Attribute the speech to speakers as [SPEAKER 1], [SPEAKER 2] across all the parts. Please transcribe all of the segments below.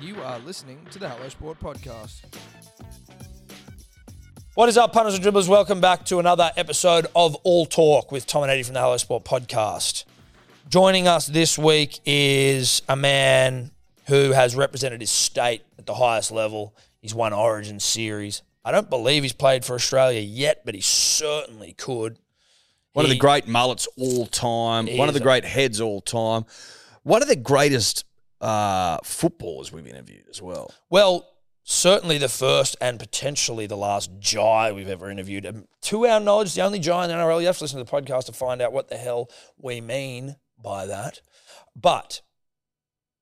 [SPEAKER 1] You are listening to the Hello Sport podcast.
[SPEAKER 2] What is up, punters and dribblers? Welcome back to another episode of All Talk with Tom and Eddie from the Hello Sport podcast. Joining us this week is a man who has represented his state at the highest level. He's won Origin Series. I don't believe he's played for Australia yet, but he certainly could.
[SPEAKER 3] One of
[SPEAKER 2] He-
[SPEAKER 3] the great mullets all time.
[SPEAKER 2] He
[SPEAKER 3] One of
[SPEAKER 2] is
[SPEAKER 3] the
[SPEAKER 2] a-
[SPEAKER 3] great heads all time. One of the greatest uh, footballers we've interviewed as well.
[SPEAKER 2] Well, certainly the first and potentially the last Jai we've ever interviewed. Um, to our knowledge, the only Jai in the NRL. You have to listen to the podcast to find out what the hell we mean by that. But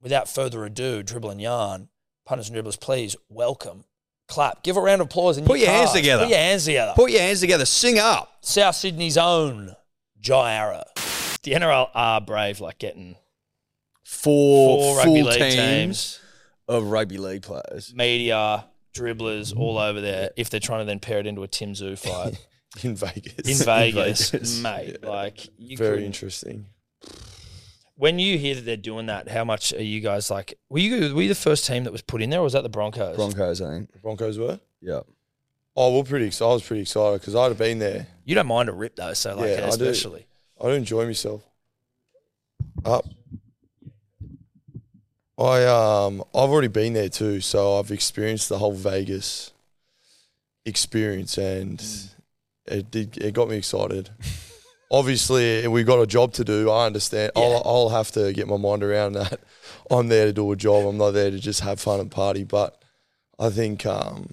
[SPEAKER 2] without further ado, dribble and yarn, punters and dribblers, please welcome. Clap. Give a round of applause and
[SPEAKER 3] Put your hands
[SPEAKER 2] cards.
[SPEAKER 3] together.
[SPEAKER 2] Put your hands together.
[SPEAKER 3] Put your hands together, sing up.
[SPEAKER 2] South Sydney's own Jai Arrow.
[SPEAKER 4] the NRL are brave, like getting
[SPEAKER 3] Four,
[SPEAKER 4] four
[SPEAKER 3] full
[SPEAKER 4] rugby league
[SPEAKER 3] teams,
[SPEAKER 4] teams,
[SPEAKER 3] of rugby league players
[SPEAKER 4] media, dribblers all over there. If they're trying to then pair it into a Tim Zoo fight
[SPEAKER 5] in Vegas.
[SPEAKER 4] in Vegas, mate,
[SPEAKER 5] Yeah.
[SPEAKER 4] like you
[SPEAKER 5] Very
[SPEAKER 4] couldn't-
[SPEAKER 5] interesting.
[SPEAKER 4] When you hear that they're doing that, how much are you guys like? Were you were you the first team that was put in there, or was that the Broncos?
[SPEAKER 3] Broncos, I think.
[SPEAKER 5] The Broncos were.
[SPEAKER 3] Yeah.
[SPEAKER 5] Oh, we're pretty excited. I was pretty excited because I'd have been there.
[SPEAKER 4] You don't mind a rip though, so like
[SPEAKER 5] Yeah, I do.
[SPEAKER 4] especially.
[SPEAKER 5] I'd enjoy myself. Up. I um I've already been there too, so I've experienced the whole Vegas experience, and it did it got me excited. Obviously, we got a job to do. I understand. I'll I'll have to get my mind around that. I'm there to do a job. I'm not there to just have fun and party. But I think um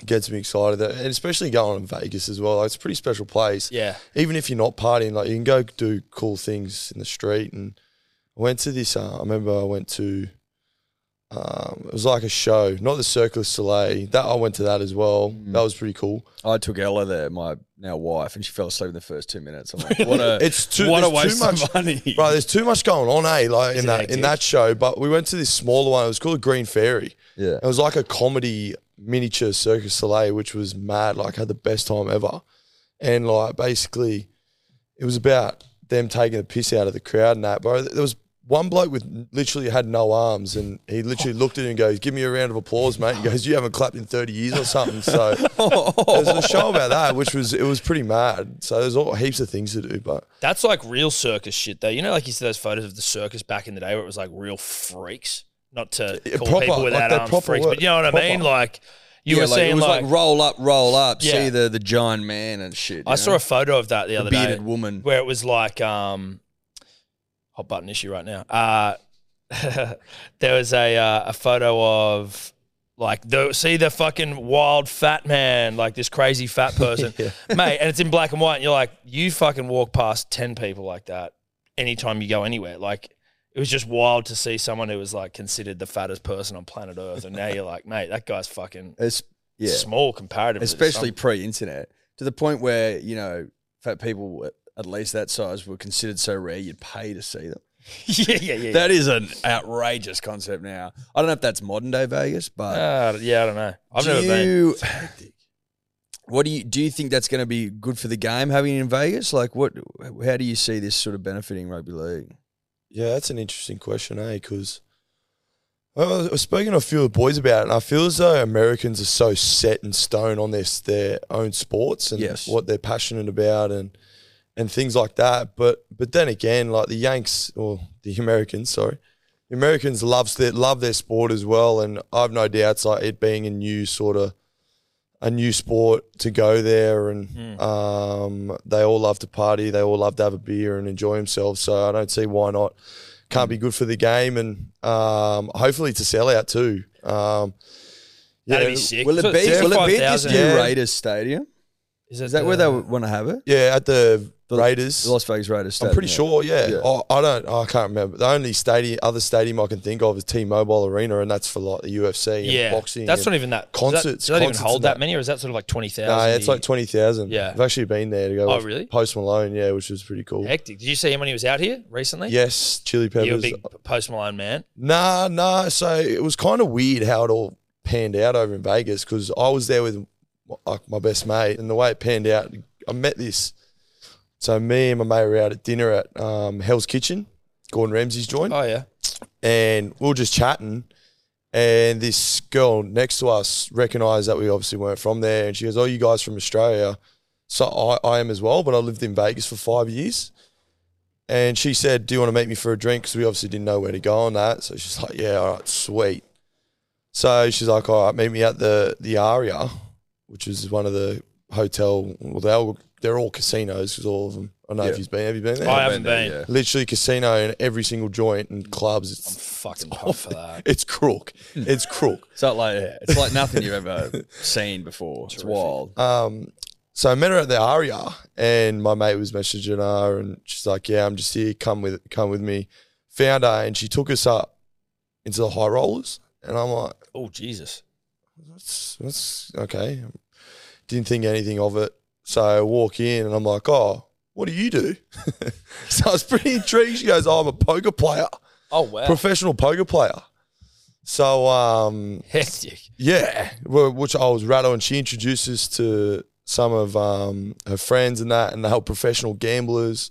[SPEAKER 5] it gets me excited, that, and especially going to Vegas as well. Like, it's a pretty special place
[SPEAKER 4] Yeah,
[SPEAKER 5] even if you're not partying, like you can go do cool things in the street. And I went to this. Uh, I remember I went to. Um, it was like a show, not the Cirque du Soleil. That I went to that as well.
[SPEAKER 3] Mm.
[SPEAKER 5] That was pretty cool.
[SPEAKER 3] I took Ella there, my now wife, and she fell asleep in the first two minutes. I'm like, what a
[SPEAKER 5] It's too-
[SPEAKER 3] Uh, what a
[SPEAKER 5] there's too
[SPEAKER 3] waste
[SPEAKER 5] much-
[SPEAKER 3] of money.
[SPEAKER 5] Bro, there's too much going on, eh? Like in
[SPEAKER 4] Isn't
[SPEAKER 5] that
[SPEAKER 4] it
[SPEAKER 5] in that show. But we went to this smaller one. It was called Green Fairy.
[SPEAKER 3] Yeah.
[SPEAKER 5] It was like a comedy miniature Cirque du Soleil, which was mad. Like had the best time ever, and like basically, it was about them taking the piss out of the crowd and that. Bro, there was one bloke with literally had no arms, and he literally looked at it and goes, "Give me a round of applause, mate." He goes, "You haven't clapped in thirty years or something." So there was a show about that, which was it was pretty mad. So there's all heaps of things to do, but
[SPEAKER 4] that's like real circus shit though. You know, like you see those photos of the circus back in the day where it was like real freaks. Not to
[SPEAKER 5] Yeah,
[SPEAKER 4] call
[SPEAKER 5] proper,
[SPEAKER 4] people
[SPEAKER 5] like
[SPEAKER 4] without
[SPEAKER 5] they're
[SPEAKER 4] arms
[SPEAKER 5] proper
[SPEAKER 4] freaks,
[SPEAKER 5] work-
[SPEAKER 4] but you know what I
[SPEAKER 5] proper.
[SPEAKER 4] mean. Like you were
[SPEAKER 3] like,
[SPEAKER 4] saying,
[SPEAKER 3] it was like,
[SPEAKER 4] like
[SPEAKER 3] roll up, roll up.
[SPEAKER 4] Yeah.
[SPEAKER 3] See the the giant man and shit.
[SPEAKER 4] I
[SPEAKER 3] you
[SPEAKER 4] saw
[SPEAKER 3] know?
[SPEAKER 4] a photo of that the other
[SPEAKER 3] bearded
[SPEAKER 4] day,
[SPEAKER 3] woman.
[SPEAKER 4] where it was like um, hot button issue right now. Uh, there was a uh, a photo of like the see the fucking wild fat man, like this crazy fat person, mate, and it's in black and white. And you're like, you fucking walk past ten people like that anytime you go anywhere, like. It was just wild to see someone who was like considered the fattest person on planet Earth, and now you're like, mate, that guy's fucking
[SPEAKER 3] It's, yeah.
[SPEAKER 4] small comparatively. to
[SPEAKER 3] especially pre-internet, to the point where you know fat people were- at least that size were considered so rare you'd pay to see them.
[SPEAKER 4] some- yeah, yeah, yeah. yeah.
[SPEAKER 3] That is an outrageous concept now. I don't know if that's modern day Vegas, but
[SPEAKER 4] Uh, yeah, I don't know. I've
[SPEAKER 3] do
[SPEAKER 4] never been.
[SPEAKER 3] you, What do you do? You think that's going to be good for the game having it in Vegas? Like, what? How do you see this sort of benefiting rugby league?
[SPEAKER 5] Yeah, that's an interesting question, eh? Because well, I was speaking to a few of the boys about it, and I feel as though Americans are so set in stone on this their own sports and
[SPEAKER 3] Yes.
[SPEAKER 5] what they're passionate about and and things like that. But but then again, like the Yanks or the Americans, sorry, the Americans loves their love their sport as well, and I've no doubts like it being a new sort of a new sport to go there, and
[SPEAKER 4] Hmm.
[SPEAKER 5] um, they all love to party, they all love to have a beer and enjoy themselves. So I don't see why not. Can't
[SPEAKER 4] Hmm.
[SPEAKER 5] be good for the game, and um, hopefully to sell out too. Um,
[SPEAKER 4] That'd
[SPEAKER 5] yeah,
[SPEAKER 4] be sick.
[SPEAKER 3] Will it be?
[SPEAKER 4] it's
[SPEAKER 3] Will it be at this
[SPEAKER 4] 5,000.
[SPEAKER 3] new
[SPEAKER 5] Yeah.
[SPEAKER 3] Raiders Stadium?
[SPEAKER 4] it
[SPEAKER 3] Is that where they want to have it?
[SPEAKER 5] Yeah, at the,
[SPEAKER 3] The-
[SPEAKER 5] Raiders.
[SPEAKER 3] The Las Vegas Raiders. Stadium.
[SPEAKER 5] I'm pretty
[SPEAKER 3] yeah.
[SPEAKER 5] sure, yeah.
[SPEAKER 3] Yeah.
[SPEAKER 5] Oh, I don't, I can't remember. The only stadium, other stadium I can think of is T-Mobile Arena, and that's for like the UFC and
[SPEAKER 4] yeah,
[SPEAKER 5] boxing.
[SPEAKER 2] That's
[SPEAKER 5] and-
[SPEAKER 4] not even that. Does
[SPEAKER 5] Concerts,
[SPEAKER 4] that, does that even
[SPEAKER 5] concerts
[SPEAKER 4] hold
[SPEAKER 5] and
[SPEAKER 2] that.
[SPEAKER 4] that many, or is that sort of like twenty thousand?
[SPEAKER 5] Nah, it's like twenty thousand.
[SPEAKER 4] Yeah.
[SPEAKER 5] I've actually been there to go.
[SPEAKER 4] Oh,
[SPEAKER 5] watch
[SPEAKER 4] really?
[SPEAKER 5] Post Malone, yeah, which was pretty cool.
[SPEAKER 4] hectic. Did you see him when he was out here recently?
[SPEAKER 5] Yes, Chili
[SPEAKER 4] you a
[SPEAKER 5] Peppers.
[SPEAKER 4] big Post Malone man.
[SPEAKER 5] Nah, nah. So it was kind of weird how it all panned out over in Vegas because I was there with like my best mate, and the way it panned out, I met this. So me and my mate were out at dinner at um, Hell's Kitchen, Gordon Ramsay's joint.
[SPEAKER 4] Oh yeah,
[SPEAKER 5] and we were just chatting. And this girl next to us recognized that we obviously weren't from there. And she goes, Oh, you guys from Australia. So I, I am as well, but I lived in Vegas for five years. And she said, Do you want to meet me for a drink? Because we obviously didn't know where to go on that. So she's like, Yeah, all right, sweet. So she's like, All right, meet me at the, the Aria, which is one of the hotel. Well, they're all, they're all casinos, 'cause all of them. I don't know
[SPEAKER 3] Yeah.
[SPEAKER 5] if you've been. Have you been there?
[SPEAKER 4] I haven't
[SPEAKER 3] there,
[SPEAKER 4] been.
[SPEAKER 3] yeah.
[SPEAKER 5] literally casino in every single joint and clubs.
[SPEAKER 4] I'm
[SPEAKER 5] It's
[SPEAKER 4] fucking pumped for that.
[SPEAKER 5] it's crook. It's crook.
[SPEAKER 3] So like yeah, it's like nothing you've ever seen before. It's wild.
[SPEAKER 5] Um, so I met her at the Aria, and my mate was messaging her, and she's like, "Yeah, I'm just here. Come with, come with me." Found her, and she took us up into the high rollers, and I'm like,
[SPEAKER 4] Oh Jesus!
[SPEAKER 5] that's that's okay. Didn't think anything of it. So I walk in and I'm like, oh, what do you do? so I was pretty intrigued. She goes, oh, I'm a poker player,
[SPEAKER 4] Oh wow!
[SPEAKER 5] professional poker player. So um,
[SPEAKER 4] Hectic.
[SPEAKER 5] yeah, well, which I was rattled, and she introduced us to some of um, her friends and that, and they help professional gamblers.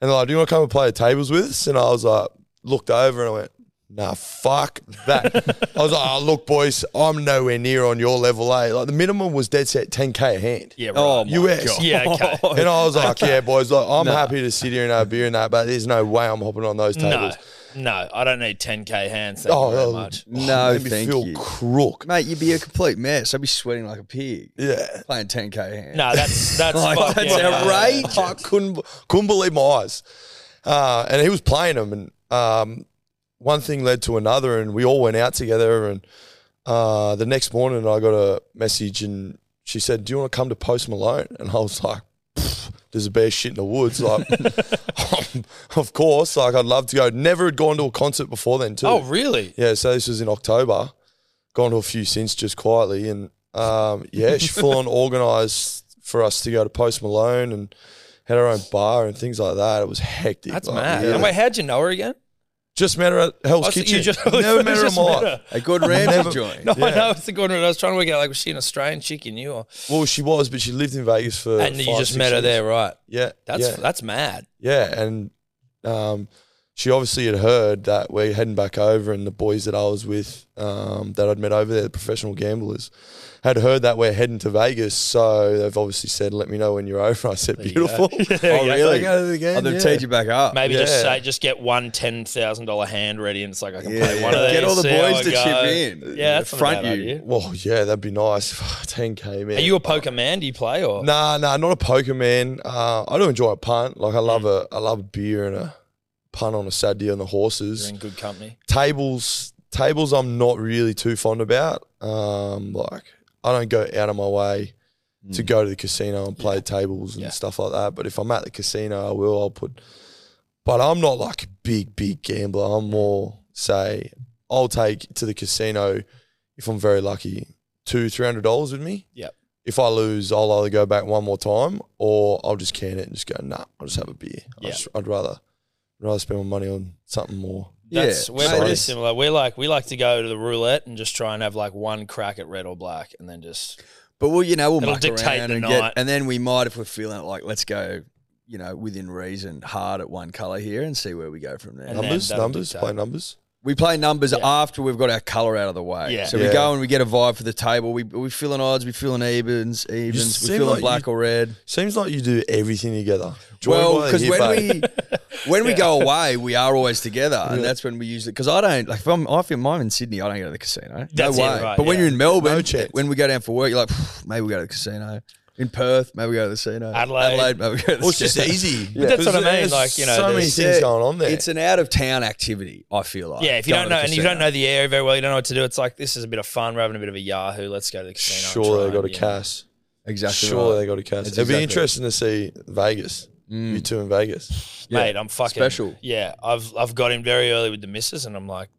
[SPEAKER 5] And they're like, "Do you want to come and play tables with us?" And I was like, looked over and I went, "Nah, fuck that." I was like, oh, "Look, boys, I'm nowhere near on your level, eh? Like the minimum was dead set 10k a hand."
[SPEAKER 4] Yeah. Right.
[SPEAKER 3] Oh, my
[SPEAKER 5] US.
[SPEAKER 3] God.
[SPEAKER 4] yeah. Okay.
[SPEAKER 5] And I was like, "Yeah, boys, like, I'm happy to sit here and have a beer and that, but there's no way I'm hopping on those
[SPEAKER 4] No,
[SPEAKER 5] tables."
[SPEAKER 4] no, I don't need 10k hands. Thank
[SPEAKER 5] Oh,
[SPEAKER 4] you very
[SPEAKER 5] oh,
[SPEAKER 4] much.
[SPEAKER 3] No,
[SPEAKER 5] made me
[SPEAKER 3] thank
[SPEAKER 5] feel
[SPEAKER 3] you.
[SPEAKER 5] crook.
[SPEAKER 3] Mate, you'd be a complete mess. I'd be sweating like a pig
[SPEAKER 5] Yeah,
[SPEAKER 3] playing 10k hand.
[SPEAKER 4] No, that's that's
[SPEAKER 3] Like,
[SPEAKER 4] fucking
[SPEAKER 3] that's outrageous.
[SPEAKER 5] I couldn't couldn't believe my eyes. Uh, and he was playing them, and um, one thing led to another, and we all went out together. And uh, the next morning, I got a message, and she said, "Do you want to come to Post Malone?" And I was like. "Pfft, There's a bear shit in the woods, like of course. Like I'd love to go. Never had gone to a concert before then, too.
[SPEAKER 4] Oh, really?
[SPEAKER 5] Yeah, so this was in October. Gone to a few since just quietly, and um, yeah, she full on organised for us to go to Post Malone and had our own bar and things like that. It was hectic.
[SPEAKER 4] That's
[SPEAKER 5] like,
[SPEAKER 4] mad.
[SPEAKER 5] Oh, yeah.
[SPEAKER 4] And wait, how'd you know her again?
[SPEAKER 5] Just met her at Hell's
[SPEAKER 4] I see- you
[SPEAKER 5] Kitchen.
[SPEAKER 4] just-
[SPEAKER 5] Never met her in
[SPEAKER 4] just
[SPEAKER 5] my
[SPEAKER 4] met
[SPEAKER 5] life.
[SPEAKER 4] her.
[SPEAKER 3] A good Ramsey joint.
[SPEAKER 4] No, I
[SPEAKER 5] Yeah.
[SPEAKER 4] know it's the good one. I was trying to work out like was she an Australian chick you knew, or
[SPEAKER 5] Well, she was, but she lived in Vegas for.
[SPEAKER 4] and you
[SPEAKER 5] five,
[SPEAKER 4] just
[SPEAKER 5] six
[SPEAKER 4] met her
[SPEAKER 5] years.
[SPEAKER 4] there, right?
[SPEAKER 5] Yeah,
[SPEAKER 4] That's
[SPEAKER 5] yeah.
[SPEAKER 4] that's mad.
[SPEAKER 5] Yeah, and um, she obviously had heard that we're heading back over, and the boys that I was with, um, that I'd met over there, the professional gamblers, had heard that we're heading to Vegas. So they've obviously said, "Let me know when you're over." I said,
[SPEAKER 4] you go.
[SPEAKER 5] "Beautiful."
[SPEAKER 4] There you go.
[SPEAKER 5] So I go to the game,
[SPEAKER 3] Oh, they've
[SPEAKER 5] yeah.
[SPEAKER 3] teed you back up.
[SPEAKER 4] Maybe just
[SPEAKER 5] Yeah.
[SPEAKER 4] say just get one ten thousand dollar hand ready, and it's like I can play
[SPEAKER 3] Yeah.
[SPEAKER 4] one of these.
[SPEAKER 3] Get all the
[SPEAKER 4] see how
[SPEAKER 3] boys
[SPEAKER 4] I
[SPEAKER 3] to
[SPEAKER 4] go.
[SPEAKER 3] chip in.
[SPEAKER 4] Yeah, that's
[SPEAKER 3] Front
[SPEAKER 4] front you.
[SPEAKER 3] you.
[SPEAKER 5] Well, yeah, that'd be nice. 10k man.
[SPEAKER 4] Are you a poker man? Do you play or
[SPEAKER 5] Nah, nah, not a poker man. Uh, I do enjoy a punt. Like I love a, I love a beer and a punt on a Saturday on the horses.
[SPEAKER 4] you're in good company?
[SPEAKER 5] tables tables I'm not really too fond about. Um, like I don't go out of my way to go to the casino and play tables and
[SPEAKER 4] Mm. Yeah.
[SPEAKER 5] stuff like that. But if I'm at the casino, I will. I'll put. But I'm not like a big big gambler. I'm more say I'll take to the casino if I'm very lucky two three hundred dollars with me.
[SPEAKER 4] Yep.
[SPEAKER 5] If I lose, I'll either go back one more time or I'll just can it and just go. Nah, I'll just have a beer. I
[SPEAKER 4] Yeah.
[SPEAKER 5] just, I'd rather rather spend my money on something more.
[SPEAKER 4] That's we're
[SPEAKER 3] Mate,
[SPEAKER 4] pretty
[SPEAKER 3] this-
[SPEAKER 4] similar. We're like we like to go to the roulette and just try and have like one crack at red or black, and then just
[SPEAKER 3] But we'll, you know, we'll
[SPEAKER 4] It'll
[SPEAKER 3] muck
[SPEAKER 4] dictate
[SPEAKER 3] around
[SPEAKER 4] the
[SPEAKER 3] and
[SPEAKER 4] night.
[SPEAKER 3] get, and then we might, if we're feeling it, like let's go, you know, within reason, hard at one color here and see where we go from there.
[SPEAKER 4] And then
[SPEAKER 5] Numbers,
[SPEAKER 4] that'll
[SPEAKER 5] numbers,
[SPEAKER 4] dictate.
[SPEAKER 5] play numbers.
[SPEAKER 3] we play numbers after we've got our color out of the way.
[SPEAKER 4] Yeah.
[SPEAKER 3] So
[SPEAKER 5] Yeah.
[SPEAKER 3] we go and we get a vibe for the table. We we feeling odds, we feeling evens, evens, we
[SPEAKER 5] seem
[SPEAKER 3] feeling
[SPEAKER 5] like
[SPEAKER 3] black or red.
[SPEAKER 5] Seems like you do everything together. Joined
[SPEAKER 3] Well,
[SPEAKER 5] by a
[SPEAKER 3] because
[SPEAKER 5] hip
[SPEAKER 3] when
[SPEAKER 5] bone.
[SPEAKER 3] we when we go away, we are always together, and that's when we usually. Because I don't like if I'm I feel I'm in Sydney, I don't go to the casino.
[SPEAKER 4] That's it,
[SPEAKER 3] no way.
[SPEAKER 4] right,
[SPEAKER 3] but when
[SPEAKER 4] yeah.
[SPEAKER 3] you're in Melbourne,
[SPEAKER 5] No chance.
[SPEAKER 3] when we go down for work, you're like maybe we go to the casino. In Perth, maybe we go to the casino.
[SPEAKER 4] Adelaide.
[SPEAKER 3] Adelaide maybe we go to the
[SPEAKER 5] well, it's just
[SPEAKER 3] casino.
[SPEAKER 5] easy.
[SPEAKER 4] But that's what I mean,
[SPEAKER 5] There's
[SPEAKER 4] like, you know,
[SPEAKER 5] so many
[SPEAKER 4] there's-
[SPEAKER 5] things going on there.
[SPEAKER 3] It's an out of town activity. I feel like.
[SPEAKER 4] yeah. If you don't
[SPEAKER 3] going to
[SPEAKER 4] know
[SPEAKER 3] the
[SPEAKER 4] and you don't
[SPEAKER 3] casino.
[SPEAKER 4] know the area very well, you don't know what to do. It's like this is a bit of fun. We're having a bit of a yahoo. Let's go to the casino. and
[SPEAKER 5] sure
[SPEAKER 4] try
[SPEAKER 5] they got a
[SPEAKER 4] and, you know.
[SPEAKER 5] cast.
[SPEAKER 3] exactly,
[SPEAKER 5] Sure
[SPEAKER 3] right.
[SPEAKER 5] they got a cast.
[SPEAKER 3] That's
[SPEAKER 5] It'd be
[SPEAKER 3] exactly Mm.
[SPEAKER 5] interesting to see Vegas. You two in Vegas.
[SPEAKER 3] Yeah.
[SPEAKER 4] Mate, I'm fucking
[SPEAKER 3] Special.
[SPEAKER 4] Yeah, I've I've got in very early with the missus, and I'm like,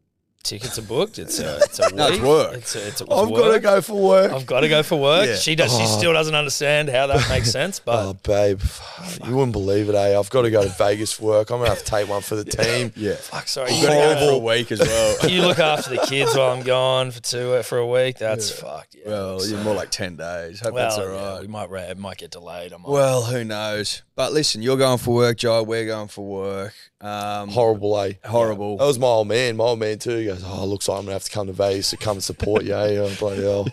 [SPEAKER 4] tickets are booked. It's a it's a week.
[SPEAKER 3] No, it's work.
[SPEAKER 4] It's a, it's a, it's
[SPEAKER 5] I've
[SPEAKER 4] work.
[SPEAKER 5] got to go for work.
[SPEAKER 4] I've got to go for work.
[SPEAKER 3] Yeah.
[SPEAKER 4] She does. She still doesn't understand how that makes sense, but
[SPEAKER 5] oh, babe, fuck, you wouldn't believe it, eh? I've got to go to Vegas for work. I'm gonna have to take one for the team.
[SPEAKER 3] Yeah.
[SPEAKER 4] fuck, sorry. You,
[SPEAKER 3] You've got
[SPEAKER 4] gotta
[SPEAKER 3] to go for a week as well.
[SPEAKER 4] go- you look after the kids while I'm gone for two uh, for a week. That's fucked. Yeah.
[SPEAKER 3] well, you're more like ten days. Hope
[SPEAKER 4] Well,
[SPEAKER 3] that's all
[SPEAKER 4] yeah,
[SPEAKER 3] right.
[SPEAKER 4] we might ra- it might get delayed. I might.
[SPEAKER 3] Well, who knows? But listen, you're going for work, Joe. We're going for work. Um,
[SPEAKER 5] Horrible, eh?
[SPEAKER 3] horrible.
[SPEAKER 5] That was my old man. My old man too. He goes, goes, oh, looks like I'm gonna have to come to Vegas to come and support you. eh?" I'm bloody hell.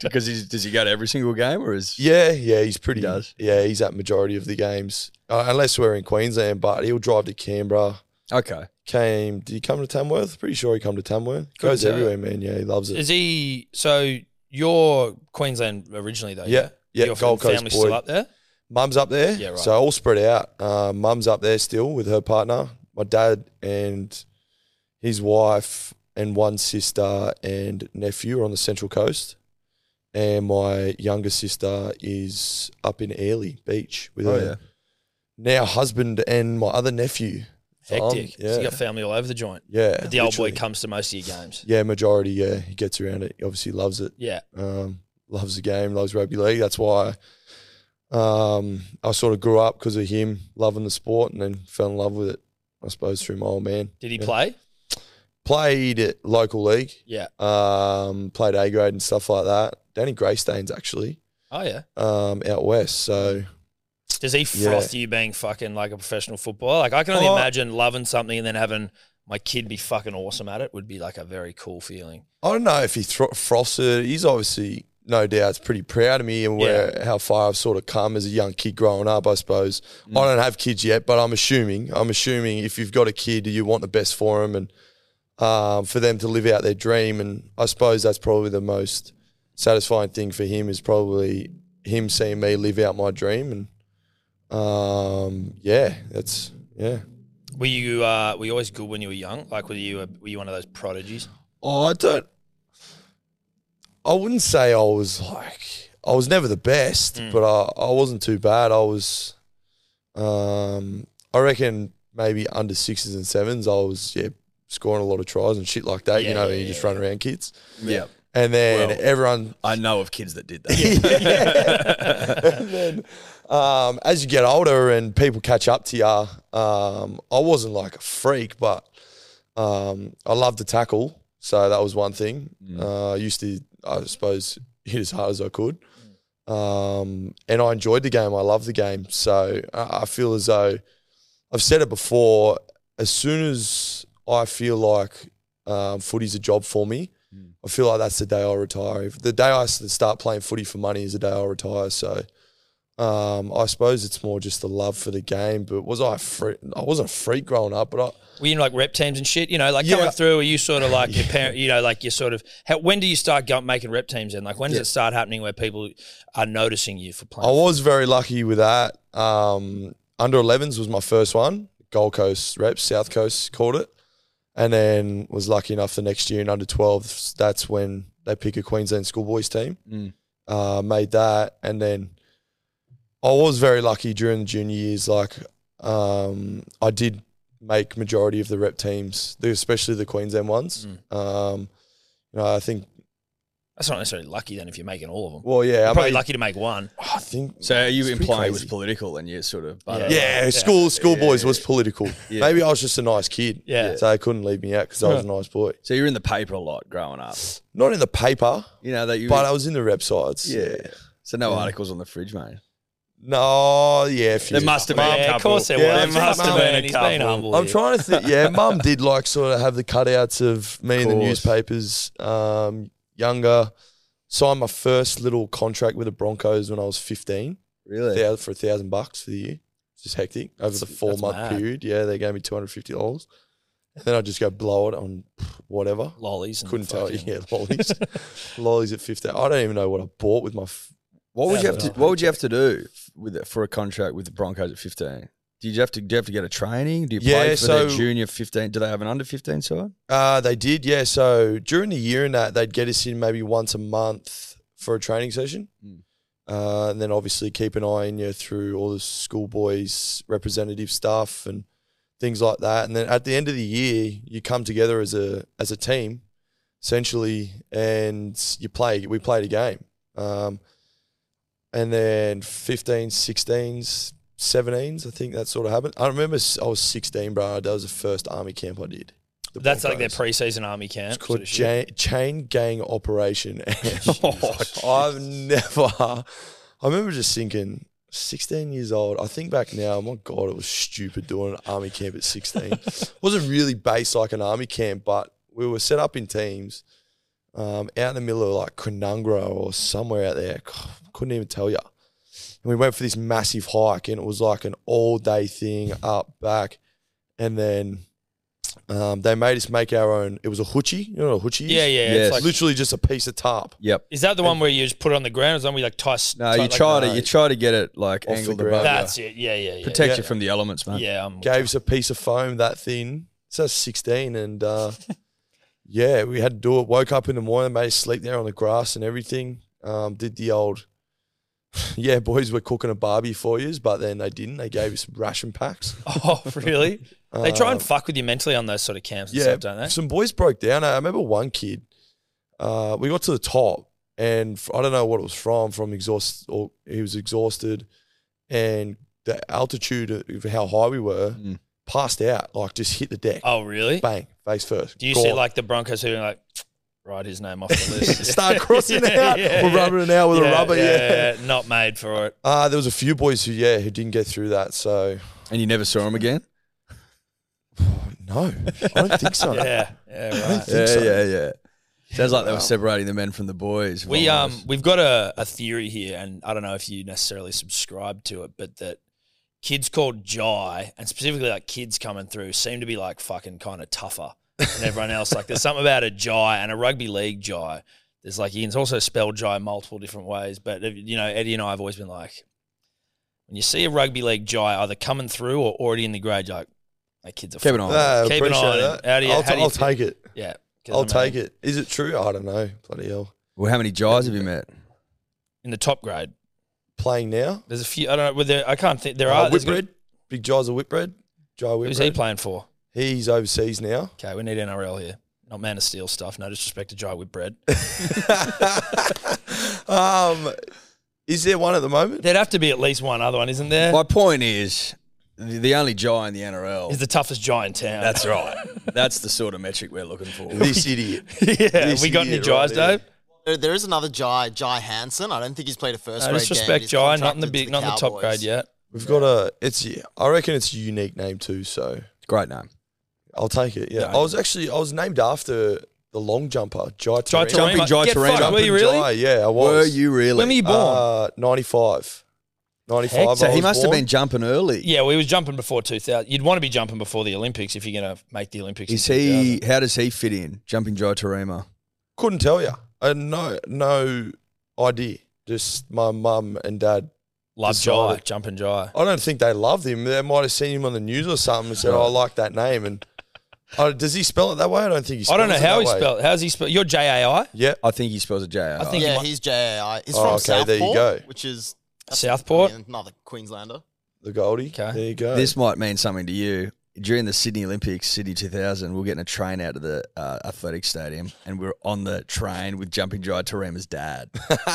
[SPEAKER 3] Because he's, does he go to every single game or is
[SPEAKER 5] Yeah, yeah, he's pretty.
[SPEAKER 3] He does.
[SPEAKER 5] Yeah, he's at majority of the games, uh, unless we're in Queensland. But he'll drive to Canberra.
[SPEAKER 3] okay?
[SPEAKER 5] Came? Did he come to Tamworth? Pretty sure he come to Tamworth.
[SPEAKER 3] Couldn't
[SPEAKER 5] Goes
[SPEAKER 3] tell.
[SPEAKER 5] everywhere, man. Yeah, he loves it.
[SPEAKER 2] Is he so you're Queensland originally though?
[SPEAKER 5] yeah, yeah.
[SPEAKER 2] Your
[SPEAKER 5] Gold Coast
[SPEAKER 2] family's
[SPEAKER 5] boy.
[SPEAKER 2] still up there?
[SPEAKER 5] Mum's up there.
[SPEAKER 2] Yeah, right.
[SPEAKER 5] So all spread out. Uh, Mum's up there still with her partner, my dad and his wife and one sister and nephew are on the Central Coast. And my younger sister is up in Airlie Beach with
[SPEAKER 3] Oh
[SPEAKER 5] her
[SPEAKER 3] yeah.
[SPEAKER 5] now husband and my other nephew. So I'm-
[SPEAKER 4] Hectic.
[SPEAKER 5] yeah.
[SPEAKER 4] So you got family all over the joint.
[SPEAKER 5] yeah.
[SPEAKER 4] But the old boy
[SPEAKER 5] literally.
[SPEAKER 4] comes to most of your games.
[SPEAKER 5] Yeah, majority. Yeah, he gets around it. He obviously loves it.
[SPEAKER 4] Yeah.
[SPEAKER 5] Um, loves the game. Loves rugby league. That's why um, I sort of grew up because of him loving the sport, and then fell in love with it. I suppose through my old man.
[SPEAKER 4] Did he
[SPEAKER 5] Yeah.
[SPEAKER 4] play?
[SPEAKER 5] Played at local league.
[SPEAKER 4] Yeah.
[SPEAKER 5] Um, played A grade and stuff like that. Danny Greystanes actually
[SPEAKER 4] Oh yeah.
[SPEAKER 5] um, out west. So
[SPEAKER 4] Does he froth you being fucking like a professional footballer? Like I can only
[SPEAKER 5] Oh.
[SPEAKER 4] imagine loving something and then having my kid be fucking awesome at it would be like a very cool feeling.
[SPEAKER 5] I don't know if he thro- frosted. He's obviously no doubt pretty proud of me and where how far I've sort of come as a young kid growing up. I suppose I don't have kids yet, but I'm assuming I'm assuming if you've got a kid, you want the best for them and um, for them to live out their dream. And I suppose that's probably the most satisfying thing for him is probably him seeing me live out my dream. And um, yeah, that's yeah.
[SPEAKER 4] Were you uh, were you always good when you were young? Like were you a, were you one of those prodigies?
[SPEAKER 5] Oh, I don't. I wouldn't say I was like I was never the best,
[SPEAKER 4] Hmm.
[SPEAKER 5] but I, I wasn't too bad. I was, um, I reckon maybe under sixes and sevens. I was yeah scoring a lot of tries and shit like that.
[SPEAKER 4] Yeah,
[SPEAKER 5] you know,
[SPEAKER 4] yeah,
[SPEAKER 5] you just
[SPEAKER 4] yeah,
[SPEAKER 5] run around kids,
[SPEAKER 3] Yeah.
[SPEAKER 5] and then
[SPEAKER 3] Well-
[SPEAKER 5] everyone
[SPEAKER 3] I know of kids that did that.
[SPEAKER 5] and then um, as you get older and people catch up to you, um, I wasn't like a freak, but um, I loved to tackle. So that was one thing. Uh, I used to, I suppose, hit as hard as I could. Um, and I enjoyed the game. I loved the game. So I I feel as though I've said it before. As soon as I feel like um, footy's a job for me, I feel like that's the day I retire. If the day I s- start playing footy for money is the day I retire. So um, I suppose it's more just the love for the game. But was I a freak? I wasn't a freak growing up, but I,
[SPEAKER 2] Were you in like rep teams and shit? You know, like
[SPEAKER 5] Yeah.
[SPEAKER 2] coming through, are you sort of like your parent? You know, like you sort of. How, when do you start go, making rep teams? And like, when does it start happening where people are noticing you for
[SPEAKER 5] I
[SPEAKER 2] playing?
[SPEAKER 5] was very lucky with that. Um, under 11s was my first one. Gold Coast reps, South Coast called it. And then was lucky enough the next year in under 12s, that's when they pick a Queensland schoolboys team.
[SPEAKER 3] Mm.
[SPEAKER 5] Uh, made that. And then I was very lucky during the junior years. Like, um, I did make majority of the rep teams, the- especially the Queensland ones. Um, you know, I think,
[SPEAKER 4] That's not necessarily lucky then if you're making all of them.
[SPEAKER 5] well, yeah, I,
[SPEAKER 4] Probably
[SPEAKER 5] made-
[SPEAKER 4] lucky to make one.
[SPEAKER 5] I think
[SPEAKER 3] So are you
[SPEAKER 5] It's pretty
[SPEAKER 3] implying it was
[SPEAKER 5] crazy.
[SPEAKER 3] political and you sort of but
[SPEAKER 4] Yeah.
[SPEAKER 5] Yeah,
[SPEAKER 4] Yeah.
[SPEAKER 5] school schoolboys was political.
[SPEAKER 3] Yeah.
[SPEAKER 5] Maybe I was just a nice kid.
[SPEAKER 4] Yeah.
[SPEAKER 5] So they couldn't leave me out because I was a nice boy.
[SPEAKER 3] So you're in the paper a lot growing up.
[SPEAKER 5] Not in the paper,
[SPEAKER 3] You know that you
[SPEAKER 5] but I was in the rep sides.
[SPEAKER 3] yeah. So no articles on the fridge, mate.
[SPEAKER 5] No, yeah, a few.
[SPEAKER 3] There must have been.
[SPEAKER 4] Yeah,
[SPEAKER 3] a
[SPEAKER 4] of course there
[SPEAKER 5] Yeah,
[SPEAKER 4] was.
[SPEAKER 5] I'm
[SPEAKER 4] There must
[SPEAKER 5] thinking
[SPEAKER 4] have been
[SPEAKER 2] man,
[SPEAKER 4] a
[SPEAKER 2] he's
[SPEAKER 4] couple.
[SPEAKER 2] been humble.
[SPEAKER 5] I'm trying to think. Yeah, mum did like sort of have the cutouts of me in the
[SPEAKER 3] Course.
[SPEAKER 5] newspapers. Um, younger, signed my first little contract with the Broncos when I was 15.
[SPEAKER 3] Really?
[SPEAKER 5] thou- for a thousand bucks for the year. It's just hectic over the four month
[SPEAKER 4] mad.
[SPEAKER 5] period. Yeah, they gave me two hundred fifty dollars, and then I just go blow it on whatever.
[SPEAKER 4] Lollies. And
[SPEAKER 5] Couldn't tell you.
[SPEAKER 4] fucking-
[SPEAKER 5] Yeah, lollies. lollies at 15. I don't even know what I bought with my. F-
[SPEAKER 3] What would you have to
[SPEAKER 5] Thousand
[SPEAKER 3] What would you have to do with it for a contract with the Broncos at 15? Did you have to Do you have to get a training? Do you
[SPEAKER 5] Yeah,
[SPEAKER 3] play for their
[SPEAKER 5] so-
[SPEAKER 3] junior 15? Do they have an under 15 side?
[SPEAKER 5] uh, they did, yeah. So during the year and that, they'd get us in maybe once a month for a training session.
[SPEAKER 3] Mm.
[SPEAKER 5] Uh, and then obviously keep an eye on you through all the schoolboys representative stuff and things like that. And then at the end of the year, you come together as a as a team, essentially, and you play. We played a game. Um, and then 15s, 16s, 17s, I think that sort of happened. I remember s- I was 16, bro. That was the first army camp I did. The
[SPEAKER 4] That's like their
[SPEAKER 5] Broncos.
[SPEAKER 4] preseason army camp.
[SPEAKER 5] It's called
[SPEAKER 4] sort of shit.
[SPEAKER 5] cha- chain gang operation.
[SPEAKER 4] Oh,
[SPEAKER 5] I've never. I remember just thinking, 16 years old. I think back now, my God, it was stupid doing an army camp at 16. it wasn't really based like an army camp, but we we were set up in teams um, out in the middle of like Conungra or somewhere out there. Couldn't even tell you. And we went for this massive hike, and it was like an all day thing up back, and then. Um, they made us make our own. It was a hoochie. You know what a hoochie is?
[SPEAKER 4] Yeah, yeah.
[SPEAKER 3] Yes.
[SPEAKER 4] It's like,
[SPEAKER 5] literally just a piece of tarp.
[SPEAKER 3] Yep.
[SPEAKER 4] is that the one where you just put it on the ground? Or is that one where you like tie? s-
[SPEAKER 3] No,
[SPEAKER 4] tie
[SPEAKER 3] you
[SPEAKER 4] like-
[SPEAKER 3] try to
[SPEAKER 5] no.
[SPEAKER 3] you try to get it like
[SPEAKER 5] Off the
[SPEAKER 3] angled
[SPEAKER 5] ground.
[SPEAKER 3] above.
[SPEAKER 4] That's it. Yeah, yeah, yeah.
[SPEAKER 3] you. Protect
[SPEAKER 5] Yeah.
[SPEAKER 3] you from the elements, man.
[SPEAKER 4] Yeah, I'm.
[SPEAKER 5] gave us a piece of foam that thin. So 16 and uh, yeah, we had to do it. Woke up in the morning, made us sleep there on the grass and everything. Um, did the old, yeah, boys were cooking a barbie for you, but then they didn't. They gave us ration packs.
[SPEAKER 4] Oh, really? They try and
[SPEAKER 5] Um,
[SPEAKER 4] fuck with you mentally on those sort of camps and
[SPEAKER 5] yeah,
[SPEAKER 4] stuff, don't they?
[SPEAKER 5] Some boys broke down. I remember one kid. Uh, we got to the top, and f- I don't know what it was from. From exhaust, or he was exhausted, and the altitude of how high we were,
[SPEAKER 3] Mm.
[SPEAKER 5] passed out. Like just hit the deck,
[SPEAKER 4] Oh, really?
[SPEAKER 5] bang, face first.
[SPEAKER 4] Do you
[SPEAKER 5] Gone.
[SPEAKER 4] see like the Broncos who are like, write his name off the list?
[SPEAKER 5] start crossing it out
[SPEAKER 4] Yeah,
[SPEAKER 5] or
[SPEAKER 4] yeah.
[SPEAKER 5] rubbing it out with a rubber? Yeah.
[SPEAKER 4] yeah, Not made for it.
[SPEAKER 5] Uh, there was a few boys who yeah who didn't get through that. So
[SPEAKER 3] And you never saw him again.
[SPEAKER 5] no, I don't think so.
[SPEAKER 4] Yeah, yeah,
[SPEAKER 5] I
[SPEAKER 4] right.
[SPEAKER 5] don't think so.
[SPEAKER 3] yeah, yeah. Sounds like they were separating the men from the boys.
[SPEAKER 4] We
[SPEAKER 3] Well,
[SPEAKER 4] um we've got a, a theory here, and I don't know if you necessarily subscribe to it, but that kids called Jai, and specifically like kids coming through, seem to be like fucking kind of tougher than everyone else. Like there's something about a Jai and a rugby league Jai. There's like you can also spell Jai multiple different ways, but if- you know Eddie and I have always been like, when you see a rugby league Jai either coming through or already in the grade, you're like that kid's a
[SPEAKER 3] keep
[SPEAKER 4] fuck.
[SPEAKER 3] it on.
[SPEAKER 5] Nah,
[SPEAKER 4] Keep an eye on
[SPEAKER 5] Uh, appreciate
[SPEAKER 4] him.
[SPEAKER 5] that.
[SPEAKER 4] How do you-
[SPEAKER 5] I'll,
[SPEAKER 4] how do you
[SPEAKER 5] I'll
[SPEAKER 4] feel?
[SPEAKER 5] take it.
[SPEAKER 4] Yeah, 'Cause
[SPEAKER 5] I'll
[SPEAKER 4] I mean,
[SPEAKER 5] take it. Is it true? I don't know. Bloody hell.
[SPEAKER 3] well, how many Jars have you met?
[SPEAKER 4] in the top grade.
[SPEAKER 5] Playing now.
[SPEAKER 4] There's a few. I don't know. Were there, I can't think. There
[SPEAKER 5] Uh,
[SPEAKER 4] are. there's got-
[SPEAKER 5] Whitbread, big Giles of Whitbread, Jai Whitbread.
[SPEAKER 4] Who's he playing for?
[SPEAKER 5] He's overseas now.
[SPEAKER 4] Okay, we need NRL here. Not Man of Steel stuff. No disrespect to Jai with bread.
[SPEAKER 5] um, is there one at the moment?
[SPEAKER 4] There'd have to be at least one other one, isn't there?
[SPEAKER 3] My point is, the, the only Jar in the NRL.
[SPEAKER 4] He's the toughest Jai in town.
[SPEAKER 3] that's right. That's the sort of metric we're looking for.
[SPEAKER 5] This idiot.
[SPEAKER 4] yeah. Have
[SPEAKER 5] This
[SPEAKER 4] we got any
[SPEAKER 5] idiot right
[SPEAKER 4] Jais,
[SPEAKER 5] here.
[SPEAKER 4] Dave?
[SPEAKER 6] There, there is another Jai, Jai Hansen. I don't think he's played a first
[SPEAKER 4] No
[SPEAKER 6] grade game.
[SPEAKER 4] disrespect,
[SPEAKER 6] He's
[SPEAKER 4] Jai. Not in the
[SPEAKER 6] contracted
[SPEAKER 4] big,
[SPEAKER 6] to
[SPEAKER 4] not in the top
[SPEAKER 6] Cowboys.
[SPEAKER 4] grade yet.
[SPEAKER 5] We've got a. It's. I reckon it's a unique name too. So
[SPEAKER 3] Great name.
[SPEAKER 5] I'll take it. Yeah.
[SPEAKER 3] Yeah.
[SPEAKER 5] I was actually. I was named after the long jumper, Jai.
[SPEAKER 4] Jai
[SPEAKER 5] Tarima.
[SPEAKER 3] Jumping
[SPEAKER 4] Tarima.
[SPEAKER 3] Jai
[SPEAKER 4] Get
[SPEAKER 3] Tarima.
[SPEAKER 4] fucked, Were you
[SPEAKER 5] Jumping
[SPEAKER 4] really?
[SPEAKER 5] Jai, yeah, I was.
[SPEAKER 3] Were you really?
[SPEAKER 4] When were you born?
[SPEAKER 5] Uh, 95. 95.
[SPEAKER 4] Heck, so
[SPEAKER 3] so
[SPEAKER 5] I
[SPEAKER 3] he
[SPEAKER 5] was
[SPEAKER 3] must have
[SPEAKER 5] born.
[SPEAKER 3] been jumping early.
[SPEAKER 4] yeah, we was jumping before 2000. You'd want to be jumping before the Olympics if you're going to make the Olympics. in
[SPEAKER 3] Is he?
[SPEAKER 4] 2000.
[SPEAKER 3] How does he fit in? Jumping Jai Tarima.
[SPEAKER 5] Couldn't tell you. I had no no idea. Just my mum and dad.
[SPEAKER 4] Love Jai,
[SPEAKER 5] decided?
[SPEAKER 4] jumping Jai.
[SPEAKER 5] I don't think they loved him. They might have seen him on the news or something and said, oh, "I like that name." And uh, does he spell it that way? I don't think he.
[SPEAKER 4] I
[SPEAKER 5] Spells
[SPEAKER 4] don't know
[SPEAKER 5] it
[SPEAKER 4] how
[SPEAKER 5] that
[SPEAKER 4] he
[SPEAKER 5] way.
[SPEAKER 4] spelled. How's he spelled? You're J A I.
[SPEAKER 5] Yeah.
[SPEAKER 3] I think he spells a J.
[SPEAKER 4] I think- he
[SPEAKER 6] Yeah,
[SPEAKER 4] might-
[SPEAKER 6] he's JAI. He's
[SPEAKER 5] Oh,
[SPEAKER 6] from
[SPEAKER 5] okay,
[SPEAKER 6] Southport,
[SPEAKER 5] there you go.
[SPEAKER 6] which is
[SPEAKER 4] Southport?
[SPEAKER 6] I mean, another Queenslander.
[SPEAKER 5] The Goldie.
[SPEAKER 4] Okay.
[SPEAKER 5] There you go.
[SPEAKER 3] this might mean something to you. During the Sydney Olympics, Sydney 2000, we're getting a train out to the uh, athletic stadium, and we're on the train with Jumping Jai Tarima's dad.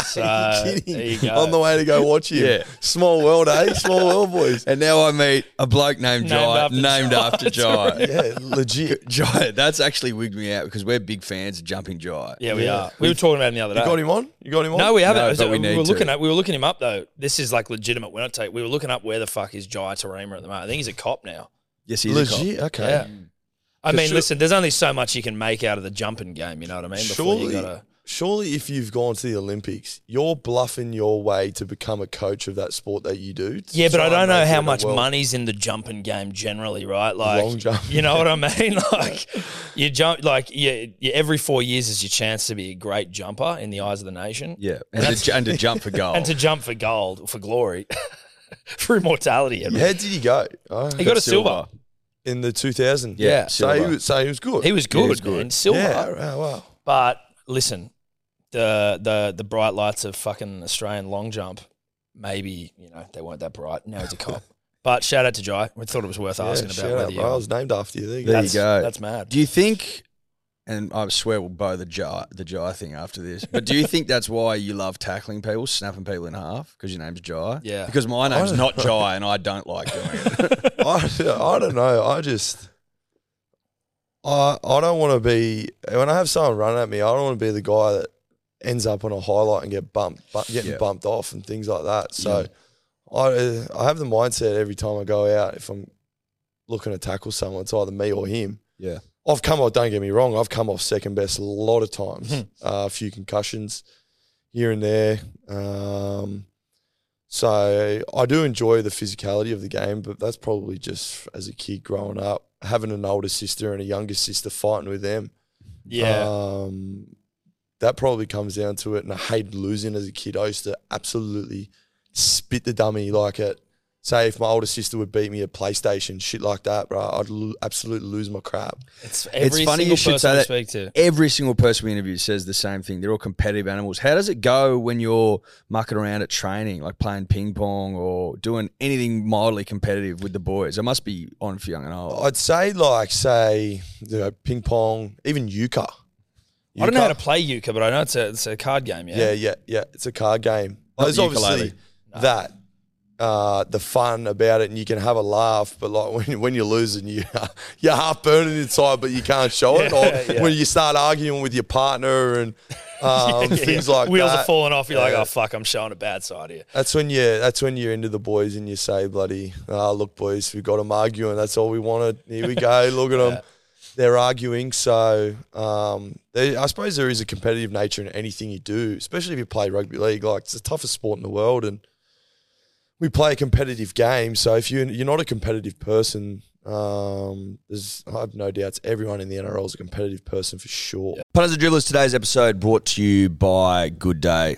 [SPEAKER 4] So
[SPEAKER 5] Kidding.
[SPEAKER 4] there you go.
[SPEAKER 5] On the way to go watch him.
[SPEAKER 3] Yeah.
[SPEAKER 5] Small world, eh? Small world, boys.
[SPEAKER 3] And now I meet a bloke named
[SPEAKER 4] Named
[SPEAKER 3] Jai,
[SPEAKER 4] after
[SPEAKER 3] named
[SPEAKER 4] Jai
[SPEAKER 3] after Jai.
[SPEAKER 5] Yeah, legit.
[SPEAKER 3] Jai, that's actually wigged me out because we're big fans of Jumping Jai.
[SPEAKER 4] yeah, we
[SPEAKER 5] Yeah.
[SPEAKER 4] are. We were talking about him the other day.
[SPEAKER 5] You got him on? You got him on?
[SPEAKER 4] No, we haven't.
[SPEAKER 3] No,
[SPEAKER 4] Is
[SPEAKER 3] but
[SPEAKER 4] it-
[SPEAKER 3] we
[SPEAKER 4] we,
[SPEAKER 3] need
[SPEAKER 4] were looking
[SPEAKER 3] to.
[SPEAKER 4] at we were looking him up though. This is like legitimate. We're not take, we were looking up where the fuck is Jai Tarima at the moment. I think he's a cop now.
[SPEAKER 3] Yes, he's a cop.
[SPEAKER 5] Legit. Okay.
[SPEAKER 4] Yeah. I
[SPEAKER 5] For
[SPEAKER 4] mean,
[SPEAKER 5] sure.
[SPEAKER 4] listen, there's only so much you can make out of the jumping game, you know what I mean? Before you
[SPEAKER 5] Surely-
[SPEAKER 4] gotta
[SPEAKER 5] Surely, if you've gone to the Olympics, you're bluffing your way to become a coach of that sport that you do. to
[SPEAKER 4] Yeah, but I
[SPEAKER 5] try
[SPEAKER 4] don't
[SPEAKER 5] and
[SPEAKER 4] know
[SPEAKER 5] make it
[SPEAKER 4] how
[SPEAKER 5] in the
[SPEAKER 4] much
[SPEAKER 5] world.
[SPEAKER 4] money's in the jumping game generally, right? Like
[SPEAKER 5] Long jump.
[SPEAKER 4] you know what I mean? Like you jump like yeah, yeah, every four years is your chance to be a great jumper in the eyes of the nation.
[SPEAKER 3] Yeah, and to, ju- and to jump for goal.
[SPEAKER 4] And to jump for gold, for glory, for immortality. Edward.
[SPEAKER 5] How did he go? Oh,
[SPEAKER 4] He got a silver.
[SPEAKER 5] in the 2000.
[SPEAKER 3] Yeah,
[SPEAKER 5] So he,
[SPEAKER 3] silver.
[SPEAKER 5] was, so he was good.
[SPEAKER 4] He was
[SPEAKER 3] Yeah,
[SPEAKER 4] good,
[SPEAKER 3] he was good.
[SPEAKER 4] man. Silver.
[SPEAKER 5] Yeah. Wow. wow.
[SPEAKER 4] But listen, the the the bright lights of fucking Australian long jump, maybe you know they weren't that bright. Now he's a cop. but shout out to Jai. We thought it was worth
[SPEAKER 5] Yeah,
[SPEAKER 4] asking
[SPEAKER 5] shout
[SPEAKER 4] about
[SPEAKER 5] out,
[SPEAKER 4] whether you.
[SPEAKER 5] bro. I was named after you. There you
[SPEAKER 3] There
[SPEAKER 5] go.
[SPEAKER 4] that's,
[SPEAKER 3] you go.
[SPEAKER 4] That's mad.
[SPEAKER 3] Do you think? And I swear we'll bow the jar the Jai thing after this. But do you think that's why you love tackling people, snapping people in half because your name's Jai?
[SPEAKER 4] Yeah.
[SPEAKER 3] Because my name's not Jai, and I don't like doing it.
[SPEAKER 5] I, I don't know. I just. I, I don't want to be when I have someone run at me. I don't want to be the guy that ends up on a highlight and get bumped, bu- getting
[SPEAKER 3] Yeah.
[SPEAKER 5] bumped off and things like that. So, I I have the mindset every time I go out if I'm looking to tackle someone, it's either me or him.
[SPEAKER 3] Yeah.
[SPEAKER 5] I've come off, don't get me wrong, I've come off second best a lot of times.
[SPEAKER 3] Hmm.
[SPEAKER 5] uh, a few concussions here and there. Um, so I do enjoy the physicality of the game, but that's probably just as a kid growing up, having an older sister and a younger sister fighting with them.
[SPEAKER 7] Yeah.
[SPEAKER 5] Um, that probably comes down to it. And I hated losing as a kid. I used to absolutely spit the dummy like at, say, if my older sister would beat me at PlayStation, shit like that, bro. I'd lo- absolutely lose my crap.
[SPEAKER 7] it's every
[SPEAKER 8] funny you
[SPEAKER 7] single
[SPEAKER 8] should
[SPEAKER 7] person
[SPEAKER 8] say
[SPEAKER 7] I
[SPEAKER 8] that.
[SPEAKER 7] speak to.
[SPEAKER 8] Every single person we interview says the same thing. They're all competitive animals. How does it go when you're mucking around at training, like playing ping pong or doing anything mildly competitive with the boys? It must be on for young and old.
[SPEAKER 5] I'd say, like, say, you know, ping pong, even euchre.
[SPEAKER 7] I don't know
[SPEAKER 5] Euchre-
[SPEAKER 7] how to play euchre, but I know it's a, it's a card game. Yeah.
[SPEAKER 5] Yeah, yeah, yeah. It's a card game.
[SPEAKER 8] Not
[SPEAKER 5] There's
[SPEAKER 8] the
[SPEAKER 5] obviously
[SPEAKER 8] ukulele.
[SPEAKER 5] that uh, the fun about it, and you can have a laugh. But like when when you're losing, you you're half burning inside, but you can't show it. Or when you start arguing with your partner and um, things like
[SPEAKER 7] Wheels
[SPEAKER 5] that.
[SPEAKER 7] are falling off. You're like,
[SPEAKER 5] Yeah.
[SPEAKER 7] oh fuck, I'm showing a bad side here.
[SPEAKER 5] That's when you. That's when you're into the boys and you say, "Bloody, ah, look, boys, we got them arguing. That's all we wanted. Here we go. Look at them. They're arguing. So, um, there, I suppose there is a competitive nature in anything you do, especially if you play rugby league. Like it's the toughest sport in the world, and we play a competitive game. So if you you're not a competitive person, um, there's I've no doubts everyone in the NRL is a competitive person for sure.
[SPEAKER 3] Punters and Dribblers, today's episode brought to you by Good Day,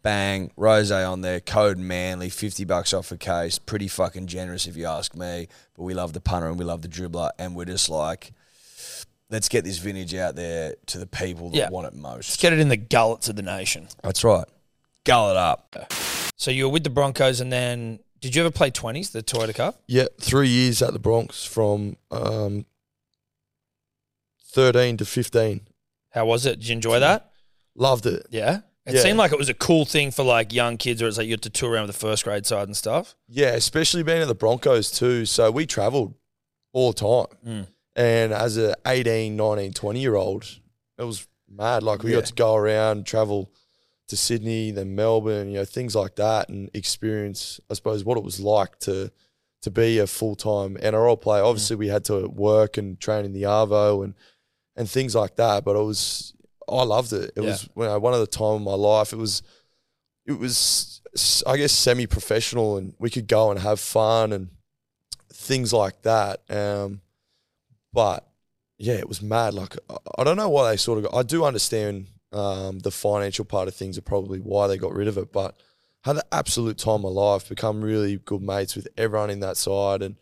[SPEAKER 3] bang, rose on there, code manly, 50 bucks off a case. Pretty fucking generous if you ask me. But we love the punter and we love the dribbler. And we're just like, let's get this vintage out there to the people that
[SPEAKER 4] Yeah.
[SPEAKER 3] want it
[SPEAKER 4] Let's
[SPEAKER 3] most.
[SPEAKER 4] get it in the gullets of the nation.
[SPEAKER 3] That's right. Gull it up.
[SPEAKER 4] So you were with the Broncos, and then did you ever play twenties, the Toyota Cup?
[SPEAKER 5] Yeah, three years at the Bronx from um, 13 to 15.
[SPEAKER 4] How was it? Did you enjoy that?
[SPEAKER 5] Loved it.
[SPEAKER 4] Yeah. It
[SPEAKER 5] Yeah.
[SPEAKER 4] seemed like it was a cool thing for like young kids, where it's like you had to tour around with the first grade side and stuff.
[SPEAKER 5] Yeah, especially being at the Broncos too. So we traveled all the time.
[SPEAKER 4] Mm.
[SPEAKER 5] And as a 18, 19, 20 year old, it was mad. Like we
[SPEAKER 3] Yeah.
[SPEAKER 5] got to go around, travel to Sydney, then Melbourne, you know, things like that, and experience, I suppose, what it was like to to be a full time NRL player. Obviously,
[SPEAKER 4] Mm.
[SPEAKER 5] we had to work and train in the Arvo and and things like that, but it was I loved it. It
[SPEAKER 4] Yeah.
[SPEAKER 5] was you know, one of the time of my life. It was it was s- I guess semi professional, and we could go and have fun and things like that. Um, but yeah, it was mad. Like I- I don't know why they sort of. Got, I do understand um, the financial part of things are probably why they got rid of it, but had the absolute time of my life. Become really good mates with everyone in that side, and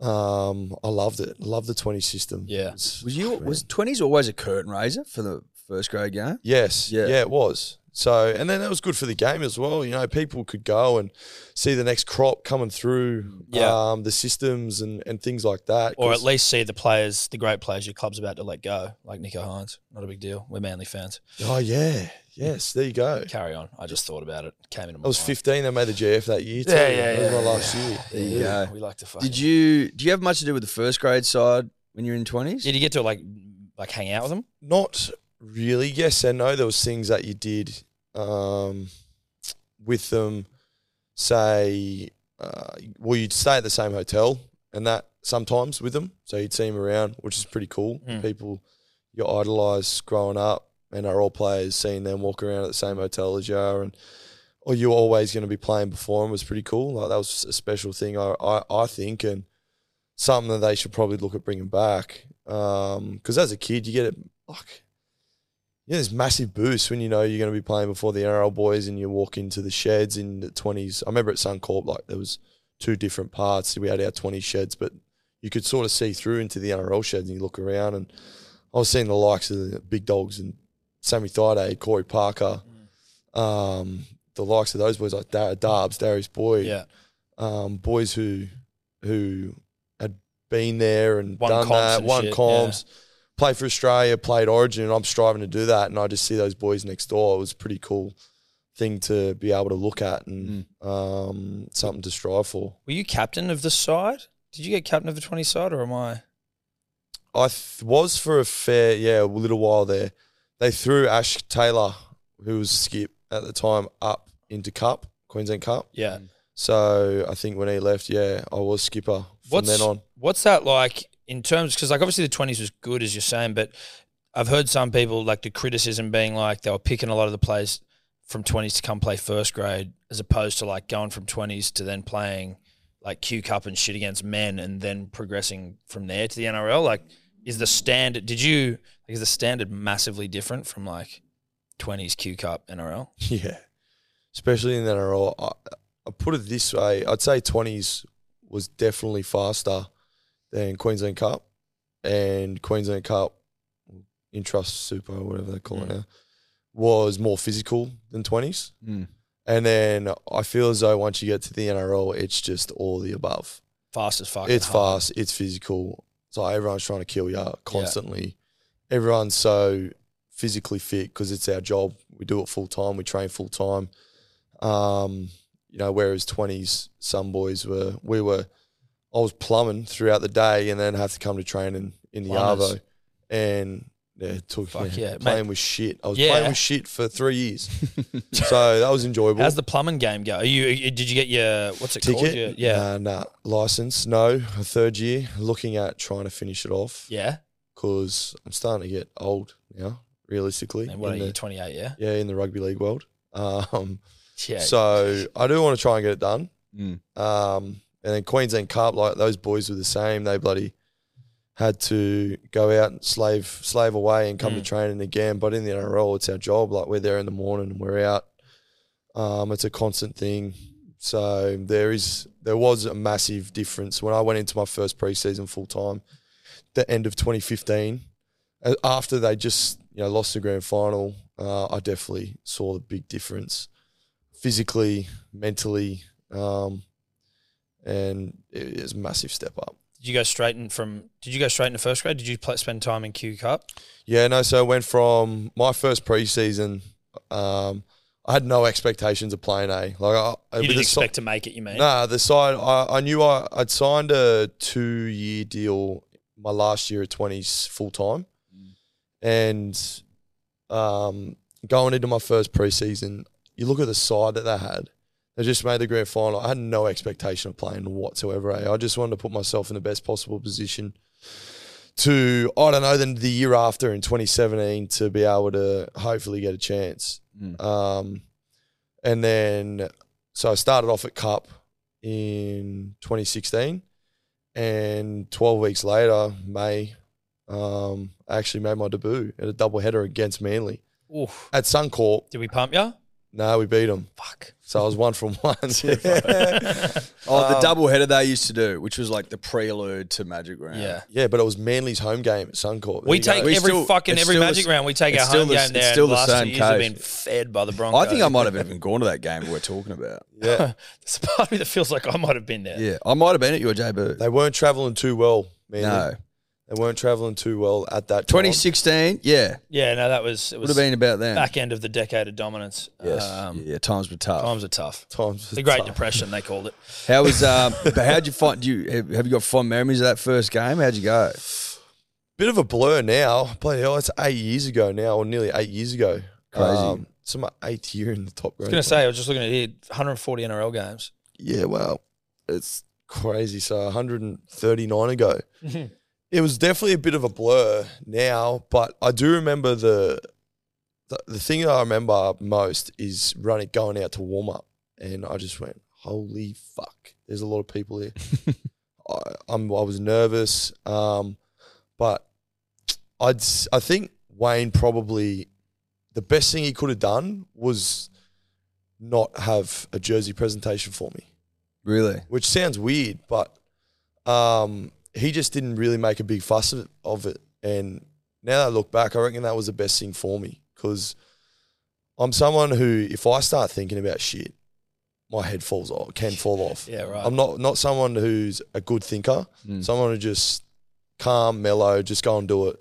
[SPEAKER 5] um, I loved it. Loved the twenty system.
[SPEAKER 4] Yeah.
[SPEAKER 5] It's-
[SPEAKER 3] Was you was twenties always a curtain raiser for the first grade game?
[SPEAKER 5] Yes.
[SPEAKER 3] Yeah.
[SPEAKER 5] Yeah. it was. So, and then that was good for the game as well. You know, people could go and see the next crop coming through
[SPEAKER 4] Yeah.
[SPEAKER 5] um, the systems and, and things like that.
[SPEAKER 4] Or
[SPEAKER 5] 'Cause-
[SPEAKER 4] at least see the players, the great players your club's about to let go, like Nico Hines. Not a big deal. We're Manly fans.
[SPEAKER 5] Oh, yeah. Yes. There you go.
[SPEAKER 4] Carry on. I just thought about it. Came into my
[SPEAKER 5] I was
[SPEAKER 4] mind.
[SPEAKER 5] 15. They made the GF that year. Too.
[SPEAKER 4] Yeah, yeah,
[SPEAKER 5] That was
[SPEAKER 4] yeah,
[SPEAKER 5] my last year.
[SPEAKER 4] There you
[SPEAKER 3] Yeah.
[SPEAKER 4] go. We like to fuck.
[SPEAKER 3] Did you do you have much to do with the first grade side when you're in twenties?
[SPEAKER 4] Did you get to like like hang out with them?
[SPEAKER 5] Not really. Yes and no. There was things that you did um, with them. Say, uh, well, you'd stay at the same hotel and that sometimes with them. So you'd see them around, which is pretty cool.
[SPEAKER 4] Mm.
[SPEAKER 5] People you idolise growing up and are all players seeing them walk around at the same hotel as you are and or you're always going to be playing before them was pretty cool. Like that was a special thing, I, I, I think, and something that they should probably look at bringing back. Because as a kid, you get it, like, you know, this massive boost when you know you're going to be playing before the NRL boys and you walk into the sheds in the 20s. I remember at Suncorp, like, there was two different parts. We had our 20 sheds, but you could sort of see through into the NRL sheds and you look around and I was seeing the likes of the big dogs and Sammy Thaiday, Corey Parker, um, the likes of those boys like Dar- Darbs, Darius Boyd,
[SPEAKER 4] Yeah.
[SPEAKER 5] um, boys who who had been there and
[SPEAKER 4] Won
[SPEAKER 5] done
[SPEAKER 4] comps
[SPEAKER 5] that,
[SPEAKER 4] and
[SPEAKER 5] won
[SPEAKER 4] shit,
[SPEAKER 5] comps, played for Australia, played Origin, and I'm striving to do that. And I just see those boys next door. It was a pretty cool thing to be able to look at and
[SPEAKER 4] Mm.
[SPEAKER 5] um, something to strive for.
[SPEAKER 4] Were you captain of the side? Did you get captain of the twenty side, or am I?
[SPEAKER 5] I th- was for a fair, yeah, a little while there. They threw Ash Taylor, who was skip at the time, up into Cup, Queensland Cup.
[SPEAKER 4] Yeah.
[SPEAKER 5] So I think when he left, yeah, I was skipper from
[SPEAKER 4] What's-
[SPEAKER 5] then on.
[SPEAKER 4] What's that like in terms? Because like obviously the twenties was good as you're saying, but I've heard some people like the criticism being like they were picking a lot of the players from twenties to come play first grade, as opposed to like going from twenties to then playing like Q Cup and shit against men, and then progressing from there to the NRL. Like, is the standard? Did you? Like, is the standard massively different from like twenties Q Cup NRL?
[SPEAKER 5] Yeah. Especially in the NRL. I, I put it this way I'd say 20s was definitely faster than Queensland Cup and Queensland Cup, Intrust Super, or whatever they call it now, was more physical than 20s.
[SPEAKER 3] Mm.
[SPEAKER 5] And then I feel as though once you get to the NRL, it's just all the above.
[SPEAKER 4] Fast as fuck.
[SPEAKER 5] It's
[SPEAKER 4] and hard.
[SPEAKER 5] fast, it's physical. It's like everyone's trying to kill you constantly. Everyone's so physically fit because it's our job. We do it full time. We train full time. Um, you know, whereas twenties, some boys were we were. I was plumbing throughout the day and then have to come to training in the
[SPEAKER 4] Plumbers.
[SPEAKER 5] arvo, and yeah, it took
[SPEAKER 4] Fuck
[SPEAKER 5] me
[SPEAKER 4] yeah, mate.
[SPEAKER 5] playing with shit. I was
[SPEAKER 4] Yeah.
[SPEAKER 5] playing with shit for three years, so that was enjoyable.
[SPEAKER 4] How's the plumbing game go? Are you? Did you get your what's it called? Your-
[SPEAKER 5] Ticket,
[SPEAKER 4] yeah.
[SPEAKER 5] nah, nah. License, no. A third year, looking at trying to finish it off.
[SPEAKER 4] Yeah.
[SPEAKER 5] because I'm starting to get old now, realistically.
[SPEAKER 4] And what are
[SPEAKER 5] in
[SPEAKER 4] you,
[SPEAKER 5] the-
[SPEAKER 4] 28, yeah?
[SPEAKER 5] yeah, in the rugby league world. Um,
[SPEAKER 4] Yeah.
[SPEAKER 5] so I do want to try and get it done.
[SPEAKER 3] Mm.
[SPEAKER 5] Um, and then Queensland Cup, like those boys were the same. They bloody had to go out and slave slave away and come to
[SPEAKER 4] Mm.
[SPEAKER 5] training again. But in the NRL, it's our job. Like we're there in the morning and we're out. Um, it's a constant thing. So there is there was a massive difference when I went into my first preseason full time, the end of 2015. a- After they just you know lost the grand final, uh, I definitely saw the big difference physically, mentally, um, and it is a massive step up.
[SPEAKER 4] did you go straight in from, did you go straight into first grade? Did you play, spend time in Q Cup?
[SPEAKER 5] Yeah, no. So I went from my first preseason. Um, I had no expectations of playing A. Like I,
[SPEAKER 4] You didn't
[SPEAKER 5] with the si-
[SPEAKER 4] expect to make it, you mean?
[SPEAKER 5] Nah, the side I, I knew I, I'd signed a two year deal my last year at twenties full time, and um, going into my first preseason, you look at the side that they had. They just made the grand final. I had no expectation of playing whatsoever. Eh? I just wanted to put myself in the best possible position to, I don't know, then the year after in 2017 to be able to hopefully get a chance. Um, and then, so I started off at Cup in 2016. And 12 weeks later, May, um, I actually made my debut at a double header against Manly
[SPEAKER 4] Oof.
[SPEAKER 5] at Suncorp.
[SPEAKER 4] Did we pump ya?
[SPEAKER 5] No, we beat them.
[SPEAKER 4] Fuck.
[SPEAKER 5] So I was one from one.
[SPEAKER 3] Oh, the
[SPEAKER 5] Um,
[SPEAKER 3] double header they used to do, which was like the prelude to Magic Round.
[SPEAKER 4] Yeah.
[SPEAKER 5] yeah, but it was Manly's home game at Suncorp. There
[SPEAKER 4] We
[SPEAKER 5] you go.
[SPEAKER 4] take
[SPEAKER 3] We
[SPEAKER 4] every
[SPEAKER 3] still-
[SPEAKER 4] fucking
[SPEAKER 3] it's
[SPEAKER 4] every
[SPEAKER 3] still the
[SPEAKER 4] magic
[SPEAKER 3] s-
[SPEAKER 4] round. We take
[SPEAKER 3] it's
[SPEAKER 4] our
[SPEAKER 3] still
[SPEAKER 4] home
[SPEAKER 3] the s-
[SPEAKER 4] game
[SPEAKER 3] it's
[SPEAKER 4] there.
[SPEAKER 3] still
[SPEAKER 4] and
[SPEAKER 3] the
[SPEAKER 4] last
[SPEAKER 3] same
[SPEAKER 4] two years have
[SPEAKER 3] coach.
[SPEAKER 4] been fed by the Broncos.
[SPEAKER 3] I think I might have even gone to that game we're talking about.
[SPEAKER 5] Yeah,
[SPEAKER 4] There's a part of me that feels like I might have been there.
[SPEAKER 3] Yeah, I might have been at your JB.
[SPEAKER 5] they weren't travelling too well, Manly.
[SPEAKER 3] No,
[SPEAKER 5] They weren't travelling too well at that time.
[SPEAKER 3] 2016. Yeah,
[SPEAKER 4] Yeah, no, that was it
[SPEAKER 3] would
[SPEAKER 4] was
[SPEAKER 3] have been about then.
[SPEAKER 4] back end of the decade of dominance.
[SPEAKER 3] yes.
[SPEAKER 4] Um,
[SPEAKER 3] yeah, times were tough.
[SPEAKER 4] Times are tough.
[SPEAKER 5] times.
[SPEAKER 4] The Great Depression, they called it.
[SPEAKER 3] How was um? but how'd you find? Do you have, have you got fond memories of that first game? How'd you go?
[SPEAKER 5] Bit of a blur now. Bloody hell, it's eight years ago now, or nearly eight years ago. Um,
[SPEAKER 3] Crazy.
[SPEAKER 5] it's my eighth year in the top
[SPEAKER 4] I
[SPEAKER 5] grade.
[SPEAKER 4] was going to say, I was just looking at here, 140 NRL games.
[SPEAKER 5] yeah, well, it's crazy. So 139 ago, it was definitely a bit of a blur now, but I do remember the the, the thing that I remember most is running going out to warm up, and I just went, "Holy fuck!" There's a lot of people here. I, I'm I was nervous, um, but I'd s- I think Wayne probably the best thing he could have done was not have a jersey presentation for me
[SPEAKER 3] Really?
[SPEAKER 5] which sounds weird, but um, he just didn't really make a big fuss of, of it. And now that I look back, I reckon that was the best thing for me because I'm someone who, if I start thinking about shit, my head falls off, can fall off.
[SPEAKER 4] Yeah, right.
[SPEAKER 3] Um,
[SPEAKER 4] Mm.
[SPEAKER 5] I'm not not someone who's a good thinker. Someone who just calm, mellow, just go and do it,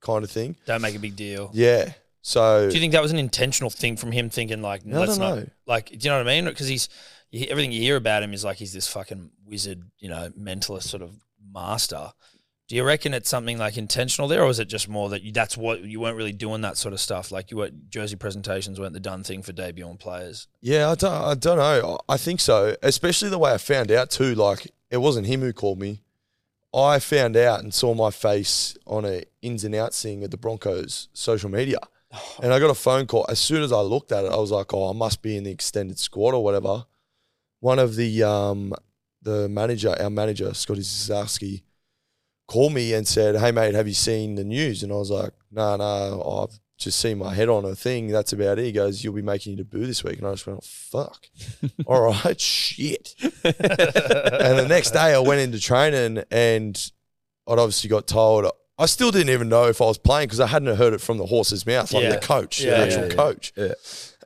[SPEAKER 5] kind of thing.
[SPEAKER 4] Don't make a big deal.
[SPEAKER 5] Yeah. So
[SPEAKER 4] Do you think that was an intentional thing from him thinking, like,
[SPEAKER 5] No, I
[SPEAKER 4] let's
[SPEAKER 5] don't
[SPEAKER 4] not,
[SPEAKER 5] know.
[SPEAKER 4] like, do you know what I mean? Because he's, you, hear- everything you hear about him is like he's this fucking wizard, you know, mentalist sort of master. Do you reckon it's something like intentional there, or is it just more that you, that's what you weren't really doing that sort of stuff? Like, you were jersey presentations weren't the done thing for debuting players.
[SPEAKER 5] Yeah, I don't, I don't know. I I think so, especially the way I found out too. Like it wasn't him who called me. I found out and saw my face on a ins and outs thing at the Broncos social media, and I got a phone call. As soon as I looked at it, I was like, "Oh, I must be in the extended squad or whatever." One of the um the manager, our manager Scotty Zasowski, called me and said, "Hey mate, have you seen the news?" And I was like, "No, no, I've just seen my head on a thing. That's about it." He goes, "You'll be making your debut this week," and I just went, oh, "Fuck, all right, shit." and the next day, I went into training, and I'd obviously got told. I still didn't even know if I was playing because I hadn't heard it from the horse's mouth, like
[SPEAKER 4] Yeah.
[SPEAKER 5] the coach,
[SPEAKER 4] Yeah,
[SPEAKER 5] the actual
[SPEAKER 3] yeah, yeah.
[SPEAKER 5] coach.
[SPEAKER 3] Yeah.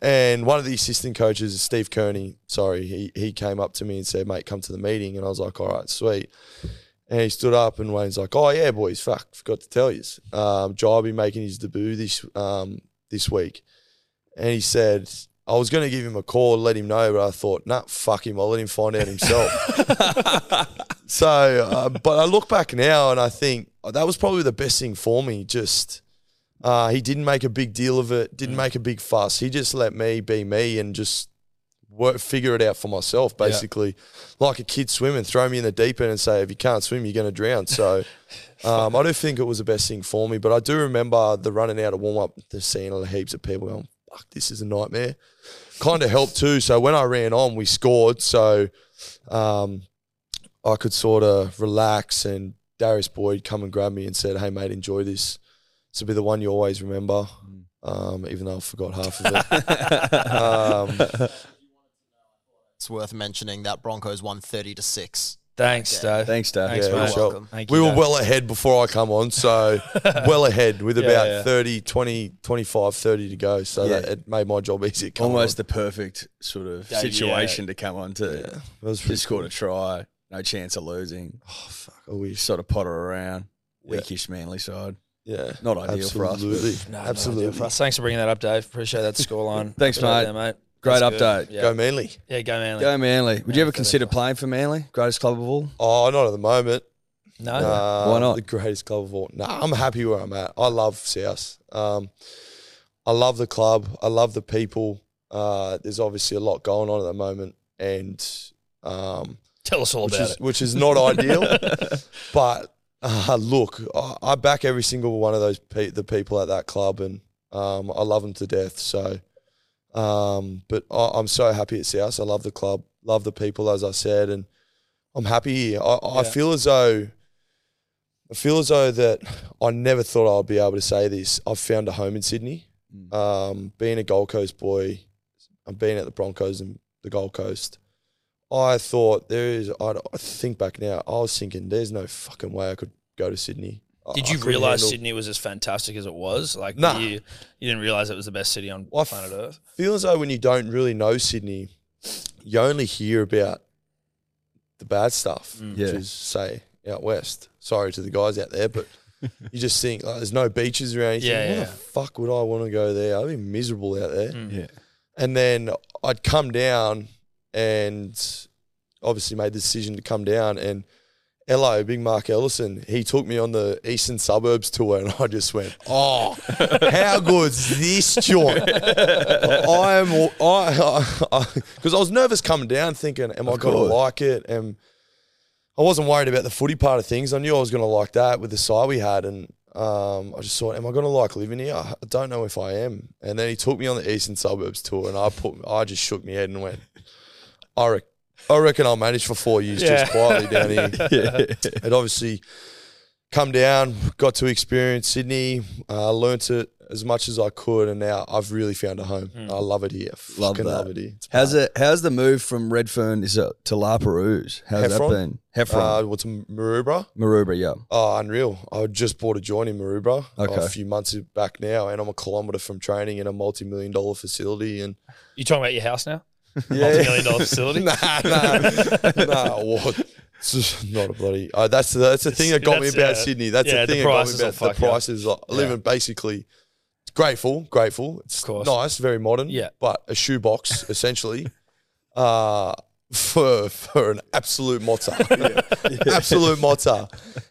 [SPEAKER 5] And one of the assistant coaches, Steve Kearney, sorry, he, he came up to me and said, mate, come to the meeting. And I was like, all right, sweet. And he stood up and Wayne's like, oh, yeah, boys, fuck, forgot to tell you. Um, Jai be making his debut this, um, this week. And he said, I was going to give him a call, let him know, but I thought, nah, fuck him. I'll let him find out himself. so, uh, but I look back now and I think oh, that was probably the best thing for me. Just uh, he didn't make a big deal of it, didn't make a big fuss. He just let me be me and just work, figure it out for myself, basically. Like a kid swimming, throw me in the deep end and say, if you can't swim, you're going to drown. So um, I do think it was the best thing for me. But I do remember the running out of warm up, the seeing heaps of people going, fuck, this is a nightmare. Kind of helped too. So when I ran on, we scored. So um, I could sort of relax and Darius Boyd come and grab me and said, hey, mate, enjoy this. This will be the one you always remember, um, even though I forgot half of it. um,
[SPEAKER 6] It's worth mentioning that Broncos won 30 to 6.
[SPEAKER 4] Thanks, Dave.
[SPEAKER 3] Thanks, Dave.
[SPEAKER 4] Thanks,
[SPEAKER 5] Yeah,
[SPEAKER 4] mate.
[SPEAKER 5] well,
[SPEAKER 6] welcome.
[SPEAKER 4] Thank
[SPEAKER 5] we
[SPEAKER 4] you,
[SPEAKER 5] were
[SPEAKER 4] Dave.
[SPEAKER 5] well ahead before I come on, so well ahead with
[SPEAKER 4] Yeah,
[SPEAKER 5] about
[SPEAKER 4] yeah.
[SPEAKER 5] thirty, twenty, twenty-five, thirty 30, 25, 30 to go. So
[SPEAKER 3] Yeah.
[SPEAKER 5] that, it made my job easier. coming
[SPEAKER 3] Almost the perfect sort of
[SPEAKER 4] Yeah,
[SPEAKER 3] situation to come on to.
[SPEAKER 5] on. It was pretty
[SPEAKER 3] Just scored a try. No chance of losing.
[SPEAKER 5] Oh, fuck, I wish.
[SPEAKER 3] Sort of potter around.
[SPEAKER 5] Yeah.
[SPEAKER 3] Weakish manly side.
[SPEAKER 5] Yeah.
[SPEAKER 3] Not ideal for us, but-
[SPEAKER 5] Absolutely.
[SPEAKER 4] No, no,
[SPEAKER 5] Absolutely.
[SPEAKER 4] ideal for us. Thanks for bringing that up, Dave. Appreciate that scoreline.
[SPEAKER 3] Thanks,
[SPEAKER 4] Get out
[SPEAKER 3] mate.
[SPEAKER 4] there, mate.
[SPEAKER 3] Great
[SPEAKER 4] That's
[SPEAKER 3] update.
[SPEAKER 4] good. Yeah.
[SPEAKER 5] Go Manly.
[SPEAKER 4] yeah, go Manly.
[SPEAKER 3] Go Manly. Would you ever
[SPEAKER 4] for
[SPEAKER 3] consider
[SPEAKER 4] that.
[SPEAKER 3] playing for Manly? Greatest club of all?
[SPEAKER 5] Oh, not at the moment.
[SPEAKER 4] No.
[SPEAKER 5] Nah,
[SPEAKER 3] Why not?
[SPEAKER 5] The greatest club of all. Nah, I'm happy where I'm at. I love South. Um, I love the club. I love the people. Uh, there's obviously a lot going on at the moment, and um,
[SPEAKER 4] Tell us all
[SPEAKER 5] which
[SPEAKER 4] about
[SPEAKER 5] is
[SPEAKER 4] it.
[SPEAKER 5] which is not ideal. But uh, look, I, I back every single one of those pe- the people at that club, and um, I love them to death. So, um, but I, I'm so happy at South. I love the club, love the people, as I said, and I'm happy here. I, I feel as though. I feel as though that I never thought I'd be able to say this. I've found a home in Sydney.
[SPEAKER 4] Mm.
[SPEAKER 5] Um, being a Gold Coast boy, and being at the Broncos and the Gold Coast, I thought there is. I, I think back now. I was thinking there's no fucking way I could go to Sydney. I-
[SPEAKER 4] Did
[SPEAKER 5] I
[SPEAKER 4] you
[SPEAKER 5] couldn't
[SPEAKER 4] realize
[SPEAKER 5] handle-
[SPEAKER 4] Sydney was as fantastic as it was? Like,
[SPEAKER 5] Nah.
[SPEAKER 4] you, you didn't realize it was the best city on
[SPEAKER 5] Well, I
[SPEAKER 4] planet
[SPEAKER 5] f-
[SPEAKER 4] Earth.
[SPEAKER 5] Feel as though when you don't really know Sydney, you only hear about the bad stuff,
[SPEAKER 4] Mm.
[SPEAKER 5] which
[SPEAKER 3] Yeah.
[SPEAKER 5] is say out west. Sorry to the guys out there, but you just think like, there's no beaches around. You think,
[SPEAKER 4] Yeah,
[SPEAKER 5] Why
[SPEAKER 4] yeah. Mm.
[SPEAKER 5] the fuck would I want to go there? I'd be miserable out there.
[SPEAKER 3] Yeah.
[SPEAKER 5] And then I'd come down and obviously made the decision to come down. And Ello, Big Mark Ellison, he took me on the Eastern Suburbs tour, and I just went, "Oh, how good's this joint?" I am, I, because I, was nervous coming down, thinking, "Am I going to like it?" And I wasn't worried about the footy part of things. I knew I was going to like that with the side we had, and um, I just thought, "Am I going to like living here?" I don't know if I am. And then he took me on the Eastern Suburbs tour, and I put, I just shook my head and went, "I, rec- I reckon I'll manage for four years
[SPEAKER 4] Yeah.
[SPEAKER 5] just quietly down here." it obviously come down, got to experience Sydney, uh, learnt it as much as I could, and now I've really found a home. I love it here.
[SPEAKER 3] Hmm. Love
[SPEAKER 5] Fucking
[SPEAKER 3] that.
[SPEAKER 5] love it here. It's
[SPEAKER 3] How's it? How's the move from Redfern is it, to La Perouse? How's
[SPEAKER 5] Heffron?
[SPEAKER 3] that been?
[SPEAKER 5] uh,
[SPEAKER 3] Heffron,
[SPEAKER 5] what's Maroubra?
[SPEAKER 3] Maroubra, yeah.
[SPEAKER 5] Oh, unreal. I just bought a joint in Maroubra
[SPEAKER 3] Okay.
[SPEAKER 5] a few months back now, and I'm a kilometre from training in a multi million dollar facility. And
[SPEAKER 4] You talking about your house now?
[SPEAKER 5] yeah.
[SPEAKER 4] Million dollar facility.
[SPEAKER 5] nah, nah, nah, what? It's just not a bloody. Oh, that's the, that's the thing that got
[SPEAKER 4] That's-
[SPEAKER 5] me about
[SPEAKER 4] yeah.
[SPEAKER 5] Sydney. That's
[SPEAKER 4] Yeah,
[SPEAKER 5] the
[SPEAKER 4] the
[SPEAKER 5] thing that got me
[SPEAKER 4] prices will
[SPEAKER 5] about the
[SPEAKER 4] fuck you up.
[SPEAKER 5] prices. Like, Living basically grateful, grateful. It's
[SPEAKER 4] course.
[SPEAKER 5] nice, very modern.
[SPEAKER 4] Yeah.
[SPEAKER 5] but a shoebox essentially. Uh, for for an absolute mozza, absolute mozza.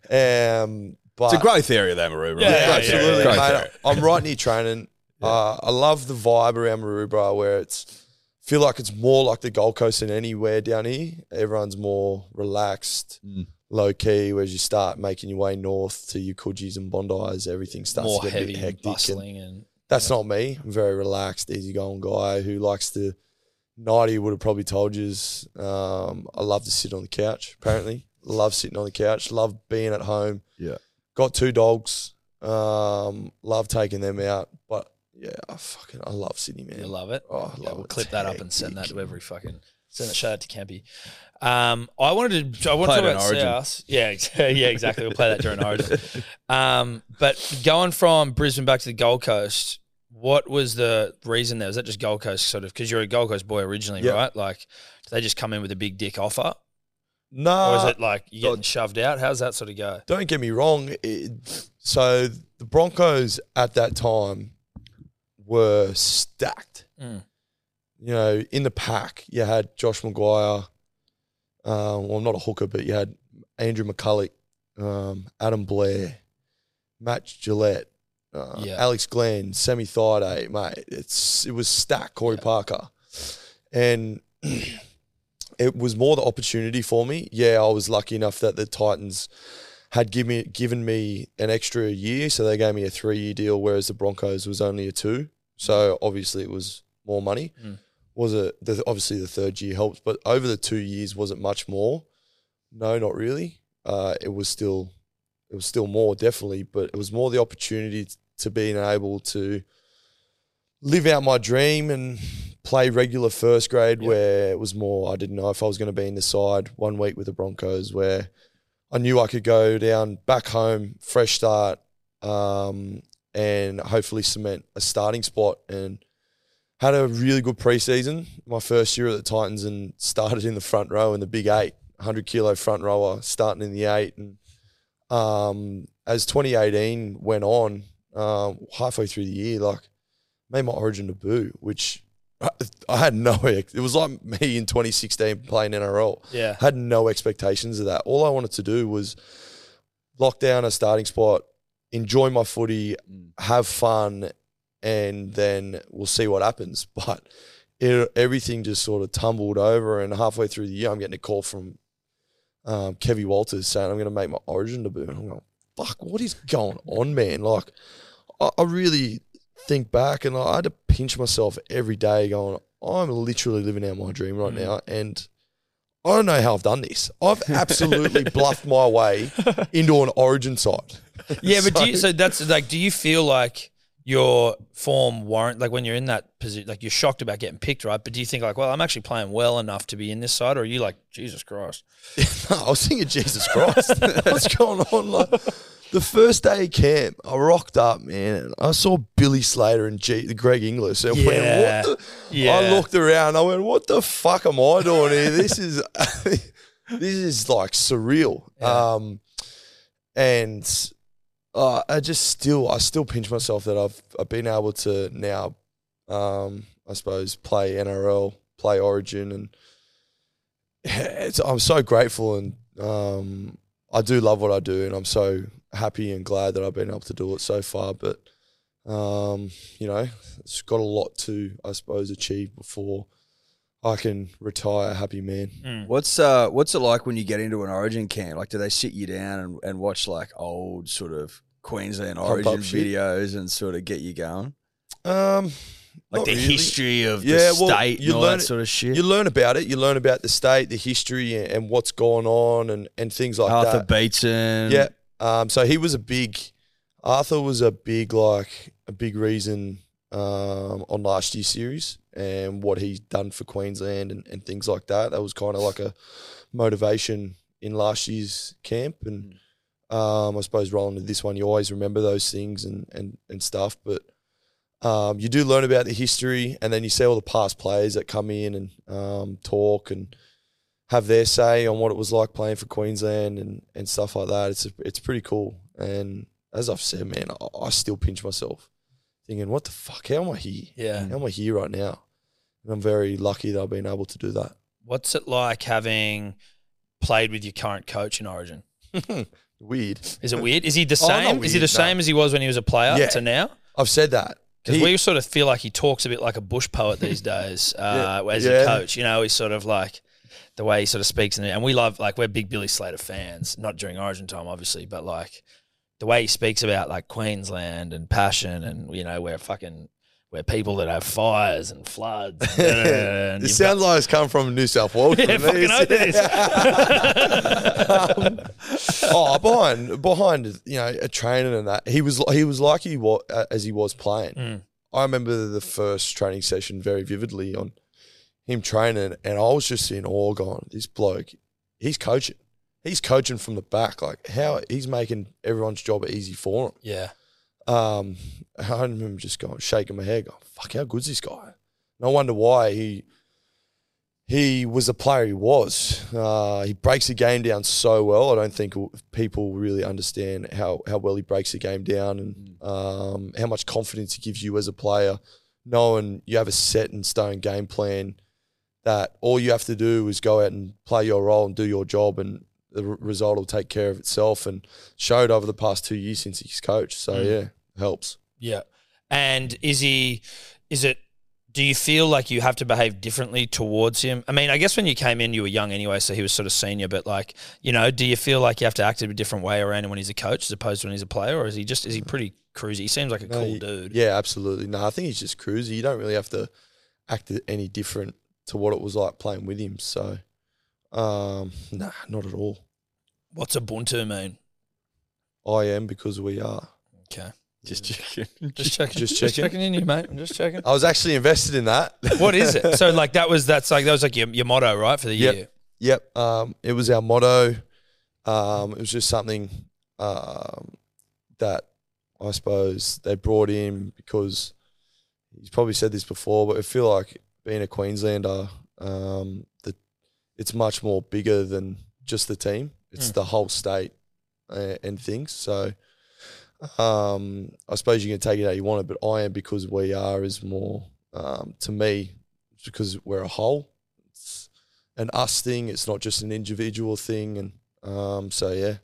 [SPEAKER 5] Um, but
[SPEAKER 9] It's a growth area, though, Maroubra.
[SPEAKER 4] Yeah,
[SPEAKER 5] yeah, absolutely.
[SPEAKER 9] Great
[SPEAKER 5] mate.
[SPEAKER 9] area.
[SPEAKER 5] I'm right near training. Uh, I love the vibe around Maroubra where it's feel like it's more like the Gold Coast than anywhere down here. Everyone's more relaxed, low key. Whereas you start making your way north to your Coogis and Bondi's, everything starts
[SPEAKER 4] More
[SPEAKER 5] to get a
[SPEAKER 4] heavy
[SPEAKER 5] bit
[SPEAKER 4] and
[SPEAKER 5] hectic. and
[SPEAKER 4] bustling and
[SPEAKER 5] that's not me. I'm a very relaxed, easygoing guy who likes to. Nighty would have probably told you. Um, I love to sit on the couch. Apparently, love sitting on the couch. Love being at home.
[SPEAKER 3] Yeah.
[SPEAKER 5] got two dogs. Um, love taking them out. But yeah, I fucking I love Sydney, man.
[SPEAKER 4] you love it.
[SPEAKER 5] Oh, I love
[SPEAKER 4] Yeah, we'll
[SPEAKER 5] it.
[SPEAKER 4] clip
[SPEAKER 5] It's
[SPEAKER 4] that up and send that
[SPEAKER 5] hectic.
[SPEAKER 4] to every fucking send that shout out to Campy. Um, I wanted to I want to talk
[SPEAKER 3] Play it in
[SPEAKER 4] about
[SPEAKER 3] Origin.
[SPEAKER 4] South. Yeah, ex- yeah, exactly. We'll play that during Origin. Um, but going from Brisbane back to the Gold Coast, what was the reason there? Was that just Gold Coast sort of because you're a Gold Coast boy originally,
[SPEAKER 5] Yeah.
[SPEAKER 4] right? Like, did they just come in with a big dick offer, or
[SPEAKER 5] Nah,
[SPEAKER 4] is it like you getting shoved out? How's that sort of go?
[SPEAKER 5] don't get me wrong. It, so the Broncos at that time were stacked.
[SPEAKER 4] Mm.
[SPEAKER 5] You know, in the pack, you had Josh Maguire. Um, well, not a hooker, but you had Andrew McCulloch, um, Adam Blair, Matt Gillette, uh,
[SPEAKER 4] Yeah.
[SPEAKER 5] Alex Glenn, Semi Thaiday, mate. It's it was stacked. Corey Parker, and it was more the opportunity for me. Yeah, I was lucky enough that the Titans had give me, given me an extra year, so they gave me a three year deal, whereas the Broncos was only a two. So obviously it was more money.
[SPEAKER 4] Mm.
[SPEAKER 5] Was it the, obviously the third year helps, but over the two years, was it much more? No, not really. Uh, it was still it was still more definitely, but it was more the opportunity t- to being able to live out my dream and play regular first grade where it was more I didn't know if I was going to be in the side one week with the Broncos where I knew I could go down back home, fresh start, um, and hopefully cement a starting spot. And had a really good preseason my first year at the Titans and started in the front row in the big eight, 100 kilo front rower, starting in the eight. And um, as 2018 went on, um, halfway through the year, like made my Origin debut, which I, I had no. ex- It was like me in 2016 playing NRL.
[SPEAKER 4] Yeah,
[SPEAKER 5] Had no expectations of that. All I wanted to do was lock down a starting spot, enjoy my footy, have fun, and then we'll see what happens. But it, everything just sort of tumbled over, and halfway through the year, I'm getting a call from um, Kevy Walters saying I'm going to make my Origin debut, and I'm going, "Fuck, what is going on, man?" Like, I, I really think back, and I had to pinch myself every day, going, "I'm literally living out my dream
[SPEAKER 4] Mm.
[SPEAKER 5] right now," and I don't know how I've done this. I've absolutely bluffed my way into an Origin side.
[SPEAKER 4] Yeah, but do you, so that's like, do you feel like your form warrant, like when you're in that position, like you're shocked about getting picked, right? But do you think like, well, I'm actually playing well enough to be in this side, or are you like, Jesus Christ?
[SPEAKER 5] No, I was thinking, Jesus Christ, what's going on? Like, the first day of camp, I rocked up, man. And I saw Billy Slater and G- Greg Inglis. And
[SPEAKER 4] Yeah.
[SPEAKER 5] went, what the? I
[SPEAKER 4] Yeah.
[SPEAKER 5] looked around. I went, what the fuck am I doing here? This is, this is like surreal. Um, and uh, I just still, I still pinch myself that I've, I've been able to now, um, I suppose, play NRL, play Origin, and it's, I'm so grateful and um, I do love what I do, and I'm so happy and glad that I've been able to do it so far. But um, you know, it's got a lot to, I suppose, achieve before I can retire a happy man.
[SPEAKER 4] Hmm.
[SPEAKER 3] What's uh what's it like when you get into an origin camp? Like do they sit you down and, and watch like old sort of Queensland
[SPEAKER 5] Pop-up
[SPEAKER 3] origin
[SPEAKER 5] shit.
[SPEAKER 3] videos and sort of get you going?
[SPEAKER 5] Um,
[SPEAKER 3] Like
[SPEAKER 5] not
[SPEAKER 3] the
[SPEAKER 5] really.
[SPEAKER 3] history of
[SPEAKER 5] Yeah,
[SPEAKER 3] the
[SPEAKER 5] well,
[SPEAKER 3] state
[SPEAKER 5] you
[SPEAKER 3] and all
[SPEAKER 5] learn
[SPEAKER 3] that
[SPEAKER 5] it-
[SPEAKER 3] sort of shit.
[SPEAKER 5] You learn about it. You learn about the state, the history, and, and what's going on, and, and things like that.
[SPEAKER 3] Arthur Beaton.
[SPEAKER 5] Yeah. Um, so he was a big, Arthur was a big, like, a big reason um, on last year's series and what he's done for Queensland and, and things like that. That was kind of like a motivation in last year's camp. And um, I suppose rolling to this one, you always remember those things and, and, and stuff. But um, you do learn about the history and then you see all the past players that come in and um, talk and have their say on what it was like playing for Queensland and, and stuff like that. It's it's pretty cool. And as I've said, man, I, I still pinch myself thinking, what the fuck? How am I here?
[SPEAKER 4] Yeah.
[SPEAKER 5] How am I here right now? And I'm very lucky that I've been able to do that.
[SPEAKER 4] What's it like having played with your current coach in Origin?
[SPEAKER 5] Weird.
[SPEAKER 4] Is it weird? Is he the
[SPEAKER 5] Oh,
[SPEAKER 4] same?
[SPEAKER 5] not
[SPEAKER 4] Is he the
[SPEAKER 5] weird, no.
[SPEAKER 4] same as he was when he was a player
[SPEAKER 5] Yeah.
[SPEAKER 4] to now?
[SPEAKER 5] I've said that.
[SPEAKER 4] Because
[SPEAKER 5] He-
[SPEAKER 4] we sort of feel like he talks a bit like a bush poet these days uh, as a
[SPEAKER 5] Yeah.
[SPEAKER 4] coach. You know, he's sort of like the way he sort of speaks, and, and we love like we're big Billy Slater fans. Not during Origin time, obviously, but like the way he speaks about like Queensland and passion, and you know, we're fucking we're people that have fires and floods. And,
[SPEAKER 5] it sounds like it's come from New South Wales.
[SPEAKER 4] yeah,
[SPEAKER 5] doesn't it?
[SPEAKER 4] fucking oath it is.
[SPEAKER 5] oh, behind behind you know a training and that he was he was like he was as he was playing.
[SPEAKER 4] Mm.
[SPEAKER 5] I remember the first training session very vividly on him training, and I was just in awe. Going, this bloke, he's coaching. He's coaching from the back. Like how he's making everyone's job easy for him.
[SPEAKER 4] yeah,
[SPEAKER 5] Um, I remember just going shaking my head, going, "Fuck, how good's this guy?" No wonder why he he was the player he was. Uh, he breaks the game down so well. I don't think people really understand how how well he breaks the game down and um, how much confidence he gives you as a player, knowing you have a set and stone game plan that all you have to do is go out and play your role and do your job and. The re- result will take care of itself, and showed over the past two years since he's coached. So yeah, helps.
[SPEAKER 4] yeah. And is he? Is it? Do you feel like you have to behave differently towards him? I mean, I guess when you came in, you were young anyway, so he was sort of senior. But like, you know, do you feel like you have to act a different way around him when he's a coach as opposed to when he's a player, or is he just is he pretty cruisy? He seems like a
[SPEAKER 5] No,
[SPEAKER 4] cool
[SPEAKER 5] you-
[SPEAKER 4] dude.
[SPEAKER 5] Yeah, absolutely. No, I think he's just cruisy. You don't really have to act it any different to what it was like playing with him. So, um, nah, not at all.
[SPEAKER 4] What's Ubuntu mean?
[SPEAKER 5] I am because we are.
[SPEAKER 4] Okay,
[SPEAKER 3] Just checking.
[SPEAKER 4] just checking,
[SPEAKER 5] Just checking.
[SPEAKER 4] in you, mate. I'm just checking.
[SPEAKER 5] I was actually invested in that.
[SPEAKER 4] what is it? So like that was that's like that was like your, your motto, right, for the
[SPEAKER 5] Yep.
[SPEAKER 4] year?
[SPEAKER 5] Yep. Um, it was our motto. Um, it was just something um, that I suppose they brought in because he's probably said this before, but I feel like being a Queenslander, um, the, it's much more bigger than just the team. It's the whole state uh, and things. So um, I suppose you can take it how you want it, but I am because we are is more um, to me it's because we're a whole. It's, an us thing. It's not just an individual thing. And um, so yeah,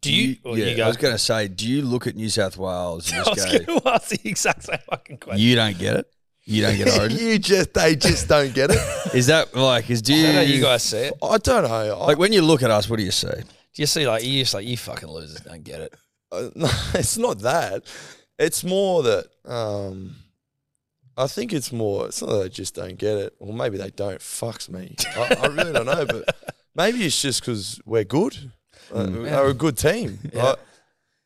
[SPEAKER 2] Do you? or you go.
[SPEAKER 3] I was going to say, do you look at New South Wales and
[SPEAKER 4] I
[SPEAKER 3] just
[SPEAKER 4] was
[SPEAKER 3] go,
[SPEAKER 4] going to ask the exact same fucking question.
[SPEAKER 3] you don't get it? You don't get Origin?
[SPEAKER 5] you just they just don't get it.
[SPEAKER 3] is that like, is do
[SPEAKER 4] I
[SPEAKER 3] you,
[SPEAKER 4] don't know you guys see it.
[SPEAKER 5] I don't know. I,
[SPEAKER 3] like when you look at us, what do you see?
[SPEAKER 4] Do you see like you just like you fucking losers don't get it.
[SPEAKER 5] Uh, no, it's not that. It's more that um, I think it's more. It's not that they just don't get it, or maybe they don't. Fucks me. I, I really don't know, but maybe it's just because we're good. Uh, They're a good team. Like,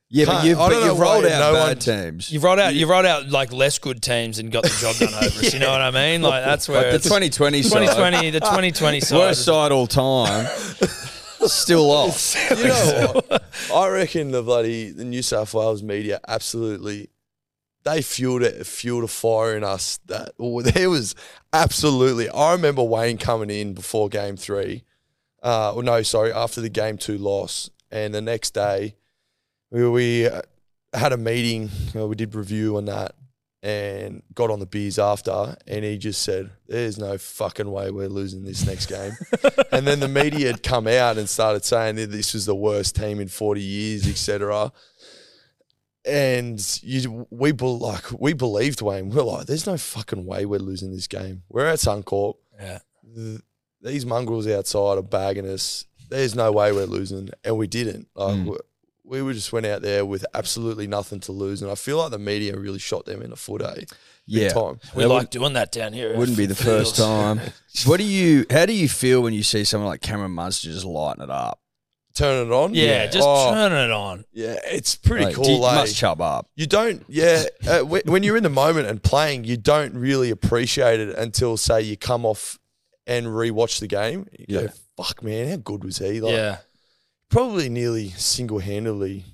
[SPEAKER 3] Yeah, but
[SPEAKER 5] Can't-
[SPEAKER 3] you've,
[SPEAKER 5] I
[SPEAKER 3] but
[SPEAKER 5] don't know
[SPEAKER 3] you've rolled
[SPEAKER 5] why
[SPEAKER 3] out
[SPEAKER 5] no
[SPEAKER 3] bad
[SPEAKER 5] one-
[SPEAKER 3] teams.
[SPEAKER 2] You've rolled out, you've rolled out like less good teams and got the job done over us. You know what I mean? Like that's where
[SPEAKER 3] like the
[SPEAKER 2] it's-
[SPEAKER 3] 2020 side,
[SPEAKER 2] 2020, the 2020 side.
[SPEAKER 3] worst side all time, still off.
[SPEAKER 5] you know what? I reckon the bloody the New South Wales media absolutely they fueled it fueled a fire in us that oh, there was absolutely I remember Wayne coming in before game three. Uh well, no, sorry, after the game two loss. And the next day we, we uh, had a meeting, you know, we did review on that and got on the beers after and he just said, There's no fucking way we're losing this next game. and then the media had come out and started saying that this was the worst team in 40 years, etc. And you, we bel- like we believed Wayne. We're like, there's no fucking way we're losing this game. We're at Suncorp.
[SPEAKER 4] Yeah.
[SPEAKER 5] Th- these mongrels outside are bagging us. There's no way we're losing, and we didn't. Like
[SPEAKER 3] Mm.
[SPEAKER 5] we, we just went out there with absolutely nothing to lose, and I feel like the media really shot them in the foot. Eh? Big
[SPEAKER 3] Yeah,
[SPEAKER 5] time.
[SPEAKER 4] We
[SPEAKER 3] That
[SPEAKER 4] like doing that down here.
[SPEAKER 3] wouldn't be the first time. What do you? How do you feel when you see someone like Cameron Munster just lighting it up?
[SPEAKER 5] Turn it on.
[SPEAKER 4] Yeah, just
[SPEAKER 5] Oh,
[SPEAKER 4] turn it on.
[SPEAKER 5] yeah. It's pretty
[SPEAKER 3] Like, do
[SPEAKER 5] cool.
[SPEAKER 3] You
[SPEAKER 5] eh?
[SPEAKER 3] must chub up.
[SPEAKER 5] You don't, yeah. Uh, whe- when you're in the moment and playing, you don't really appreciate it until, say, you come off and rewatch the game. You
[SPEAKER 3] Yeah.
[SPEAKER 5] go, fuck, man, how good was he? Like,
[SPEAKER 4] yeah.
[SPEAKER 5] Probably nearly single handedly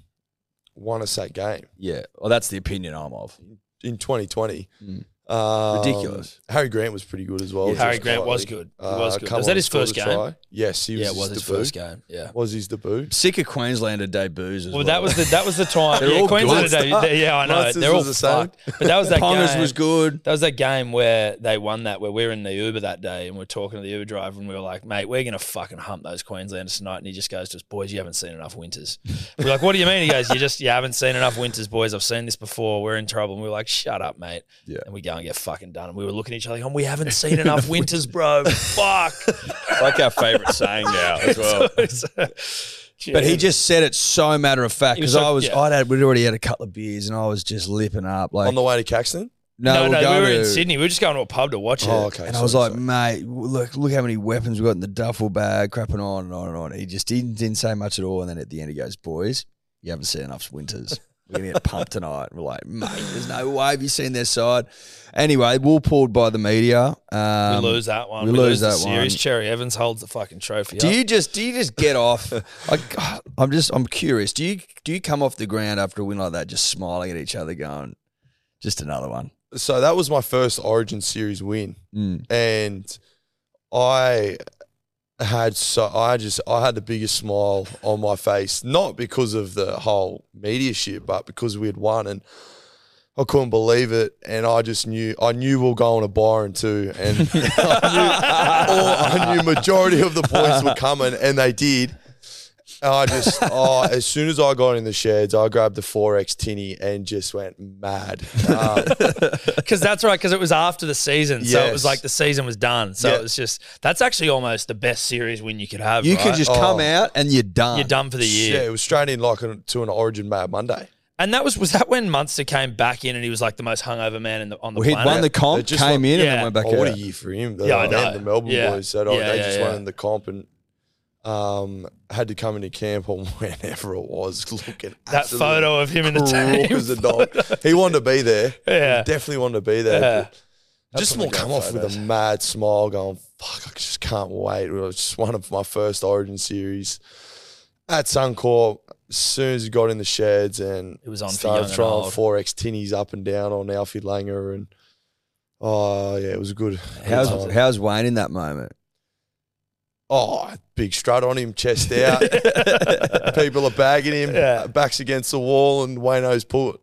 [SPEAKER 5] won us that game
[SPEAKER 3] Yeah, well, that's the opinion I'm of.
[SPEAKER 5] in 2020.
[SPEAKER 3] Mm.
[SPEAKER 5] Um,
[SPEAKER 3] Ridiculous.
[SPEAKER 5] Harry Grant was pretty good as well.
[SPEAKER 3] Yeah,
[SPEAKER 5] just
[SPEAKER 4] Harry Grant
[SPEAKER 5] quietly.
[SPEAKER 4] was good. He
[SPEAKER 5] Uh,
[SPEAKER 4] was good.
[SPEAKER 5] come
[SPEAKER 4] Was
[SPEAKER 5] on,
[SPEAKER 4] that his
[SPEAKER 5] scored
[SPEAKER 4] first
[SPEAKER 5] a
[SPEAKER 4] game?
[SPEAKER 5] try. Yes, he was
[SPEAKER 4] yeah, it was his
[SPEAKER 5] debut.
[SPEAKER 4] first game. Yeah.
[SPEAKER 5] Was his debut?
[SPEAKER 3] Sick of Queenslander debuts. As well,
[SPEAKER 4] Well, that was the that was the time.
[SPEAKER 3] They're
[SPEAKER 4] yeah,
[SPEAKER 3] all
[SPEAKER 4] Queensland
[SPEAKER 3] good.
[SPEAKER 4] today. they- Yeah, I know.
[SPEAKER 5] Munsters
[SPEAKER 4] They're all
[SPEAKER 5] was the same.
[SPEAKER 4] fucked. But that was that
[SPEAKER 3] Pongers
[SPEAKER 4] game.
[SPEAKER 3] was good.
[SPEAKER 4] That was that game where they won that, where we were in the Uber that day and we're talking to the Uber driver and we were like, mate, we're going to fucking hump those Queenslanders tonight. And he just goes to us, boys, you haven't seen enough winters. We're like, what do you mean? He goes, you just, you haven't seen enough winters, boys. I've seen this before. We're in trouble. And we were like, shut up, mate.
[SPEAKER 3] Yeah.
[SPEAKER 4] And we go and get fucking done. And we were looking at each other like, "Oh, we haven't seen enough winters, bro. Fuck.
[SPEAKER 10] like our favourite saying now as well.
[SPEAKER 3] But he just said it so matter of fact
[SPEAKER 4] He was
[SPEAKER 3] because
[SPEAKER 4] so-
[SPEAKER 3] I was
[SPEAKER 4] yeah.
[SPEAKER 3] I'd had we'd already had a couple of beers and I was just lipping up like
[SPEAKER 5] On the way to Caxton?
[SPEAKER 4] No, no,
[SPEAKER 3] we'll go
[SPEAKER 4] we were in
[SPEAKER 3] to-
[SPEAKER 4] Sydney. We were just going to a pub to watch it.
[SPEAKER 5] Oh, okay.
[SPEAKER 3] And I
[SPEAKER 5] sorry,
[SPEAKER 3] was like,
[SPEAKER 5] sorry.
[SPEAKER 3] mate, w- look, look how many weapons we got in the duffel bag, crapping on and on and on. He just didn't, didn't say much at all. And then at the end, he goes, boys, you haven't seen enough winters. We're going to get pumped tonight. And we're like, mate, there's no way. Have you seen their side? Anyway, wool pulled by the media. Um,
[SPEAKER 4] we lose that one.
[SPEAKER 3] we
[SPEAKER 4] We,
[SPEAKER 3] lose
[SPEAKER 4] lose,
[SPEAKER 3] that
[SPEAKER 4] the series.
[SPEAKER 3] one.
[SPEAKER 4] Cherry Evans holds the fucking trophy.
[SPEAKER 3] Do
[SPEAKER 4] up.
[SPEAKER 3] you just do you just get off? I, I'm just I'm curious. Do you do you come off the ground after a win like that, just smiling at each other, going, just another one?
[SPEAKER 5] so that was my first Origin Series win.
[SPEAKER 3] Mm.
[SPEAKER 5] and I had so I just I had the biggest smile on my face, not because of the whole media shit, but because we had won and I couldn't believe it, and I just knew I knew we were going to Byron too, and I, knew, or I knew majority of the points were coming, and they did. And I just oh, as soon as I got in the sheds, I grabbed the four X tinny and just went mad. Um,
[SPEAKER 4] Because that's right. Because it was after the season, so it
[SPEAKER 5] Yes.
[SPEAKER 4] was like the season was done. So
[SPEAKER 5] Yeah.
[SPEAKER 4] it was just that's actually almost the best series win you could have.
[SPEAKER 3] You
[SPEAKER 4] right?
[SPEAKER 3] can just come
[SPEAKER 5] Oh.
[SPEAKER 3] out and you're done.
[SPEAKER 4] you're done for the year.
[SPEAKER 5] Yeah, it was straight in like a, to an Origin Mad Monday.
[SPEAKER 4] And that was was that when Munster came back in and he was like the most hungover man in the, on the
[SPEAKER 3] Well, he'd
[SPEAKER 4] planet.
[SPEAKER 3] won the
[SPEAKER 5] They
[SPEAKER 3] comp, came
[SPEAKER 5] just
[SPEAKER 3] in,
[SPEAKER 5] won-
[SPEAKER 3] and then
[SPEAKER 4] Yeah.
[SPEAKER 3] went back
[SPEAKER 5] Oh, what a
[SPEAKER 3] out.
[SPEAKER 5] year for him! though.
[SPEAKER 4] Yeah, I
[SPEAKER 5] And
[SPEAKER 4] know.
[SPEAKER 5] the Melbourne
[SPEAKER 4] Yeah.
[SPEAKER 5] boys that oh,
[SPEAKER 4] Yeah,
[SPEAKER 5] they
[SPEAKER 4] yeah,
[SPEAKER 5] just
[SPEAKER 4] yeah.
[SPEAKER 5] won the comp and um, had to come into camp on whenever it was, looking
[SPEAKER 4] that photo of him in the tank.
[SPEAKER 5] as a dog. He wanted to be there.
[SPEAKER 4] Yeah.
[SPEAKER 5] He definitely wanted to be there.
[SPEAKER 4] Yeah.
[SPEAKER 5] but Just more come off with a mad smile, going "fuck, I just can't wait." It was just one of my first Origin series at Suncorp. As soon as he got in the sheds and
[SPEAKER 4] It was on for young
[SPEAKER 5] started
[SPEAKER 4] and
[SPEAKER 5] throwing
[SPEAKER 4] old.
[SPEAKER 5] four X tinnies up and down on Alfie Langer and oh yeah, it was a good.
[SPEAKER 3] How's,
[SPEAKER 5] good time.
[SPEAKER 3] how's Wayne in that moment?
[SPEAKER 5] oh big strut on him, chest out. People are bagging him,
[SPEAKER 4] Yeah.
[SPEAKER 5] backs against the wall, and Wayno's pulled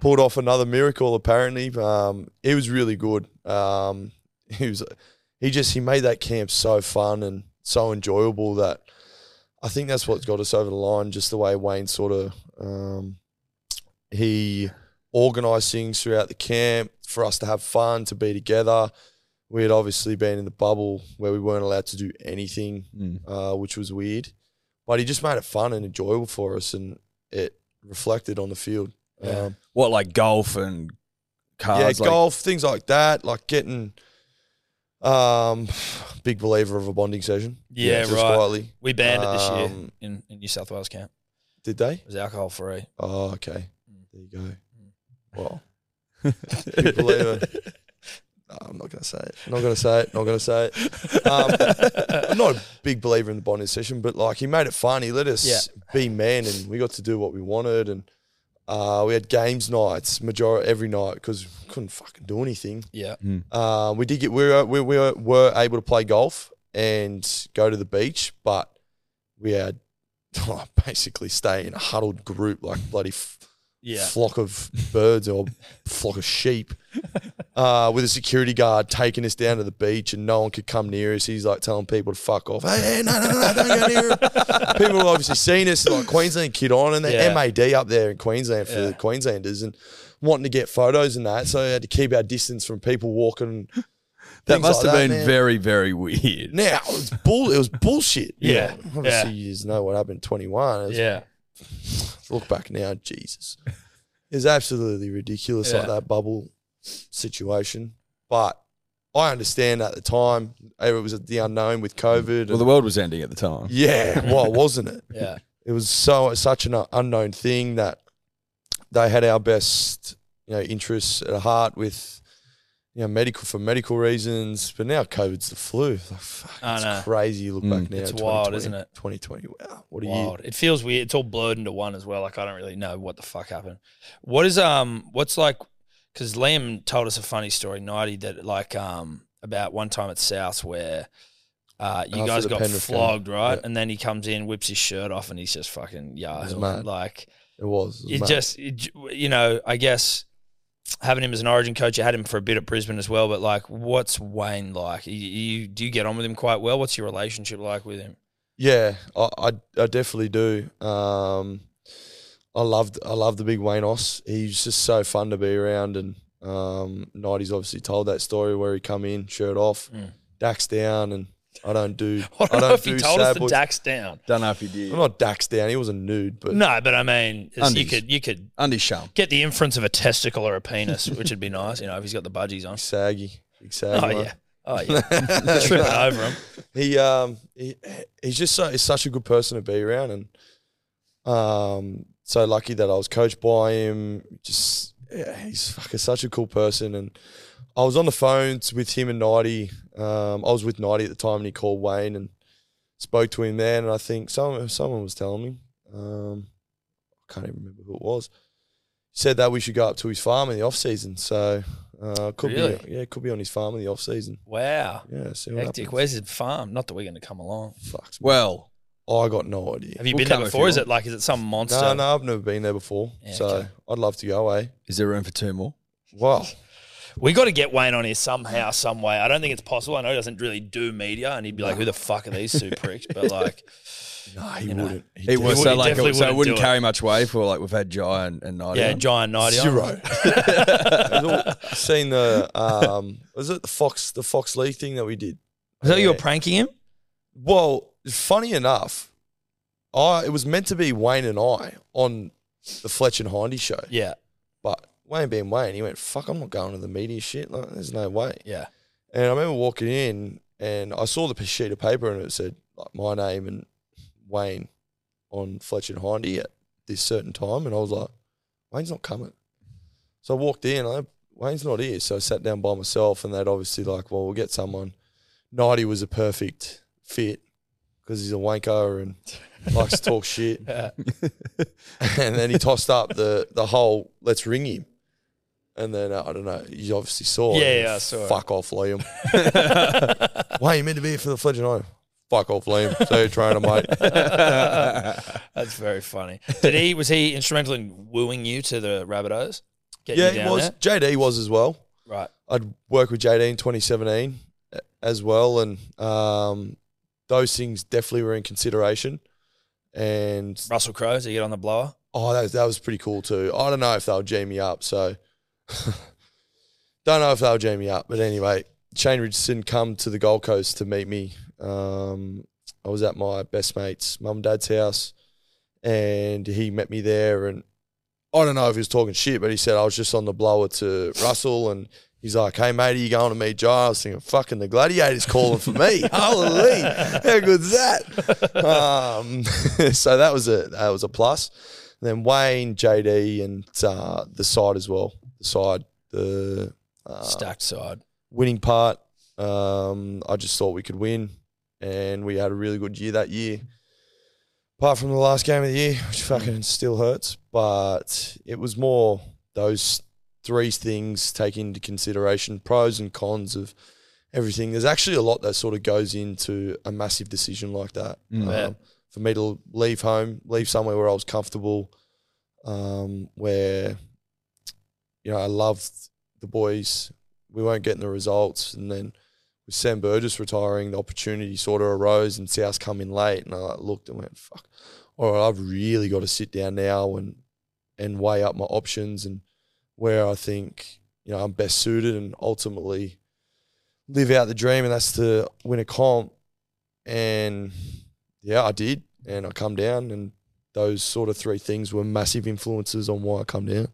[SPEAKER 5] pulled off another miracle. Apparently, um, he was really good. Um, he was he just he made that camp so fun and so enjoyable that I think that's what's got us over the line. Just the way Wayne sort of um, he organised things throughout the camp for us to have fun, to be together. We had obviously been in the bubble where we weren't allowed to do anything,
[SPEAKER 3] Mm.
[SPEAKER 5] uh, which was weird. But he just made it fun and enjoyable for us, and it reflected on the field. Um,
[SPEAKER 3] What like golf and
[SPEAKER 5] yeah,
[SPEAKER 3] cards? Uh, like-
[SPEAKER 5] golf, things like that, like getting um big believer of a bonding session.
[SPEAKER 4] Yeah,
[SPEAKER 5] just
[SPEAKER 4] right.
[SPEAKER 5] quietly.
[SPEAKER 4] We banned it this year
[SPEAKER 5] Um,
[SPEAKER 4] in, in New South Wales camp.
[SPEAKER 5] Did they?
[SPEAKER 4] It was alcohol free. Mm.
[SPEAKER 5] Oh, okay. There you go. Well, big believer. No, I'm not gonna say it. Not gonna say it. Not gonna say it. Um, I'm not a big believer in the bonding session, but like he made it fun. He let us be men, and we got to do what we wanted, and uh, we had games nights majority every night because couldn't fucking do anything.
[SPEAKER 4] Yeah.
[SPEAKER 5] Uh, we did get we were, we, we were able to play golf and go to the beach, but we had basically stay in a huddled group like bloody f-
[SPEAKER 4] Yeah.
[SPEAKER 5] flock of birds or flock of sheep uh, with a security guard taking us down to the beach and no one could come near us. He's like telling people to fuck off. Hey, hey, no, no, no, no, don't go near him. People have obviously seen us like Queensland kid on and the
[SPEAKER 4] Yeah.
[SPEAKER 5] MAD up there in Queensland for
[SPEAKER 4] Yeah.
[SPEAKER 5] the Queenslanders and wanting to get photos and that. So we had to keep our distance from people walking.
[SPEAKER 3] that
[SPEAKER 5] things
[SPEAKER 3] must
[SPEAKER 5] like
[SPEAKER 3] have been
[SPEAKER 5] man.
[SPEAKER 3] very, very weird.
[SPEAKER 5] Now it was bull. It was bullshit. you
[SPEAKER 4] Yeah.
[SPEAKER 5] know. Obviously, you just know what happened. Twenty one. It was
[SPEAKER 4] Yeah.
[SPEAKER 5] look back now, Jesus. It's absolutely ridiculous, like
[SPEAKER 4] Yeah.
[SPEAKER 5] that bubble situation. But I understand at the time, eh, it was the unknown with COVID.
[SPEAKER 3] Well, the
[SPEAKER 5] and-
[SPEAKER 3] world was ending at the time.
[SPEAKER 5] yeah, well, wasn't it?
[SPEAKER 4] Yeah.
[SPEAKER 5] It was so such an unknown thing that they had our best, you know, interests at heart with, you know, medical for medical reasons. But now COVID's the flu. Like, fuck,
[SPEAKER 4] I
[SPEAKER 5] it's
[SPEAKER 4] know.
[SPEAKER 5] crazy. You look
[SPEAKER 3] Mm.
[SPEAKER 5] back now.
[SPEAKER 4] It's wild,
[SPEAKER 5] 2020,
[SPEAKER 4] isn't it?
[SPEAKER 5] 2020. Wow, what a year.
[SPEAKER 4] Wild. It feels weird. It's all blurred into one as well. Like I don't really know what the fuck happened. What is um? What's like? Because Liam told us a funny story, Nighty, that like um about one time at South where. Uh, you
[SPEAKER 5] After
[SPEAKER 4] guys
[SPEAKER 5] the
[SPEAKER 4] got
[SPEAKER 5] Penrith game.
[SPEAKER 4] flogged, right?
[SPEAKER 5] Yeah.
[SPEAKER 4] And then he comes in, whips his shirt off, and he's just fucking yeah,
[SPEAKER 5] was mad.
[SPEAKER 4] like
[SPEAKER 5] It was. It was
[SPEAKER 4] you
[SPEAKER 5] mad.
[SPEAKER 4] just you j- you know i guess having him as an origin coach you had him for a bit at brisbane as well but like what's wayne like you, you do you get on with him quite well what's your relationship like with him
[SPEAKER 5] Yeah, I, I, I definitely do. Um, I loved I love the big Wayne Oss. He's just so fun to be around, and um, Nighty's obviously told that story where he come in shirt off,
[SPEAKER 4] Mm.
[SPEAKER 5] Dax down, and I don't do
[SPEAKER 4] i don't know if
[SPEAKER 5] do
[SPEAKER 4] he told us
[SPEAKER 5] sad
[SPEAKER 4] the
[SPEAKER 5] boys.
[SPEAKER 4] dax down
[SPEAKER 3] Don't know if he did.
[SPEAKER 5] I'm not Dax down. He was a nude, but
[SPEAKER 4] no but i mean it's- you
[SPEAKER 3] Undies.
[SPEAKER 4] could you could
[SPEAKER 3] Undies sham.
[SPEAKER 4] get the inference of a testicle or a penis which would be nice you know if he's got the budgies on
[SPEAKER 5] saggy, big saggy.
[SPEAKER 4] oh
[SPEAKER 5] one.
[SPEAKER 4] yeah oh yeah tripping over him
[SPEAKER 5] he um he, he's just so he's such a good person to be around and um so lucky that I was coached by him just yeah, he's fucking such a cool person and I was on the phones with him and Nighty um I was with Nighty at the time and he called Wayne and spoke to him then and I think some someone was telling me um I can't even remember who it was said that we should go up to his farm in the off season so uh could
[SPEAKER 4] Really?
[SPEAKER 5] be yeah could be on his farm in the off season
[SPEAKER 4] wow
[SPEAKER 5] yeah see what
[SPEAKER 4] hectic
[SPEAKER 5] happens.
[SPEAKER 4] where's his farm not that we're going to come along
[SPEAKER 5] Fucks, man.
[SPEAKER 3] Well,
[SPEAKER 5] I got no idea.
[SPEAKER 4] have you
[SPEAKER 3] We'll
[SPEAKER 4] been there
[SPEAKER 3] come if
[SPEAKER 4] before
[SPEAKER 3] you
[SPEAKER 4] is
[SPEAKER 3] want.
[SPEAKER 4] it like is it some monster
[SPEAKER 5] No, no, I've never been there before.
[SPEAKER 4] Yeah,
[SPEAKER 5] so
[SPEAKER 4] okay.
[SPEAKER 5] I'd love to go, eh?
[SPEAKER 3] is there room for two more?
[SPEAKER 5] Wow.
[SPEAKER 4] We got to get Wayne on here somehow, some way. I don't think it's possible. I know he doesn't really do media, and he'd be like, "Who the fuck are these two pricks?" But like,
[SPEAKER 5] No, he
[SPEAKER 4] You know.
[SPEAKER 5] wouldn't. He
[SPEAKER 3] It was
[SPEAKER 4] would-
[SPEAKER 3] so
[SPEAKER 4] he
[SPEAKER 3] like
[SPEAKER 4] definitely
[SPEAKER 3] so it
[SPEAKER 4] wouldn't
[SPEAKER 3] wouldn't
[SPEAKER 4] do it.
[SPEAKER 3] carry much weight for like we've had Jai and, and Nighty.
[SPEAKER 4] yeah,
[SPEAKER 3] on.
[SPEAKER 4] giant ninety
[SPEAKER 5] zero. I've all- seen the um, was it the Fox the Fox League thing that we did?
[SPEAKER 4] So you were
[SPEAKER 5] Yeah.
[SPEAKER 4] pranking him?
[SPEAKER 5] Well, funny enough, I it was meant to be Wayne and I on the Fletch and Hindy show,
[SPEAKER 4] Yeah,
[SPEAKER 5] but Wayne being Wayne, he went, "Fuck, I'm not going to the media shit. Like, there's no way."
[SPEAKER 4] yeah,
[SPEAKER 5] And I remember walking in and I saw the p- sheet of paper and it said like my name and Wayne on Fletcher and Hindy at this certain time. And I was like, Wayne's not coming. So I walked in, I Wayne's not here. So I sat down by myself and they'd obviously like, well, we'll get someone. Nighty was a perfect fit because he's a wanker and likes to talk shit. and then he tossed up the the whole let's ring him. And then uh, I don't know. You obviously saw. it.
[SPEAKER 4] Yeah, yeah, I saw it.
[SPEAKER 5] Fuck off, Liam. Why you meant to be here for the fledgling home? Fuck off, Liam. So you're trying to mate.
[SPEAKER 4] that's very funny. Did he? Was he instrumental in wooing you to the Rabbitohs? Getting
[SPEAKER 5] yeah,
[SPEAKER 4] you
[SPEAKER 5] he
[SPEAKER 4] down
[SPEAKER 5] was.
[SPEAKER 4] there?
[SPEAKER 5] JD was as well.
[SPEAKER 4] right.
[SPEAKER 5] I'd worked with JD in uh, 2017 a- as well, and um, those things definitely were in consideration. and
[SPEAKER 4] Russell Crowe to get on the blower.
[SPEAKER 5] Oh, that was, that was pretty cool too. I don't know if they'll G me up, so don't know if they'll G me up. But anyway, Shane Richardson come to the Gold Coast to meet me. Um, I was at my best mate's mum and dad's house, and he met me there. And I don't know if he was talking shit, but he said I was just on the blower to Russell, and he's like, "Hey mate, are you going to meet Joe?" I was thinking, "Fucking the Gladiators calling for me! Holy, how good's that?" Um, so that was a that was a plus. And then Wayne, JD, and uh, the side as well. The side, the uh,
[SPEAKER 4] Stacked side.
[SPEAKER 5] winning part. Um, I just thought we could win, and we had a really good year that year. Apart from the last game of the year, which fucking still hurts, but it was more those three things taken into consideration, pros and cons of everything. There's actually a lot that sort of goes into a massive decision like that. Um,
[SPEAKER 3] Mm.
[SPEAKER 4] Yeah.
[SPEAKER 5] for me to leave home, leave somewhere where I was comfortable, um, where you know I loved the boys, we weren't getting the results. And then with Sam Burgess retiring, the opportunity sort of arose and South come in late. And I like, looked and went, fuck, all right, I've really got to sit down now and, and weigh up my options and where I think, you know, I'm best suited and ultimately live out the dream. And that's to win a comp. And yeah, I did. And I come down and those sort of three things were massive influences on why I come down.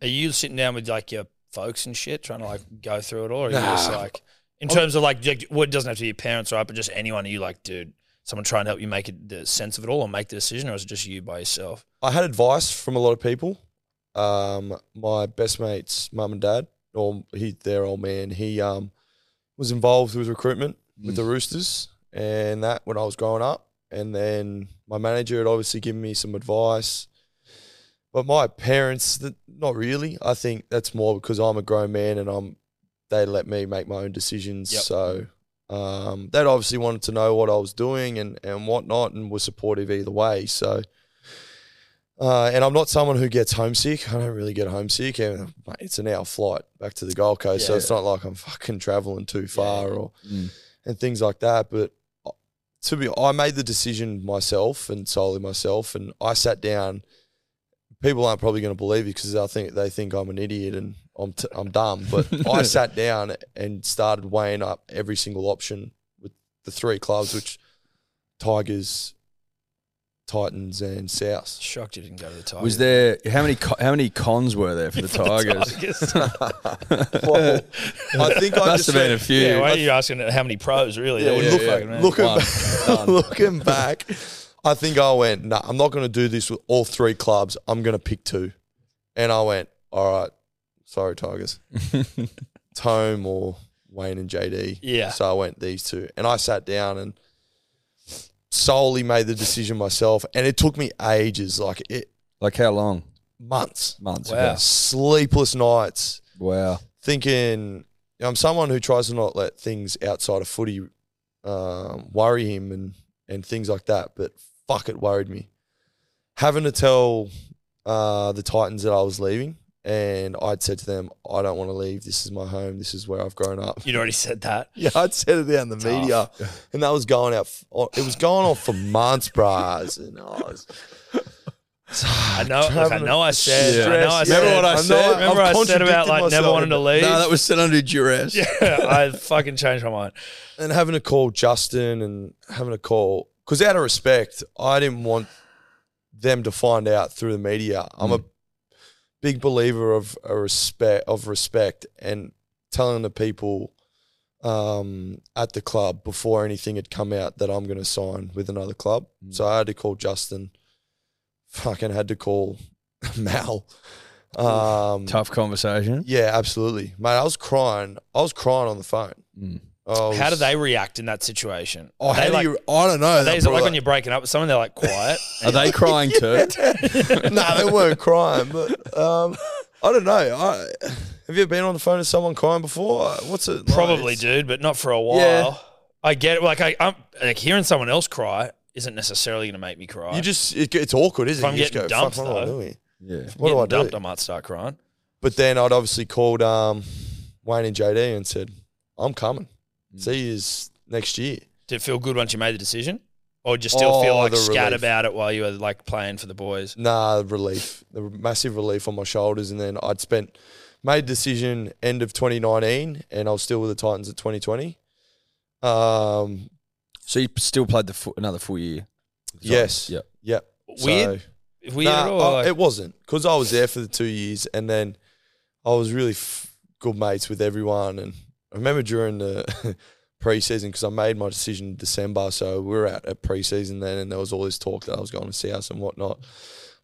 [SPEAKER 4] Are you sitting down with like your folks and shit, trying to like go through it all? Or are you
[SPEAKER 5] Nah.
[SPEAKER 4] just like, in terms of like, like, well, it doesn't have to be your parents, right? But just anyone, are you like, dude, someone try and help you make it, the sense of it all or make the decision, or is it just you by yourself?
[SPEAKER 5] I had advice from a lot of people. Um, my best mate's mum and dad, or he, their old man, he um, was involved with recruitment with the Roosters and that when I was growing up. And then my manager had obviously given me some advice. But my parents, th- not really. I think that's more because I'm a grown man and I'm. They let me make my own decisions.
[SPEAKER 4] Yep.
[SPEAKER 5] So um, they obviously wanted to know what I was doing and and whatnot, and were supportive either way. So uh, and I'm not someone who gets homesick. I don't really get homesick. And mate, it's an hour flight back to the Gold Coast, so it's not like I'm fucking traveling too far or
[SPEAKER 3] Mm.
[SPEAKER 5] and things like that. But uh, to be, I made the decision myself and solely myself, and I sat down. People aren't probably going to believe it because I think they think I'm an idiot and I'm t- I'm dumb. But I sat down and started weighing up every single option with the three clubs, which Tigers, Titans, and South.
[SPEAKER 4] Shocked you didn't go to the Tigers.
[SPEAKER 3] Was there how many co- how many cons were there for the Tigers?
[SPEAKER 5] Well, I think I
[SPEAKER 3] Must
[SPEAKER 5] just
[SPEAKER 3] have been a
[SPEAKER 5] went-
[SPEAKER 3] few.
[SPEAKER 4] Yeah, why are you asking how many pros, really? That would look like, man.
[SPEAKER 5] looking
[SPEAKER 3] One.
[SPEAKER 5] back, looking back, I think I went. Nah, I'm not going to do this with all three clubs. I'm going to pick two, and I went. All right, sorry, Tigers, Tome or Wayne and JD.
[SPEAKER 4] Yeah.
[SPEAKER 5] So I went these two, and I sat down and solely made the decision myself, and it took me ages, like it
[SPEAKER 3] like how long?
[SPEAKER 5] months,
[SPEAKER 3] Months.
[SPEAKER 4] Wow.
[SPEAKER 5] sleepless nights.
[SPEAKER 3] Wow.
[SPEAKER 5] thinking I'm someone who tries to not let things outside of footy um, worry him and and things like that. But fuck, it worried me having to tell uh, the Titans that I was leaving, and I'd said to them, "I don't want to leave. This is my home. This is where I've grown up."
[SPEAKER 4] You'd already said that.
[SPEAKER 5] Yeah, I'd said it out in the media, and that was going out. f- on- It was going on for months, bras, and I was.
[SPEAKER 4] I know. look, I know. I said. I know. I
[SPEAKER 5] Stress, yeah.
[SPEAKER 4] said.
[SPEAKER 5] Remember what I said?
[SPEAKER 4] Remember
[SPEAKER 5] I've
[SPEAKER 4] I said about
[SPEAKER 5] contradicted
[SPEAKER 4] like never
[SPEAKER 5] myself.
[SPEAKER 4] wanting to leave.
[SPEAKER 3] No, that was set under duress.
[SPEAKER 4] yeah, I fucking changed my mind.
[SPEAKER 5] and having to call Justin and having to call because out of respect, I didn't want them to find out through the media. I'm
[SPEAKER 4] Mm.
[SPEAKER 5] a big believer of a respect of respect and telling the people um, at the club before anything had come out that I'm going to sign with another club.
[SPEAKER 4] Mm.
[SPEAKER 5] So I had to call Justin. Fucking had to call Mal. Um,
[SPEAKER 3] Tough conversation.
[SPEAKER 5] Yeah, absolutely, mate. I was crying. I was crying on the phone.
[SPEAKER 3] Mm.
[SPEAKER 5] I
[SPEAKER 4] How do
[SPEAKER 5] was-
[SPEAKER 4] they react in that situation?
[SPEAKER 5] Oh,
[SPEAKER 4] Are
[SPEAKER 5] how
[SPEAKER 4] they
[SPEAKER 5] do
[SPEAKER 4] like,
[SPEAKER 5] you? I don't know.
[SPEAKER 4] are they,
[SPEAKER 5] They're
[SPEAKER 4] is it like
[SPEAKER 5] probably
[SPEAKER 4] when you're breaking up with someone, they're like quiet.
[SPEAKER 3] Are they crying too?
[SPEAKER 5] like- nah, they weren't crying, but um, I don't know. I, have you been on the phone with someone crying before? What's it? like?
[SPEAKER 4] Probably,
[SPEAKER 5] It's-
[SPEAKER 4] dude, but not for a while.
[SPEAKER 5] Yeah.
[SPEAKER 4] I get it. Like I, I'm like hearing someone else cry isn't necessarily going to make me cry.
[SPEAKER 5] You just it, it's awkward, isn't
[SPEAKER 4] If I'm
[SPEAKER 5] it? You just
[SPEAKER 4] getting
[SPEAKER 5] go, "Fuck,
[SPEAKER 4] dumped,
[SPEAKER 5] what am I
[SPEAKER 4] though."
[SPEAKER 5] doing?
[SPEAKER 3] Yeah.
[SPEAKER 5] What do I
[SPEAKER 4] Getting
[SPEAKER 5] do?
[SPEAKER 4] dumped, I might start crying.
[SPEAKER 5] But then I'd obviously called um, Wayne and JD and said, "I'm coming. See you next year."
[SPEAKER 4] Did it feel good once you made the decision, Or did you still feel
[SPEAKER 5] Oh,
[SPEAKER 4] like
[SPEAKER 5] the
[SPEAKER 4] scat
[SPEAKER 5] relief.
[SPEAKER 4] about it while you were like playing for the boys?
[SPEAKER 5] Nah, relief. The massive relief on my shoulders, and then I'd spent made decision end of 2019, and I was still with the Titans at 2020. Um,
[SPEAKER 3] So you still played the fu- another full year.
[SPEAKER 5] yes,
[SPEAKER 3] Yep.
[SPEAKER 5] yep.
[SPEAKER 4] Weird?
[SPEAKER 5] So-
[SPEAKER 4] Weird
[SPEAKER 5] Nah,
[SPEAKER 4] at all?
[SPEAKER 5] I-
[SPEAKER 4] Like-
[SPEAKER 5] it wasn't because I was there for the two years, and then I was really f- good mates with everyone. And I remember during the preseason because I made my decision in December, so we were out at preseason then, and there was all this talk that I was going to South and whatnot.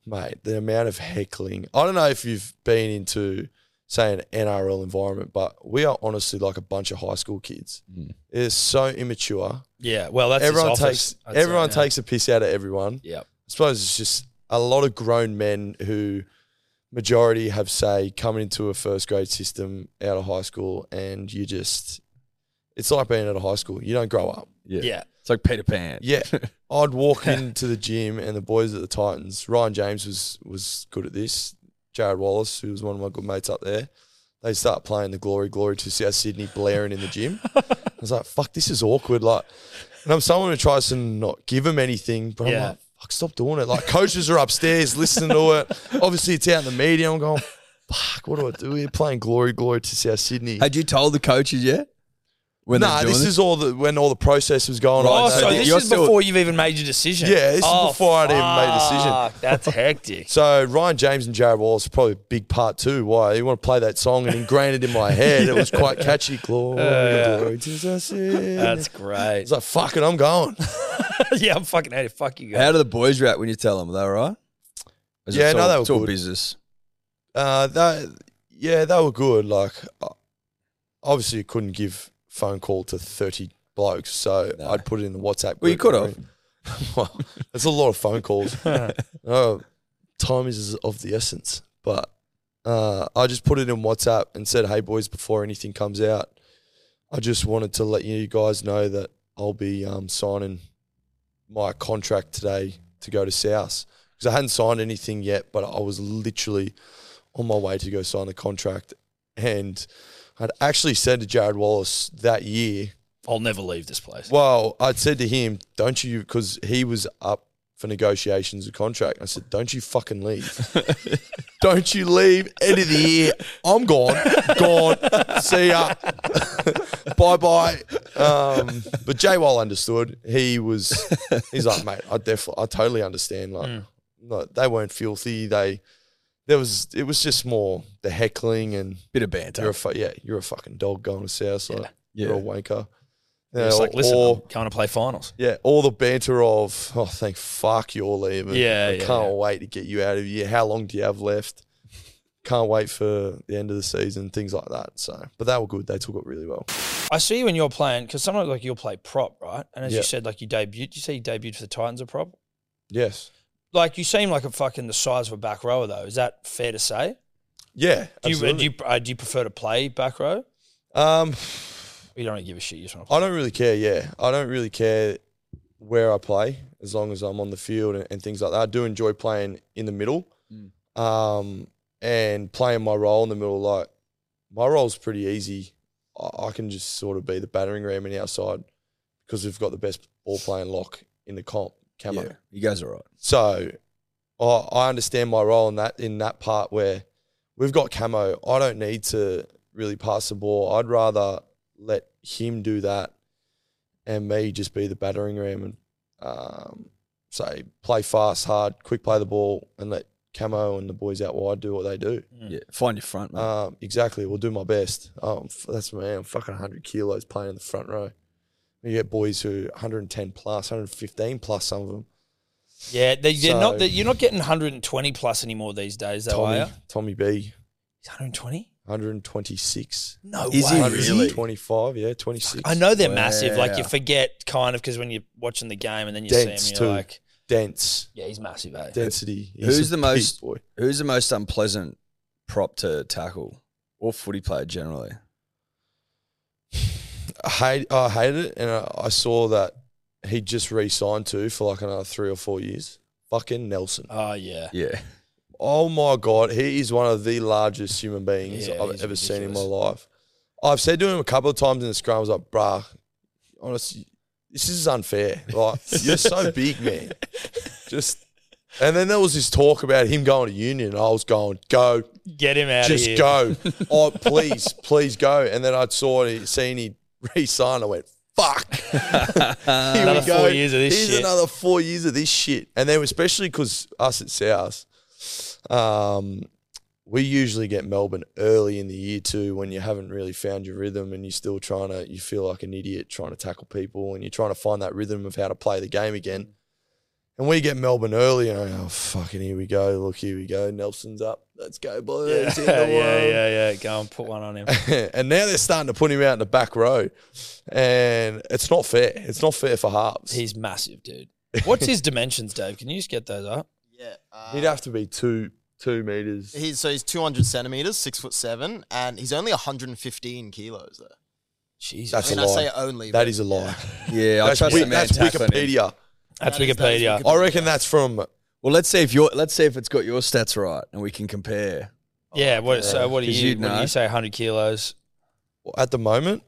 [SPEAKER 5] Mate, the amount of heckling. I don't know if you've been into say an NRL environment, but we are honestly like a bunch of high school kids.
[SPEAKER 4] Mm.
[SPEAKER 5] It is so immature.
[SPEAKER 4] yeah, well, that's his
[SPEAKER 5] everyone
[SPEAKER 4] office,
[SPEAKER 5] takes
[SPEAKER 4] I'd say,
[SPEAKER 5] everyone
[SPEAKER 4] yeah.
[SPEAKER 5] takes a piss out of everyone.
[SPEAKER 4] Yep.
[SPEAKER 5] I suppose it's just a lot of grown men who majority have say coming into a first grade system out of high school and you just it's like being out of high school. You don't grow up.
[SPEAKER 3] Yeah.
[SPEAKER 4] Yeah.
[SPEAKER 3] It's like Peter Pan.
[SPEAKER 5] Yeah. I'd walk into the gym and the boys at the Titans, Ryan James was was good at this. Jared Wallace, who was one of my good mates up there, they start playing the glory, glory to South Sydney blaring in the gym. I was like, fuck, this is awkward. Like and I'm someone who tries to not give them anything, but
[SPEAKER 4] Yeah.
[SPEAKER 5] I'm like, fuck, stop doing it. Like coaches are upstairs listening to it. Obviously it's out in the media. I'm going, fuck, what do I do here? Playing glory, glory to South Sydney.
[SPEAKER 3] Had you told the coaches yet? When
[SPEAKER 5] nah,
[SPEAKER 3] they're doing
[SPEAKER 5] this is all the when all the process was going on.
[SPEAKER 4] Oh,
[SPEAKER 5] They-
[SPEAKER 4] so
[SPEAKER 5] they-
[SPEAKER 4] this
[SPEAKER 3] you're
[SPEAKER 4] is
[SPEAKER 3] still-
[SPEAKER 4] before you've even made your decision.
[SPEAKER 5] Yeah, this is
[SPEAKER 4] Oh,
[SPEAKER 5] before I'd even made a decision.
[SPEAKER 4] fuck, That's hectic.
[SPEAKER 5] So Ryan James and Jared Wallace probably a big part too. Why you want to play that song and ingrained it in my head? It was quite catchy. Glory, glory to the Savior.
[SPEAKER 4] That's great.
[SPEAKER 5] It's like fuck it, I'm going.
[SPEAKER 4] yeah, I'm fucking hated. Fuck you guys.
[SPEAKER 3] How do the boys react when you tell them? Are they all right? Is it-
[SPEAKER 5] Yeah,
[SPEAKER 3] it's
[SPEAKER 5] no,
[SPEAKER 3] all-
[SPEAKER 5] they were
[SPEAKER 3] it's all
[SPEAKER 5] good.
[SPEAKER 3] business.
[SPEAKER 5] Uh, that yeah, they were good. Like uh, obviously you couldn't give phone call to thirty blokes, so
[SPEAKER 3] No.
[SPEAKER 5] I'd put it in the WhatsApp.
[SPEAKER 3] Well, you
[SPEAKER 5] group.
[SPEAKER 3] could've.
[SPEAKER 5] well, that's a lot of phone calls. Oh, time is of the essence. But uh, I just put it in WhatsApp and said, "Hey boys, before anything comes out, I just wanted to let you guys know that I'll be um, signing my contract today to go to South because I hadn't signed anything yet, but I was literally on my way to go sign the contract, and I'd actually said to Jared Wallace that year."
[SPEAKER 4] I'll never leave this place.
[SPEAKER 5] Well, I'd said to him, "Don't you?" Because he was up for negotiations of contract. I said, "Don't you fucking leave! Don't you leave! End of the year, I'm gone, gone. See ya, bye bye." Um, but Jay Wall understood. He was, he's like, "Mate, I definitely, I totally understand." Like,
[SPEAKER 4] Mm.
[SPEAKER 5] no, they weren't filthy. They, there was, it was just more the heckling and
[SPEAKER 3] Bit of
[SPEAKER 5] you're
[SPEAKER 3] banter.
[SPEAKER 5] a fu- yeah, you're a fucking dog going to South. Like,
[SPEAKER 3] Yeah.
[SPEAKER 5] you're a wanker.
[SPEAKER 4] It's
[SPEAKER 5] Yeah,
[SPEAKER 4] like, listen,
[SPEAKER 5] or-
[SPEAKER 4] I'm going to play finals.
[SPEAKER 5] yeah, all the banter of, oh, thank fuck you're leaving.
[SPEAKER 4] Yeah,
[SPEAKER 5] I
[SPEAKER 4] yeah,
[SPEAKER 5] can't
[SPEAKER 4] yeah.
[SPEAKER 5] wait to get you out of here. How long do you have left? Can't wait for the end of the season, things like that. So, but they were good. They took it really well.
[SPEAKER 2] I see when you're playing because sometimes like you'll play prop, right? And as
[SPEAKER 5] Yeah.
[SPEAKER 2] you said, like you debuted. You say you debuted for the Titans a prop.
[SPEAKER 5] Yes.
[SPEAKER 2] Like you seem like a fucking the size of a back rower though. Is that fair to say?
[SPEAKER 5] Yeah.
[SPEAKER 2] Do you, uh,
[SPEAKER 5] absolutely.
[SPEAKER 2] do you uh, do you prefer to play back row? Or
[SPEAKER 5] um,
[SPEAKER 2] you don't really give a shit. You just want to play.
[SPEAKER 5] I don't really care. Yeah, I don't really care where I play as long as I'm on the field and, and things like that. I do enjoy playing in the middle, um, and playing my role in the middle. Like my role's pretty easy. I, I can just sort of be the battering ram on the outside because we've got the best ball playing lock in the comp. Camo.
[SPEAKER 3] Yeah, you guys are right.
[SPEAKER 5] So I, I understand my role in that in that part where we've got camo. I don't need to really pass the ball. I'd rather let him do that and me just be the battering ram and um, say play fast, hard, quick play the ball and let camo and the boys out wide do what they do.
[SPEAKER 3] Yeah, find your front, mate.
[SPEAKER 5] Um, exactly. We'll do my best. Oh, I'm f- that's man. I'm fucking 100 kilos playing in the front row. You get boys who 110 plus, 115 plus, some of them.
[SPEAKER 2] Yeah, they, they're
[SPEAKER 5] So-
[SPEAKER 2] not. They're, you're not getting 120 plus anymore these days, though. Are you?
[SPEAKER 5] Tommy, Tommy B,
[SPEAKER 2] 120?
[SPEAKER 5] 126.
[SPEAKER 2] No
[SPEAKER 3] Is he
[SPEAKER 2] way.
[SPEAKER 3] really?
[SPEAKER 5] 125, yeah, 26.
[SPEAKER 2] I know they're massive. Like you
[SPEAKER 3] Wow.
[SPEAKER 2] forget kind of because when you're watching the game and then you
[SPEAKER 5] Dense,
[SPEAKER 2] see him,
[SPEAKER 5] too.
[SPEAKER 2] you're like,
[SPEAKER 5] Dense,
[SPEAKER 2] yeah, he's massive. Eh?
[SPEAKER 5] density.
[SPEAKER 3] Who's
[SPEAKER 5] He's
[SPEAKER 3] the
[SPEAKER 5] a big
[SPEAKER 3] most-
[SPEAKER 5] Boy.
[SPEAKER 3] Who's the most unpleasant prop to tackle or footy player generally?
[SPEAKER 5] I, hate, I hated it, and I, I saw that he just re signed to for like another three or four years. Fucking Nelson.
[SPEAKER 4] Oh, yeah.
[SPEAKER 3] Yeah,
[SPEAKER 5] Oh my God, he is one of the largest human beings
[SPEAKER 4] Yeah,
[SPEAKER 5] I've ever
[SPEAKER 4] he's
[SPEAKER 5] seen in my
[SPEAKER 4] ridiculous.
[SPEAKER 5] life. I've said to him a couple of times in the scrum, I was like, bruh, honestly, this is unfair. Like, you're so big, man. Just. And then there was this talk about him going to union. I was going, go,
[SPEAKER 4] Get him out
[SPEAKER 5] just
[SPEAKER 4] of here.
[SPEAKER 5] go. Oh, please, please go. And then I saw it, seen he re-signed. I went, fuck. Here
[SPEAKER 4] Another four years of this
[SPEAKER 5] Here's
[SPEAKER 4] shit.
[SPEAKER 5] another four years of this shit. And then especially because us at South, um, we usually get Melbourne early in the year too when you haven't really found your rhythm and you're still trying to, you feel like an idiot trying to tackle people and you're trying to find that rhythm of how to play the game
[SPEAKER 3] Mm.
[SPEAKER 5] again. And we get Melbourne early, and I go, oh, fucking, here we go. Look, here we go. Nelson's up. Let's go, boys.
[SPEAKER 4] Yeah,
[SPEAKER 5] Hit the
[SPEAKER 4] yeah,
[SPEAKER 5] one.
[SPEAKER 4] yeah, yeah. Go and put one on him.
[SPEAKER 5] and now they're starting to put him out in the back row, and it's not fair. It's not fair for halves.
[SPEAKER 4] He's massive, dude. What's his dimensions, Dave? Can you just get those up?
[SPEAKER 6] Yeah. Uh,
[SPEAKER 5] He'd have to be two two meters.
[SPEAKER 6] he's so he's 200 centimeters, six foot seven, and he's only 115 kilos. Though.
[SPEAKER 4] Jesus.
[SPEAKER 5] That's
[SPEAKER 6] I
[SPEAKER 5] a
[SPEAKER 6] mean, I
[SPEAKER 5] lie.
[SPEAKER 6] say only.
[SPEAKER 5] that
[SPEAKER 6] but-
[SPEAKER 5] is a lie.
[SPEAKER 3] Yeah, I
[SPEAKER 5] That's,
[SPEAKER 3] trust
[SPEAKER 5] Wi-
[SPEAKER 3] the man.
[SPEAKER 5] that's
[SPEAKER 3] Taff on
[SPEAKER 4] That's
[SPEAKER 3] it.
[SPEAKER 5] Wikipedia.
[SPEAKER 6] That is- that is
[SPEAKER 4] Wikipedia.
[SPEAKER 6] Wikipedia.
[SPEAKER 5] I reckon that's from.
[SPEAKER 3] Well, let's see if your let's see if it's got your stats right, and we can compare.
[SPEAKER 4] yeah. What, So what do
[SPEAKER 3] 'Cause
[SPEAKER 4] you?
[SPEAKER 3] you'd
[SPEAKER 4] What do
[SPEAKER 3] know.
[SPEAKER 4] you say? 100 kilos.
[SPEAKER 5] At the moment,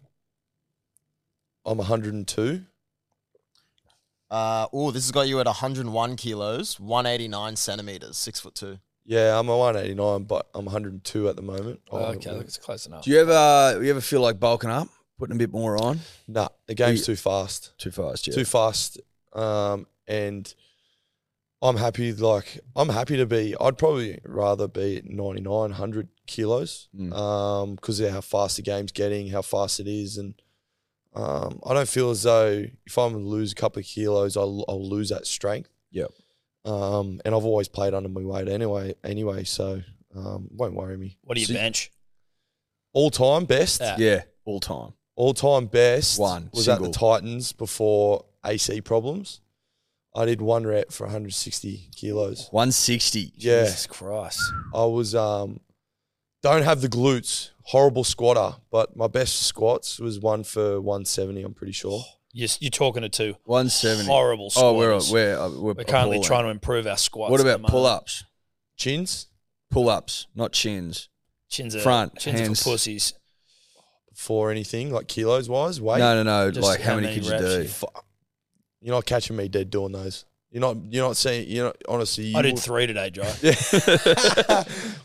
[SPEAKER 5] I'm 102.
[SPEAKER 6] Uh, oh, this has got you at 101 kilos, 189 centimeters, six foot two.
[SPEAKER 5] Yeah, I'm a 189, but I'm 102 at the moment.
[SPEAKER 4] Oh,
[SPEAKER 5] Oh,
[SPEAKER 4] okay, look, it's close enough.
[SPEAKER 3] Do you ever you ever feel like bulking up, putting a bit more on?
[SPEAKER 5] Nah, the game's
[SPEAKER 3] You-
[SPEAKER 5] too fast.
[SPEAKER 3] Too fast, yeah.
[SPEAKER 5] too fast. Um, and I'm happy, like, I'm happy to be, I'd probably rather be at 99, 100 kilos
[SPEAKER 3] Mm.
[SPEAKER 5] because of how fast the game's getting, how fast it is. And um, I don't feel as though if I'm going to lose a couple of kilos, I'll, I'll lose that strength.
[SPEAKER 3] Yep.
[SPEAKER 5] Um, and I've always played under my weight anyway, anyway, so um, won't worry me.
[SPEAKER 4] What do you
[SPEAKER 3] So-
[SPEAKER 4] bench?
[SPEAKER 5] All time best,
[SPEAKER 4] Yeah.
[SPEAKER 3] yeah, all time.
[SPEAKER 5] all time best
[SPEAKER 3] One,
[SPEAKER 5] was at
[SPEAKER 3] single.
[SPEAKER 5] the Titans before AC problems. I did one rep for 160 kilos.
[SPEAKER 3] 160.
[SPEAKER 5] Yeah,
[SPEAKER 4] Jesus Christ.
[SPEAKER 5] I was um, don't have the glutes, horrible squatter, but my best squats was one for 170. I'm pretty sure.
[SPEAKER 4] You're, you're talking to two
[SPEAKER 3] 170.
[SPEAKER 4] horrible
[SPEAKER 3] oh, we're
[SPEAKER 4] squatters.
[SPEAKER 3] we're uh, we're,
[SPEAKER 4] We're currently
[SPEAKER 3] appalling.
[SPEAKER 4] trying to improve our squats. uh,
[SPEAKER 3] What
[SPEAKER 4] at the
[SPEAKER 3] about
[SPEAKER 4] moment.
[SPEAKER 3] pull ups?
[SPEAKER 5] Chins
[SPEAKER 3] Pull ups, not chins.
[SPEAKER 4] Chins are,
[SPEAKER 3] Front,
[SPEAKER 4] chins
[SPEAKER 3] hands.
[SPEAKER 4] are for pussies.
[SPEAKER 5] for anything like kilos wise, weight.
[SPEAKER 3] no, no, no.
[SPEAKER 4] just
[SPEAKER 3] Like how,
[SPEAKER 4] how
[SPEAKER 3] many,
[SPEAKER 4] many
[SPEAKER 3] could you
[SPEAKER 4] reps
[SPEAKER 3] do?
[SPEAKER 4] you-
[SPEAKER 5] Fuck. You're not catching me dead doing those. You're not. You're not seeing. You're not. Honestly, you
[SPEAKER 4] I did
[SPEAKER 5] would-
[SPEAKER 4] three today, Joe.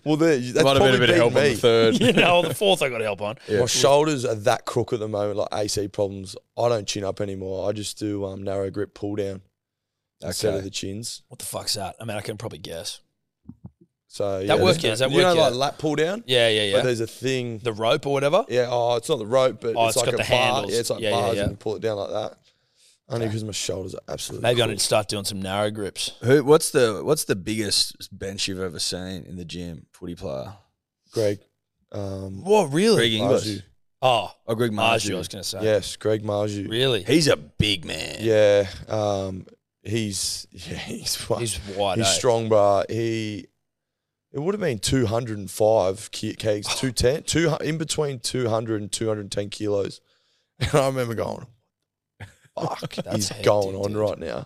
[SPEAKER 5] well, there,
[SPEAKER 10] Might have
[SPEAKER 5] that's
[SPEAKER 10] been
[SPEAKER 5] probably
[SPEAKER 10] a bit of
[SPEAKER 5] beat
[SPEAKER 10] help on
[SPEAKER 5] me.
[SPEAKER 10] the third.
[SPEAKER 4] you know, the fourth I got help on.
[SPEAKER 5] My shoulders are that crook at the moment, like AC problems. I don't chin up anymore. I just do um, narrow grip pull down instead of
[SPEAKER 3] Okay.
[SPEAKER 5] the chins.
[SPEAKER 4] What the fuck's that? I mean, I can probably guess.
[SPEAKER 5] So
[SPEAKER 4] That
[SPEAKER 5] yeah,
[SPEAKER 4] work
[SPEAKER 5] there's
[SPEAKER 4] is- that
[SPEAKER 5] you
[SPEAKER 4] work
[SPEAKER 5] know,
[SPEAKER 4] is-
[SPEAKER 5] like lap pull down.
[SPEAKER 4] Yeah, yeah, yeah.
[SPEAKER 5] But there's a thing.
[SPEAKER 4] the rope or whatever.
[SPEAKER 5] yeah, oh, it's not the rope, but
[SPEAKER 4] Oh,
[SPEAKER 5] it's,
[SPEAKER 4] it's got
[SPEAKER 5] like a
[SPEAKER 4] the
[SPEAKER 5] bar.
[SPEAKER 4] handles.
[SPEAKER 5] Yeah, it's like
[SPEAKER 4] Yeah, yeah,
[SPEAKER 5] bars,
[SPEAKER 4] yeah.
[SPEAKER 5] and you pull it down like that. Only because my shoulders are absolutely.
[SPEAKER 4] Maybe I
[SPEAKER 5] crook.
[SPEAKER 4] need to start doing some narrow grips.
[SPEAKER 3] Who? What's the what's the biggest bench you've ever seen in the gym? Footy player.
[SPEAKER 5] Greg. Um,
[SPEAKER 4] What
[SPEAKER 3] Greg
[SPEAKER 4] really?
[SPEAKER 3] English.
[SPEAKER 5] Marju.
[SPEAKER 4] Oh,
[SPEAKER 3] Oh, Greg
[SPEAKER 4] Marju, I
[SPEAKER 3] Marju.
[SPEAKER 4] was going to say.
[SPEAKER 5] Yes, Greg Marju.
[SPEAKER 4] Really?
[SPEAKER 3] He's a big man.
[SPEAKER 5] Yeah. Um, he's yeah, he's one.
[SPEAKER 4] He's wide.
[SPEAKER 5] He's
[SPEAKER 4] eh?
[SPEAKER 5] strong, bro. He it would have been 205 ki- kegs, 210, two, in between 200 and 210 kilos. And I remember going, fuck,
[SPEAKER 4] That's
[SPEAKER 5] he's
[SPEAKER 4] hectic,
[SPEAKER 5] going on
[SPEAKER 4] dude.
[SPEAKER 5] right now.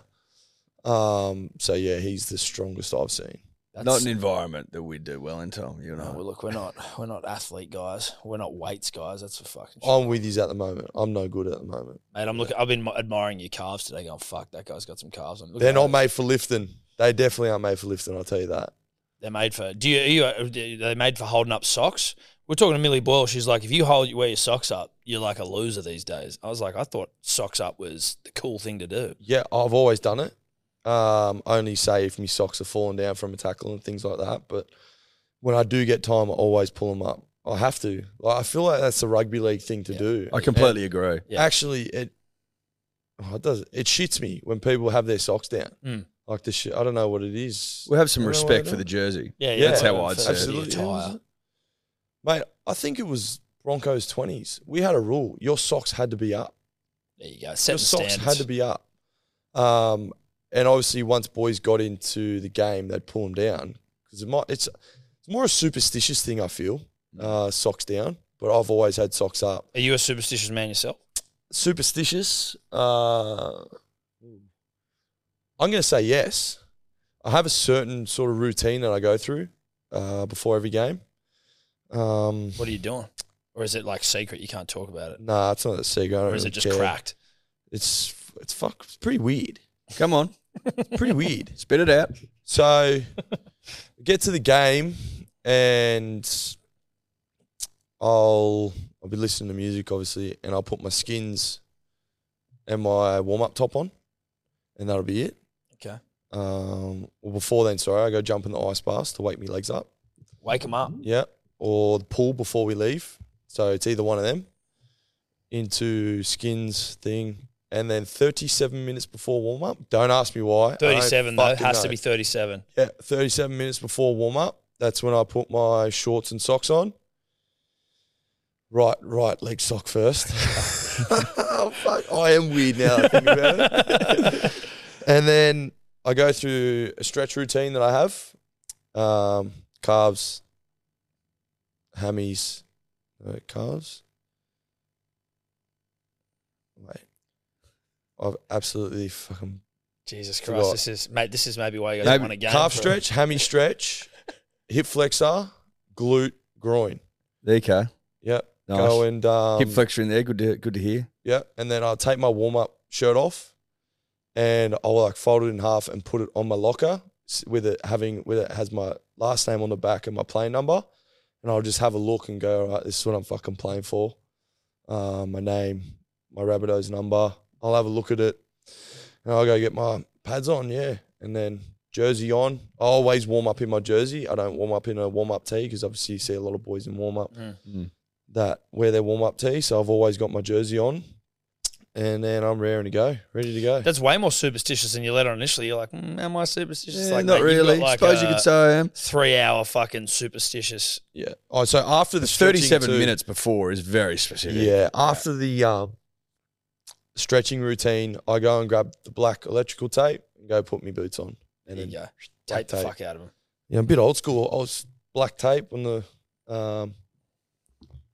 [SPEAKER 5] Um, so yeah, he's the strongest I've seen.
[SPEAKER 3] Not an environment that we'd do well in, Tom. You
[SPEAKER 4] No,
[SPEAKER 3] know.
[SPEAKER 4] well, look, we're not we're not athlete guys. We're not weights guys. That's for fucking shit.
[SPEAKER 5] I'm with you at the moment. I'm no good at the moment.
[SPEAKER 4] mate. I'm looking. I've been admiring your calves today. Going fuck, that guy's got some calves. on. Look
[SPEAKER 5] They're
[SPEAKER 4] at
[SPEAKER 5] not
[SPEAKER 4] that.
[SPEAKER 5] made for lifting. They definitely aren't made for lifting, I'll tell you that.
[SPEAKER 4] They're made for. Do you? Are you are they made for holding up socks? We're talking to Millie Boyle. She's like, if you hold wear your socks up, you're like a loser these days. I was like, I thought socks up was the cool thing to do.
[SPEAKER 5] Yeah, I've always done it. Um, only say if my socks are falling down from a tackle and things like that. But when I do get time, I always pull them up. I have to. Like, I feel like that's a rugby league thing to
[SPEAKER 4] Yeah.
[SPEAKER 5] do.
[SPEAKER 3] I completely agree.
[SPEAKER 4] Yeah.
[SPEAKER 5] Actually, it oh, it does it shits me when people have their socks down.
[SPEAKER 4] Mm.
[SPEAKER 5] Like the shit, I don't know what it is.
[SPEAKER 3] We have some
[SPEAKER 5] I don't know why
[SPEAKER 3] respect
[SPEAKER 5] I
[SPEAKER 3] for the
[SPEAKER 5] don't.
[SPEAKER 3] jersey.
[SPEAKER 4] Yeah,
[SPEAKER 5] Yeah,
[SPEAKER 3] that's how I'd
[SPEAKER 4] for
[SPEAKER 3] say it.
[SPEAKER 5] Absolutely.
[SPEAKER 4] the attire.
[SPEAKER 5] Mate, I think it was Broncos twenties. We had a rule: your socks had to be up.
[SPEAKER 4] There you go. Set
[SPEAKER 5] your
[SPEAKER 4] the
[SPEAKER 5] socks
[SPEAKER 4] standards.
[SPEAKER 5] had to be up. Um, and obviously, once boys got into the game, they'd pull them down because it might, it's it's more a superstitious thing. I feel
[SPEAKER 4] Mm.
[SPEAKER 5] uh, socks down, but I've always had socks up.
[SPEAKER 4] Are you a superstitious man yourself?
[SPEAKER 5] Superstitious. Uh, I'm going to say yes. I have a certain sort of routine that I go through uh, before every game. Um,
[SPEAKER 4] What are you doing? Or is it like secret? You can't talk about it.
[SPEAKER 5] nah, it's not a secret. I don't
[SPEAKER 4] Or is
[SPEAKER 5] really
[SPEAKER 4] it just
[SPEAKER 5] care.
[SPEAKER 4] cracked?
[SPEAKER 5] It's it's fuck. It's pretty weird.
[SPEAKER 3] Come on,
[SPEAKER 5] Pretty weird.
[SPEAKER 3] spit it out.
[SPEAKER 5] So get to the game and I'll I'll be listening to music obviously and I'll put my skins and my warm up top on and that'll be it.
[SPEAKER 2] Okay.
[SPEAKER 5] Um well before then, sorry, I go jump in the ice bath to wake me legs up.
[SPEAKER 2] Wake him up.
[SPEAKER 5] Yeah. Or the pool before we leave. So it's either one of them. Into skins thing. And then thirty seven minutes before warm up. Don't ask me why. I don't
[SPEAKER 4] 37 though.
[SPEAKER 5] fucking
[SPEAKER 4] Has to
[SPEAKER 5] know.
[SPEAKER 4] be 37.
[SPEAKER 5] Yeah, 37 minutes before warm up. That's when I put my shorts and socks on. Right, right leg sock first. Oh, fuck. I am weird now. I think about it. and then I go through a stretch routine that I have um, calves, hammies, uh, calves. Wait. I've absolutely fucking
[SPEAKER 4] Jesus
[SPEAKER 5] Forgot.
[SPEAKER 4] Christ. This is mate, this is maybe why you guys
[SPEAKER 3] Maybe
[SPEAKER 4] won a game.
[SPEAKER 5] calf
[SPEAKER 4] for-
[SPEAKER 5] stretch, hammy stretch, hip flexor, glute, groin.
[SPEAKER 3] There you go.
[SPEAKER 5] Yep.
[SPEAKER 3] Nice.
[SPEAKER 5] Go and um,
[SPEAKER 3] Hip flexor in there. Good to good to hear.
[SPEAKER 5] Yep. And then I'll take my warm up shirt off, and I'll like fold it in half and put it on my locker s- with it having with it has my last name on the back and my plane number, and I'll just have a look and go, all right, this is what I'm fucking playing for. Uh, my name, my Rabbitohs number. I'll have a look at it, and I'll go get my pads on. Yeah, and then jersey on. I always warm up in my jersey. I don't warm up in a warm up tee because obviously you see a lot of boys in warm up
[SPEAKER 4] Mm.
[SPEAKER 3] Mm.
[SPEAKER 5] that wear their warm up tee. So I've always got my jersey on, and then I'm raring to go, ready to go.
[SPEAKER 4] That's way more superstitious than you let on initially. You're like, mm, am I superstitious?
[SPEAKER 3] Yeah,
[SPEAKER 4] like,
[SPEAKER 3] not
[SPEAKER 4] mate, you've got
[SPEAKER 3] really.
[SPEAKER 4] like
[SPEAKER 3] Suppose you
[SPEAKER 4] a
[SPEAKER 3] could say I am.
[SPEAKER 4] Three hour fucking superstitious.
[SPEAKER 5] yeah. Oh, so after the
[SPEAKER 3] It's Thirty-seven
[SPEAKER 5] stretching too-
[SPEAKER 3] minutes before is very specific.
[SPEAKER 5] Yeah. After the um, stretching routine, I go and grab the black electrical tape and go put my boots on. And
[SPEAKER 4] There you
[SPEAKER 5] then, yeah,
[SPEAKER 4] go.
[SPEAKER 5] black
[SPEAKER 4] Take the
[SPEAKER 5] tape.
[SPEAKER 4] fuck out of him.
[SPEAKER 5] I'm a bit old school. I was black tape on the um,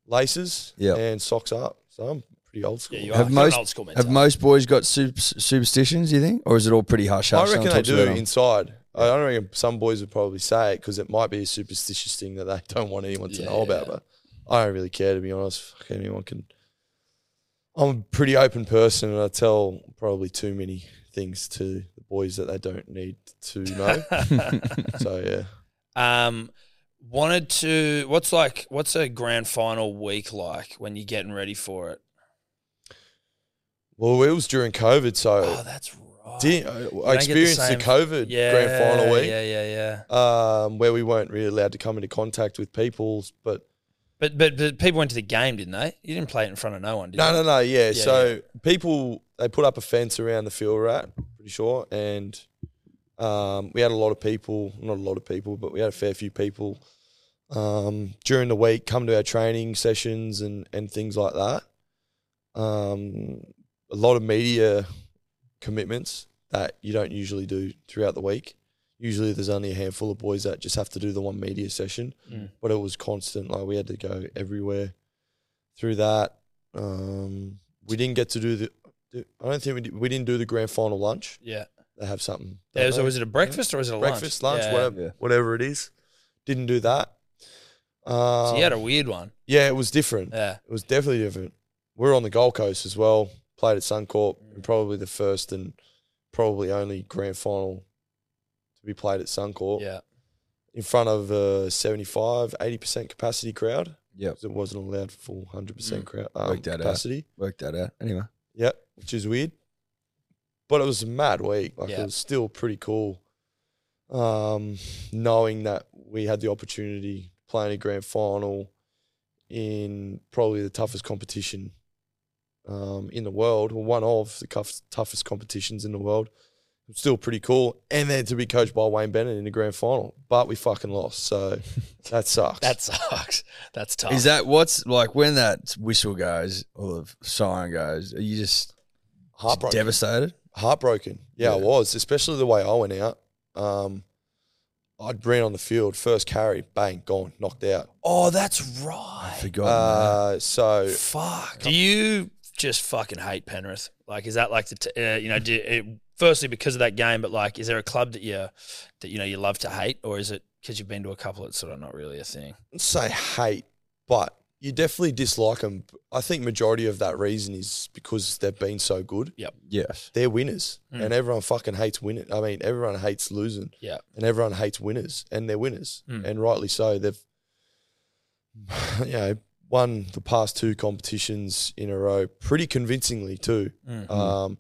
[SPEAKER 5] laces
[SPEAKER 3] Yeah.
[SPEAKER 5] and socks up. So I'm pretty old school.
[SPEAKER 4] Yeah, you
[SPEAKER 3] Have
[SPEAKER 4] are. You're
[SPEAKER 3] most-
[SPEAKER 4] an old school mentor.
[SPEAKER 3] Have most boys got sup- superstitions? You think, or is it all pretty hush hush?
[SPEAKER 5] I reckon they do
[SPEAKER 3] um,
[SPEAKER 5] inside. I don't reckon some boys would probably say it because it might be a superstitious thing that they don't want anyone to know about. But I don't really care to be honest. Fuck, anyone can. I'm a pretty open person, and I tell probably too many things to the boys that they don't need to know. so yeah,
[SPEAKER 4] Um, wanted to. What's like? What's a grand final week like when you're getting ready for it?
[SPEAKER 5] well, it was during
[SPEAKER 4] Oh,
[SPEAKER 5] COVID, so
[SPEAKER 4] that's right.
[SPEAKER 5] did- I
[SPEAKER 4] the
[SPEAKER 5] experienced the,
[SPEAKER 4] same-
[SPEAKER 5] COVID grand final week.
[SPEAKER 4] Yeah, yeah, yeah.
[SPEAKER 5] Um, where we weren't really allowed to come into contact with people, but
[SPEAKER 4] But, but but people went to the game, didn't they? You didn't play it in front of no one, did
[SPEAKER 5] No,
[SPEAKER 4] you?
[SPEAKER 5] no, no. Yeah.
[SPEAKER 4] Yeah,
[SPEAKER 5] so people they put up a fence around the field we're at, pretty sure, and um, we had a lot of people. Not a lot of people, but we had a fair few people um, during the week come to our training sessions and and things like that. Um, a lot of media commitments that you don't usually do throughout the week. Usually, there's only a handful of boys that just have to do the one media session,
[SPEAKER 4] Mm.
[SPEAKER 5] but it was constant. Like we had to go everywhere through that. Um, we didn't get to do the. do- I don't think we did, we didn't do the grand final lunch.
[SPEAKER 4] Yeah.
[SPEAKER 5] They have something.
[SPEAKER 4] yeah was,
[SPEAKER 5] don't they?
[SPEAKER 4] was it a breakfast or was it a
[SPEAKER 5] breakfast, lunch,
[SPEAKER 4] lunch? Yeah.
[SPEAKER 5] whatever,
[SPEAKER 3] Yeah.
[SPEAKER 5] whatever it is. Didn't do that. Um,
[SPEAKER 4] So you had a weird one.
[SPEAKER 5] yeah, it was different.
[SPEAKER 4] Yeah.
[SPEAKER 5] It was definitely different. We were on the Gold Coast as well. Played at Suncorp,
[SPEAKER 4] Mm.
[SPEAKER 5] and probably the first and probably only grand final to be played at Suncorp
[SPEAKER 4] Yeah.
[SPEAKER 5] in front of a 75, 80% capacity crowd.
[SPEAKER 3] Yep.
[SPEAKER 5] 'cause It wasn't allowed full 100% crowd um,
[SPEAKER 3] Worked Mm. that out.
[SPEAKER 5] capacity.
[SPEAKER 3] Work that out. Anyway,
[SPEAKER 5] Yeah, which is weird. But it was a mad week. Like
[SPEAKER 4] Yeah.
[SPEAKER 5] it was still pretty cool. Um, knowing that we had the opportunity to play in a grand final in probably the toughest competition um, in the world, or one of the cuff- toughest competitions in the world. It's still pretty cool. And then to be coached by Wayne Bennett in the grand final. But we fucking lost. So that sucks.
[SPEAKER 4] That sucks. That's tough.
[SPEAKER 3] is that what's like when that whistle goes or the siren goes? Are you just
[SPEAKER 5] heartbroken.
[SPEAKER 3] devastated?
[SPEAKER 5] heartbroken. Yeah, I
[SPEAKER 3] Yeah.
[SPEAKER 5] was, especially the way I went out. Um, I'd ran on the field, first carry, bang, gone, knocked out.
[SPEAKER 2] Oh, that's right.
[SPEAKER 3] Forgotten. that.
[SPEAKER 5] Uh, so
[SPEAKER 2] Fuck.
[SPEAKER 4] Do you just fucking hate Penrith? Like, is that like the t- uh, you know? Do it, firstly because of that game, but like, is there a club that you that you know you love to hate, or is it because you've been to a couple? It's sort of not really a thing.
[SPEAKER 5] I'd say hate, but you definitely dislike them. I think majority of that reason is because they've been so good.
[SPEAKER 3] Yes.
[SPEAKER 5] They're winners, and everyone fucking hates winning. I mean, everyone hates losing.
[SPEAKER 4] Yeah.
[SPEAKER 5] and everyone hates winners, and they're winners, and rightly so. They've, you know, won the past two competitions in a row pretty convincingly too.
[SPEAKER 4] Mm-hmm.
[SPEAKER 3] Mm-hmm.
[SPEAKER 5] Um,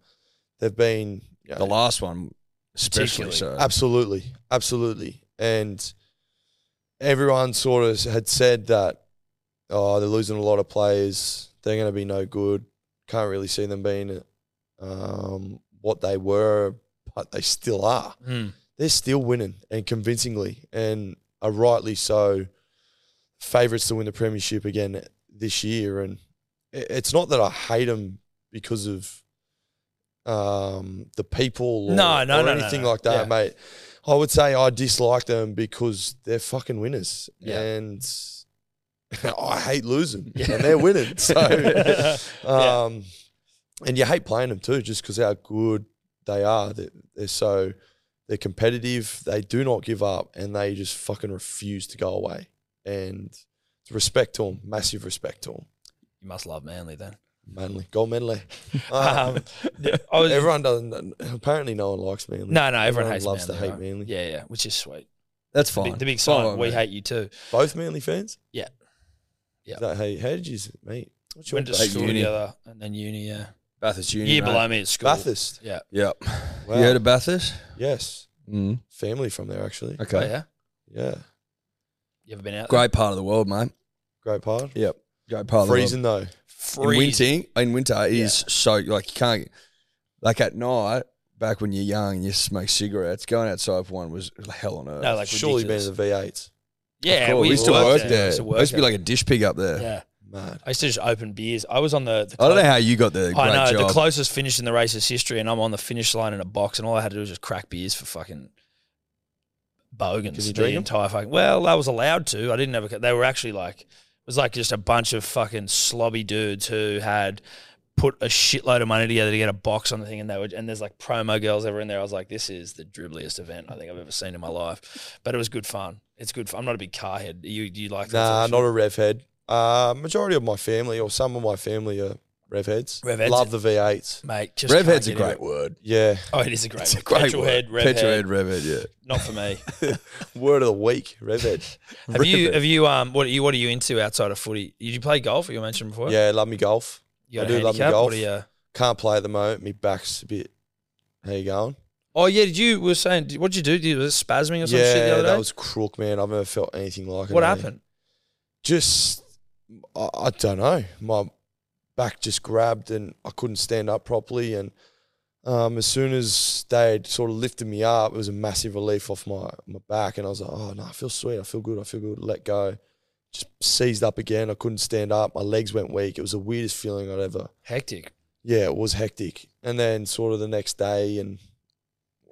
[SPEAKER 5] they've been you
[SPEAKER 3] Uh, The
[SPEAKER 5] know,
[SPEAKER 3] last one, especially
[SPEAKER 4] Particularly.
[SPEAKER 2] Uh,
[SPEAKER 3] so.
[SPEAKER 5] Absolutely, absolutely, and everyone sort of had said that, oh, they're losing a lot of players. They're going to be no good. Can't really see them being um, what they were, but they still are.
[SPEAKER 4] Mm.
[SPEAKER 5] They're still winning and convincingly, and are rightly so favourites to win the premiership again this year. And it- it's not that I hate them because of um, the people or,
[SPEAKER 4] No, no, no,
[SPEAKER 5] or
[SPEAKER 4] no,
[SPEAKER 5] anything
[SPEAKER 4] no.
[SPEAKER 5] like that,
[SPEAKER 4] Yeah.
[SPEAKER 5] mate. I would say I dislike them because they're fucking winners,
[SPEAKER 4] Yeah.
[SPEAKER 5] and I hate losing, and they're winning. So, um, and you hate playing them too, just because how good they are. They're, they're so they're competitive. They do not give up, and they just fucking refuse to go away. And it's respect to them, massive respect to them.
[SPEAKER 4] You must love Manly then.
[SPEAKER 5] Manly, gold medal.
[SPEAKER 4] Um, th- I was,
[SPEAKER 5] everyone doesn't. Apparently, no one likes Manly.
[SPEAKER 4] no, no, everyone,
[SPEAKER 5] everyone
[SPEAKER 4] hates
[SPEAKER 5] loves to
[SPEAKER 4] Manly.
[SPEAKER 5] hate
[SPEAKER 4] right?
[SPEAKER 5] Manly.
[SPEAKER 4] Yeah, yeah, which is sweet.
[SPEAKER 3] That's
[SPEAKER 4] The,
[SPEAKER 3] fine.
[SPEAKER 4] big- the big
[SPEAKER 3] Fine
[SPEAKER 4] sign,
[SPEAKER 3] with
[SPEAKER 4] we
[SPEAKER 3] me.
[SPEAKER 4] hate you too.
[SPEAKER 5] Both Manly fans.
[SPEAKER 4] Yeah. Yeah.
[SPEAKER 5] Is that how, how did you, mate? What's your
[SPEAKER 4] Went to
[SPEAKER 5] place?
[SPEAKER 4] school
[SPEAKER 3] uni.
[SPEAKER 4] together and then uni, yeah.
[SPEAKER 3] Bathurst Union.
[SPEAKER 4] Year below me at school.
[SPEAKER 5] Bathurst.
[SPEAKER 4] Yeah.
[SPEAKER 3] Yep.
[SPEAKER 5] Wow.
[SPEAKER 3] You heard of Bathurst?
[SPEAKER 5] Yes,
[SPEAKER 3] Mm.
[SPEAKER 5] family from there actually.
[SPEAKER 3] Okay.
[SPEAKER 4] Oh, yeah.
[SPEAKER 5] Yeah,
[SPEAKER 4] You ever been out?
[SPEAKER 3] Great part of the world, mate.
[SPEAKER 5] great part.
[SPEAKER 3] Yep. Great part of
[SPEAKER 5] Freezing though.
[SPEAKER 3] the world. In winter, in winter it is so like you can't like at night. Back when you're young and you smoke cigarettes, going outside for one was hell on earth.
[SPEAKER 4] No, like
[SPEAKER 5] Surely been
[SPEAKER 4] ridiculous.
[SPEAKER 5] in the V eight.
[SPEAKER 4] Yeah,
[SPEAKER 3] Cool.
[SPEAKER 4] we used to work there.
[SPEAKER 3] I
[SPEAKER 4] We
[SPEAKER 3] used to,
[SPEAKER 4] work
[SPEAKER 3] be
[SPEAKER 4] there.
[SPEAKER 3] like a dish pig up there.
[SPEAKER 4] yeah.
[SPEAKER 5] Mad.
[SPEAKER 4] I used to just open beers. I was on the. the
[SPEAKER 3] I don't know how you got the great
[SPEAKER 4] I know
[SPEAKER 3] job.
[SPEAKER 4] the closest finish in the race's history, and I'm on the finish line in a box, and all I had to do was just crack beers for fucking
[SPEAKER 5] Did
[SPEAKER 4] bogans.
[SPEAKER 5] you
[SPEAKER 4] The
[SPEAKER 5] drink 'em?
[SPEAKER 4] entire fucking. Well, I was allowed to. I didn't have a. They were actually like it was like just a bunch of fucking slobby dudes who had put a shitload of money together to get a box on the thing, and they were and there's like promo girls ever in there. I was like, this is the dribbliest event I think I've ever seen in my life, but it was good fun. It's good. Fun. I'm not a big car head. You you like that
[SPEAKER 5] Nah,
[SPEAKER 4] sort
[SPEAKER 5] not a rev head. Uh, majority of my family or some of my family are rev heads.
[SPEAKER 4] Rev heads.
[SPEAKER 5] Love the V eight.
[SPEAKER 4] of shit? mate. Just
[SPEAKER 3] Rev
[SPEAKER 4] can't
[SPEAKER 3] head's a
[SPEAKER 4] get into
[SPEAKER 3] great
[SPEAKER 4] it.
[SPEAKER 3] word.
[SPEAKER 5] Yeah.
[SPEAKER 4] Oh, it is a great.
[SPEAKER 3] It's a
[SPEAKER 4] word.
[SPEAKER 3] great
[SPEAKER 4] Petrol
[SPEAKER 3] word.
[SPEAKER 4] head, rev
[SPEAKER 3] Petrol
[SPEAKER 4] head.
[SPEAKER 3] head, rev head, yeah.
[SPEAKER 4] Not for me.
[SPEAKER 5] Word of the week, rev head.
[SPEAKER 4] Have you have you um what are you what are you into outside of footy? Did you play golf? You mentioned before.
[SPEAKER 5] yeah, love me golf.
[SPEAKER 4] you got
[SPEAKER 5] I
[SPEAKER 4] a
[SPEAKER 5] do love
[SPEAKER 4] handicap?
[SPEAKER 5] golf.
[SPEAKER 4] What are you-
[SPEAKER 5] Can't play at the moment. Me back's a bit. How you going?
[SPEAKER 4] oh yeah, did you we were saying did- what did you do? Did you, was it spasming or some
[SPEAKER 5] yeah,
[SPEAKER 4] shit the other day?
[SPEAKER 5] that was crook, man. I've never felt anything like it.
[SPEAKER 4] what
[SPEAKER 5] eh?
[SPEAKER 4] happened?
[SPEAKER 5] Just, I, I don't know. My back just grabbed and I couldn't stand up properly. And um, as soon as they had sort of lifted me up, it was a massive relief off my, my back. And I was like, oh, no, I feel sweet. I feel good. I feel good. Let go. Just seized up again. I couldn't stand up. My legs went weak. It was the weirdest feeling I'd ever
[SPEAKER 4] Hectic.
[SPEAKER 5] yeah, it was hectic. And then sort of the next day and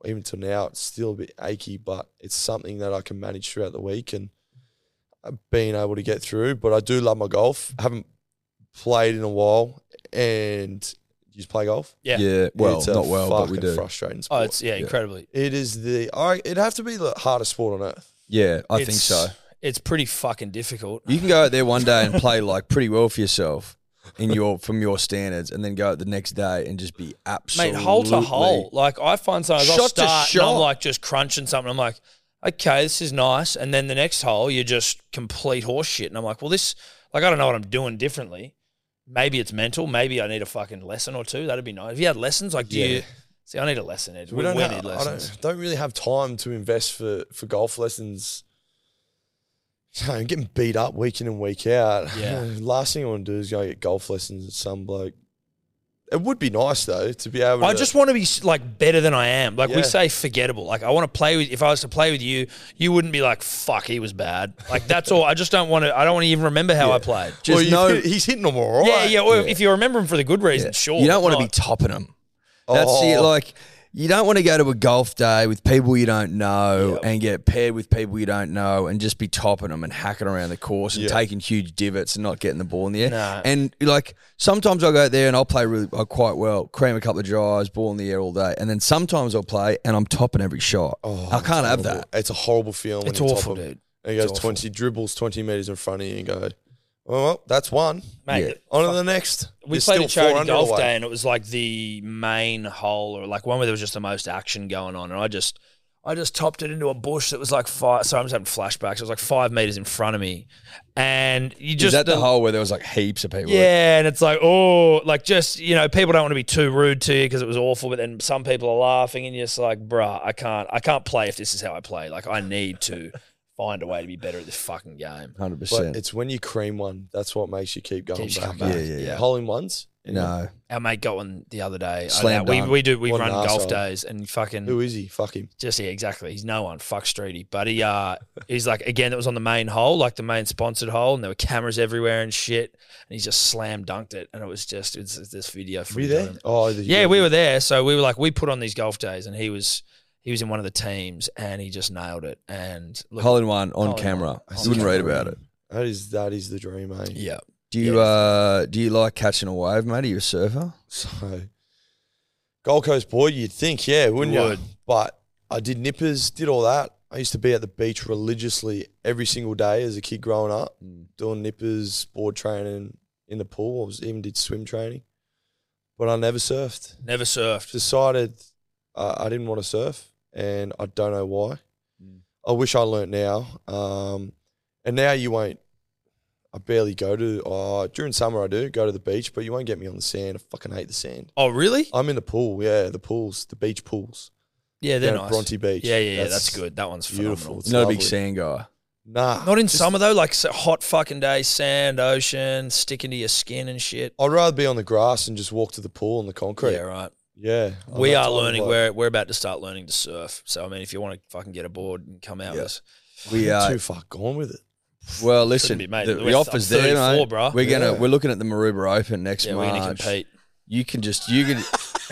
[SPEAKER 5] even till now, it's still a bit achy, but it's something that I can manage throughout the week and I've been able to get through. But I do love my golf. haven't played in a while and you just play golf.
[SPEAKER 4] Yeah.
[SPEAKER 3] Yeah, well,
[SPEAKER 5] It's a
[SPEAKER 3] not well, but we
[SPEAKER 5] fucking
[SPEAKER 3] do.
[SPEAKER 5] Frustrating sport.
[SPEAKER 4] Oh, it's yeah, incredibly.
[SPEAKER 5] It is the I, it'd have to be the hardest sport on earth.
[SPEAKER 3] Yeah, I think
[SPEAKER 4] It's-
[SPEAKER 3] so.
[SPEAKER 4] It's pretty fucking difficult.
[SPEAKER 3] You can go out there one day and play like pretty well for yourself in your from your standards, and then go out the next day and just be
[SPEAKER 4] Mate,
[SPEAKER 3] absolutely
[SPEAKER 4] hole to hole. Like I find sometimes I'll
[SPEAKER 3] Shot to
[SPEAKER 4] start and I'm
[SPEAKER 3] shot.
[SPEAKER 4] like just crunching something. I'm like, okay, this is nice. And then the next hole, you're just complete horse shit. And I'm like, well, this like I don't know what I'm doing differently. Maybe it's mental. Maybe I need a fucking lesson or two. That'd be nice. If you had lessons, like do you see? I need a lesson, Ed. We,
[SPEAKER 5] We don't,
[SPEAKER 4] we
[SPEAKER 5] have-
[SPEAKER 4] need
[SPEAKER 5] I
[SPEAKER 4] lessons.
[SPEAKER 5] don't, don't really have time to invest for, for golf lessons. I'm getting beat up week in and week out.
[SPEAKER 4] Yeah.
[SPEAKER 5] Last thing I want to do is go get golf lessons at some bloke. It would be nice though to be able.
[SPEAKER 4] I
[SPEAKER 5] to,
[SPEAKER 4] just want to be like better than I am. Like we
[SPEAKER 5] Yeah.
[SPEAKER 4] say, forgettable. Like I want to play with. If I was to play with you, you wouldn't be like, "Fuck, he was bad." Like that's all. I just don't want to. I don't want to even remember how I played.
[SPEAKER 5] Well,
[SPEAKER 3] Just
[SPEAKER 5] you've
[SPEAKER 3] know,
[SPEAKER 5] hit- he's hitting them all right.
[SPEAKER 4] Yeah, yeah. Or if you remember him for the good reason, sure.
[SPEAKER 3] you don't want to be
[SPEAKER 4] Not-
[SPEAKER 3] topping them. That's it.
[SPEAKER 5] Oh.
[SPEAKER 3] Like you don't want to go to a golf day with people you don't know and get paired with people you don't know and just be topping them and hacking around the course and taking huge divots and not getting the ball in the air.
[SPEAKER 4] Nah.
[SPEAKER 3] And like sometimes I'll go out there and I'll play really uh, quite well, cream a couple of drives, ball in the air all day, and then sometimes I'll play and I'm topping every shot. I can't have that.
[SPEAKER 5] It's a horrible feeling.
[SPEAKER 4] It's
[SPEAKER 5] when you
[SPEAKER 4] awful,
[SPEAKER 5] top 'em.
[SPEAKER 4] dude.
[SPEAKER 5] And he goes twenty dribbles, twenty meters in front of you, and go, Well, well, that's one.
[SPEAKER 4] Mate,
[SPEAKER 9] Yeah.
[SPEAKER 5] On to the next.
[SPEAKER 4] we
[SPEAKER 5] There's
[SPEAKER 4] played a
[SPEAKER 5] still
[SPEAKER 4] charity
[SPEAKER 5] 400
[SPEAKER 4] golf
[SPEAKER 5] away.
[SPEAKER 4] day and it was like the main hole or like one where there was just the most action going on and I just I just topped it into a bush that was like five sorry I'm just having flashbacks. It was like five meters in front of me. And you
[SPEAKER 3] Is
[SPEAKER 4] just
[SPEAKER 3] that the, hole where there was like heaps of people?
[SPEAKER 4] Yeah, and it's like, oh, like just, you know, people don't want to be too rude to you because it was awful, but then some people are laughing and you're just like, bruh, I can't I can't play if this is how I play. Like I need to find a way to be better at this fucking game.
[SPEAKER 3] hundred
[SPEAKER 5] But
[SPEAKER 3] percent.
[SPEAKER 5] it's when you cream one, that's what makes you keep going
[SPEAKER 4] Keeps you
[SPEAKER 5] back.
[SPEAKER 4] coming back.
[SPEAKER 3] Yeah, yeah, yeah.
[SPEAKER 5] Hole in ones. you know?
[SPEAKER 3] No,
[SPEAKER 4] Our mate got one the other day. I-
[SPEAKER 3] Slam
[SPEAKER 4] we,
[SPEAKER 3] dunk.
[SPEAKER 4] we do we
[SPEAKER 5] What an
[SPEAKER 4] run golf
[SPEAKER 5] arsehole.
[SPEAKER 4] days and fucking
[SPEAKER 5] Who is he? Fuck him.
[SPEAKER 4] Just yeah, exactly. He's no one. Fuck Streety. But he uh he's like again, it was on the main hole, like the main sponsored hole, and there were cameras everywhere and shit. And he just slam dunked it. And it was just it's, it's this video
[SPEAKER 5] Were you
[SPEAKER 4] footage of
[SPEAKER 5] there?
[SPEAKER 4] him.
[SPEAKER 5] Oh, the,
[SPEAKER 4] Yeah, we were there. So we were like, we put on these golf days and he was he was in one of the teams and he just nailed it. And look,
[SPEAKER 3] hole in one on
[SPEAKER 4] Hole in
[SPEAKER 3] camera.
[SPEAKER 4] one.
[SPEAKER 3] You wouldn't read about it.
[SPEAKER 5] That is that is the dream, eh?
[SPEAKER 4] yeah.
[SPEAKER 3] Do you
[SPEAKER 4] Yeah.
[SPEAKER 3] uh do you like catching a wave, mate? Are you a surfer?
[SPEAKER 5] So, Gold Coast boy, you'd think, yeah, wouldn't
[SPEAKER 4] Would.
[SPEAKER 5] you? But I did nippers, did all that. I used to be at the beach religiously every single day as a kid growing up,
[SPEAKER 3] Mm.
[SPEAKER 5] doing nippers, board training in the pool. I was, even did swim training, but I never surfed.
[SPEAKER 4] Never surfed.
[SPEAKER 5] Decided uh, I didn't want to surf, and I don't know why.
[SPEAKER 4] Mm.
[SPEAKER 5] I wish I learnt now. Um, and now you won't. I barely go to. Uh, during summer, I do go to the beach, but you won't get me on the sand. I fucking hate the sand.
[SPEAKER 4] Oh really?
[SPEAKER 5] I'm in the pool. Yeah, the pools, the beach pools.
[SPEAKER 4] Yeah, they're
[SPEAKER 5] Down at
[SPEAKER 4] nice.
[SPEAKER 5] Bronte Beach.
[SPEAKER 4] Yeah, yeah, yeah. That's,
[SPEAKER 5] That's
[SPEAKER 4] good. That one's phenomenal.
[SPEAKER 5] beautiful. It's
[SPEAKER 3] Not a big
[SPEAKER 5] lovely.
[SPEAKER 3] sand guy.
[SPEAKER 5] Nah,
[SPEAKER 4] Not in
[SPEAKER 5] Ah, just-
[SPEAKER 4] summer though, like s- hot fucking day, sand, ocean, sticking to your skin and shit.
[SPEAKER 5] I'd rather be on the grass and just walk to the pool on the concrete.
[SPEAKER 4] Yeah,
[SPEAKER 5] Yeah,
[SPEAKER 4] right. We
[SPEAKER 5] I'm
[SPEAKER 4] are
[SPEAKER 5] not
[SPEAKER 4] learning.
[SPEAKER 5] like-
[SPEAKER 4] We're we're about to start learning to surf. So I mean, if you want to fucking get aboard and come out,
[SPEAKER 3] Yeah.
[SPEAKER 4] with us.
[SPEAKER 3] We
[SPEAKER 5] I'm
[SPEAKER 3] uh,
[SPEAKER 5] too far gone with it.
[SPEAKER 3] well listen,
[SPEAKER 4] be, mate.
[SPEAKER 3] the,
[SPEAKER 4] We're
[SPEAKER 3] the offers
[SPEAKER 4] th-
[SPEAKER 3] there,
[SPEAKER 4] 34,
[SPEAKER 3] mate.
[SPEAKER 4] bruh.
[SPEAKER 3] We're gonna
[SPEAKER 5] Yeah.
[SPEAKER 3] we're looking at the Maruba Open next
[SPEAKER 4] yeah,
[SPEAKER 3] March.
[SPEAKER 4] we're gonna compete.
[SPEAKER 3] You can just you can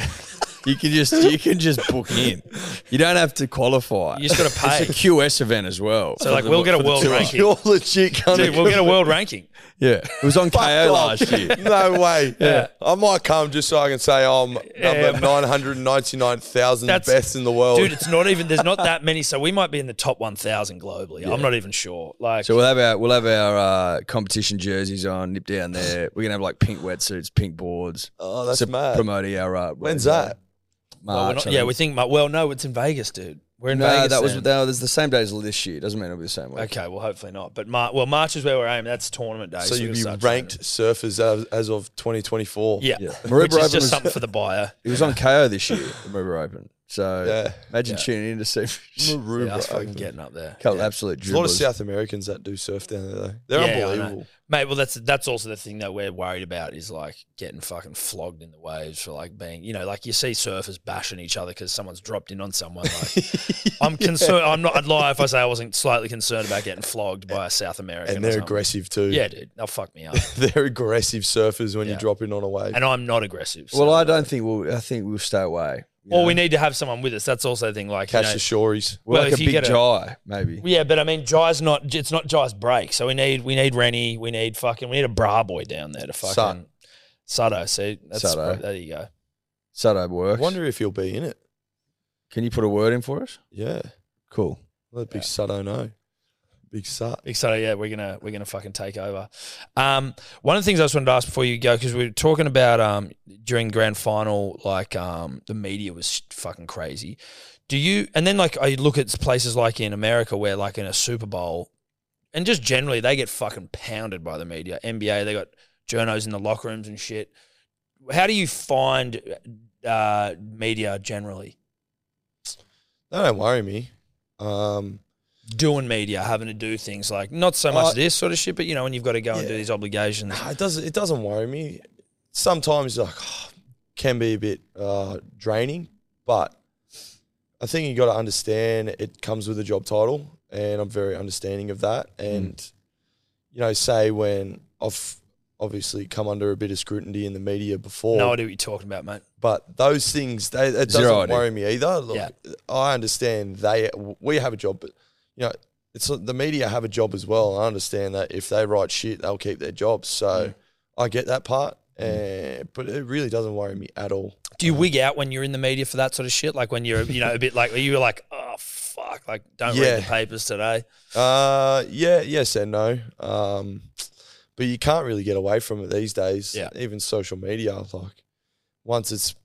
[SPEAKER 3] you can just you can just book in. You don't have to qualify.
[SPEAKER 4] You just gotta pay.
[SPEAKER 3] It's a QS event as well.
[SPEAKER 4] So like, we'll get a world ranking.
[SPEAKER 5] You're legit
[SPEAKER 4] Dude, we'll get a world ranking.
[SPEAKER 3] yeah, it was on KO
[SPEAKER 5] off.
[SPEAKER 3] last year.
[SPEAKER 5] no way. Yeah. I might come just so I can say I'm number
[SPEAKER 4] but-
[SPEAKER 5] 999,000
[SPEAKER 4] That's-
[SPEAKER 5] best in the world.
[SPEAKER 4] Dude, it's not even. There's not that many. So we might be in the top 1,000 globally. I'm not even sure. Like,
[SPEAKER 3] So we'll have our we'll have our uh, competition jerseys on, nip down there. We're gonna have like pink wetsuits, pink boards.
[SPEAKER 5] oh, that's
[SPEAKER 3] to
[SPEAKER 5] mad.
[SPEAKER 3] Promote our uh,
[SPEAKER 5] When's
[SPEAKER 3] Rover
[SPEAKER 5] that?
[SPEAKER 3] March,
[SPEAKER 4] well, we're
[SPEAKER 3] I
[SPEAKER 4] not, yeah,
[SPEAKER 3] think.
[SPEAKER 4] we think. mu- Well, no, it's in Vegas, dude. We're in
[SPEAKER 3] no,
[SPEAKER 4] Vegas.
[SPEAKER 3] that was
[SPEAKER 4] then.
[SPEAKER 3] that was the same day as this year. Doesn't mean it'll be the same. Week.
[SPEAKER 4] Okay, well, hopefully not. But Mar- well, March is where we're aiming. That's tournament day.
[SPEAKER 5] So
[SPEAKER 4] we'll
[SPEAKER 5] you'd be
[SPEAKER 4] start
[SPEAKER 5] ranked surfers as, as of 2024.
[SPEAKER 4] training. Yeah,
[SPEAKER 3] Yeah. Maroubra
[SPEAKER 4] which is
[SPEAKER 3] Open
[SPEAKER 4] just
[SPEAKER 3] was-
[SPEAKER 4] something for the buyer.
[SPEAKER 3] It was on KO this year, the Maruba Open. So
[SPEAKER 5] Yeah.
[SPEAKER 3] imagine
[SPEAKER 4] Yeah.
[SPEAKER 3] tuning in to see a
[SPEAKER 5] Maroubra
[SPEAKER 4] Yeah, that's fucking
[SPEAKER 5] Open.
[SPEAKER 4] getting up there.
[SPEAKER 3] couple absolute
[SPEAKER 5] There's a lot of
[SPEAKER 3] dribblers.
[SPEAKER 5] South Americans that do surf down there, though. They're
[SPEAKER 4] Yeah, I know.
[SPEAKER 5] unbelievable.
[SPEAKER 4] Mate, well, that's that's also the thing that we're worried about is like getting fucking flogged in the waves for like being, you know, like you see surfers bashing each other because someone's dropped in on someone. Like, I'm concerned. I'm not. I'd lie if I say I wasn't slightly concerned about getting flogged by a South American.
[SPEAKER 5] And
[SPEAKER 4] or
[SPEAKER 5] they're
[SPEAKER 4] something.
[SPEAKER 5] aggressive, too.
[SPEAKER 4] Yeah, dude, they'll fuck me up.
[SPEAKER 5] they're aggressive surfers when
[SPEAKER 4] Yeah.
[SPEAKER 5] you drop in on a wave.
[SPEAKER 4] and I'm not aggressive. so-
[SPEAKER 3] Well, I don't think we'll. I think we'll stay away. you
[SPEAKER 4] Or
[SPEAKER 3] know?
[SPEAKER 4] we need to have someone with us. That's also the thing. Like, you
[SPEAKER 5] Catch
[SPEAKER 4] know-
[SPEAKER 5] the shoreys.
[SPEAKER 3] We're
[SPEAKER 4] well,
[SPEAKER 3] like
[SPEAKER 4] if
[SPEAKER 3] a
[SPEAKER 4] you
[SPEAKER 3] big
[SPEAKER 4] get a-
[SPEAKER 3] jai, maybe.
[SPEAKER 4] yeah, but I mean, Jai's not. It's not Jai's break. So we need we need Rennie. We need fucking. We need a bra boy down there to fucking.
[SPEAKER 5] Sut.
[SPEAKER 4] Sudo. See, that's
[SPEAKER 3] Sutto.
[SPEAKER 4] there. You go.
[SPEAKER 3] Saturday
[SPEAKER 5] I
[SPEAKER 3] works.
[SPEAKER 5] wonder if he'll be in it.
[SPEAKER 3] Can you put a word in for us?
[SPEAKER 5] Yeah.
[SPEAKER 3] Cool.
[SPEAKER 5] That big sut, I know. Big sut.
[SPEAKER 4] Excited, yeah, we're gonna we're gonna fucking take over. Um, one of the things I just wanted to ask before you go because we were talking about um during grand final, like um the media was fucking crazy. Do you and then like I look at places like in America where like in a Super Bowl, and just generally they get fucking pounded by the media. NBA they got journos in the locker rooms and shit. How do you find uh media generally
[SPEAKER 5] That don't worry me. Um,
[SPEAKER 4] doing media, having to do things like not so much
[SPEAKER 5] Uh,
[SPEAKER 4] this sort of shit, but you know when you've got to go and do
[SPEAKER 5] Yeah.
[SPEAKER 4] these obligations.
[SPEAKER 5] nah, it doesn't. It doesn't worry me. Sometimes like can be a bit uh, draining, but I think you got to understand it comes with a job title, and I'm very understanding of that. And you know, say when I've obviously come under a bit of scrutiny in the media before.
[SPEAKER 4] No idea what you're talking about, mate.
[SPEAKER 5] but those things they it doesn't
[SPEAKER 3] Zero idea.
[SPEAKER 5] worry me either. Look, I understand they we have a job, but you know it's the media have a job as well. I understand that if they write shit, they'll keep their jobs. So
[SPEAKER 3] Mm.
[SPEAKER 5] I get that part, eh, but it really doesn't worry me at all.
[SPEAKER 4] Do you wig out when you're in the media for that sort of shit? Like when you're, you know, a bit like you were like, oh fuck, like don't
[SPEAKER 5] Yeah.
[SPEAKER 4] read the papers today.
[SPEAKER 5] Uh, yeah, yes and no. Um, but you can't really get away from it these days.
[SPEAKER 4] Yeah.
[SPEAKER 5] Even social media, like once it's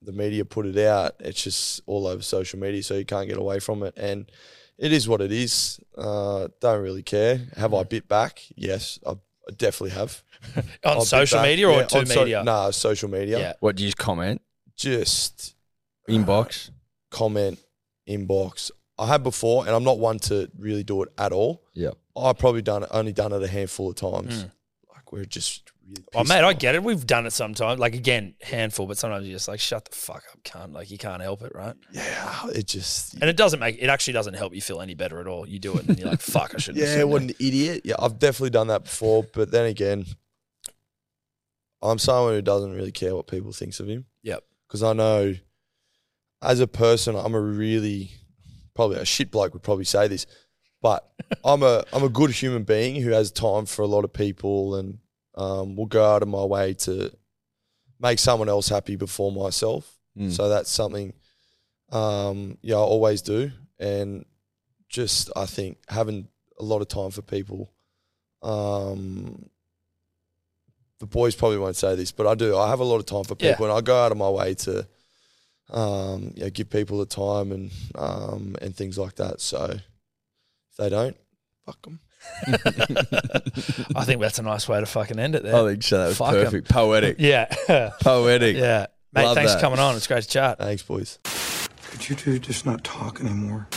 [SPEAKER 5] the media put it out, it's just all over social media, so you can't get away from it. And it is what it is. Uh, don't really care. Have
[SPEAKER 4] Mm.
[SPEAKER 5] I bit back? Yes, I, I definitely have.
[SPEAKER 4] on
[SPEAKER 5] I'll bit
[SPEAKER 4] social
[SPEAKER 5] back.
[SPEAKER 4] media or
[SPEAKER 5] Yeah,
[SPEAKER 4] to
[SPEAKER 5] on so-
[SPEAKER 4] media?
[SPEAKER 5] nah, social media.
[SPEAKER 4] Yeah.
[SPEAKER 3] What do you just comment?
[SPEAKER 5] Just
[SPEAKER 3] Inbox.
[SPEAKER 5] comment, inbox. I had before, and I'm not one to really do it at all.
[SPEAKER 3] Yeah.
[SPEAKER 5] I probably done it, only done it a handful of times. Like we're just really.
[SPEAKER 4] Hmm. Oh,
[SPEAKER 5] pissed
[SPEAKER 4] mate, I
[SPEAKER 5] off.
[SPEAKER 4] get it. We've done it sometimes. Like again, handful, but sometimes you're just like, shut the fuck up, cunt. Like you can't help it, right?
[SPEAKER 5] Yeah, it just.
[SPEAKER 4] And it doesn't make it actually doesn't help you feel any better at all. You do it and you're like, fuck, I shouldn't. have
[SPEAKER 5] Yeah,
[SPEAKER 4] said
[SPEAKER 5] what
[SPEAKER 4] that.
[SPEAKER 5] an idiot. Yeah, I've definitely done that before, but then again, I'm someone who doesn't really care what people thinks of him.
[SPEAKER 4] Yep.
[SPEAKER 5] Because I know, as a person, I'm a really probably a shit bloke would probably say this, but I'm a I'm a good human being who has time for a lot of people and um, will go out of my way to make someone else happy before myself.
[SPEAKER 3] Mm.
[SPEAKER 5] So that's something, um, yeah, I always do, and just I think having a lot of time for people. Um, the boys probably won't say this, but I do. I have a lot of time for
[SPEAKER 4] Yeah.
[SPEAKER 5] people, and I go out of my way to, um, yeah, give people the time and um and things like that. So if they don't, fuck them.
[SPEAKER 4] I think that's a nice way to fucking end it there.
[SPEAKER 5] Oh,
[SPEAKER 3] I think so. That was
[SPEAKER 4] Fuck 'em.
[SPEAKER 3] perfect. Poetic.
[SPEAKER 4] yeah.
[SPEAKER 3] Poetic.
[SPEAKER 4] yeah. Mate,
[SPEAKER 3] Love
[SPEAKER 4] thanks
[SPEAKER 3] that.
[SPEAKER 4] for coming on. It's great to chat.
[SPEAKER 5] Thanks, boys.
[SPEAKER 11] Could you two just not talk anymore?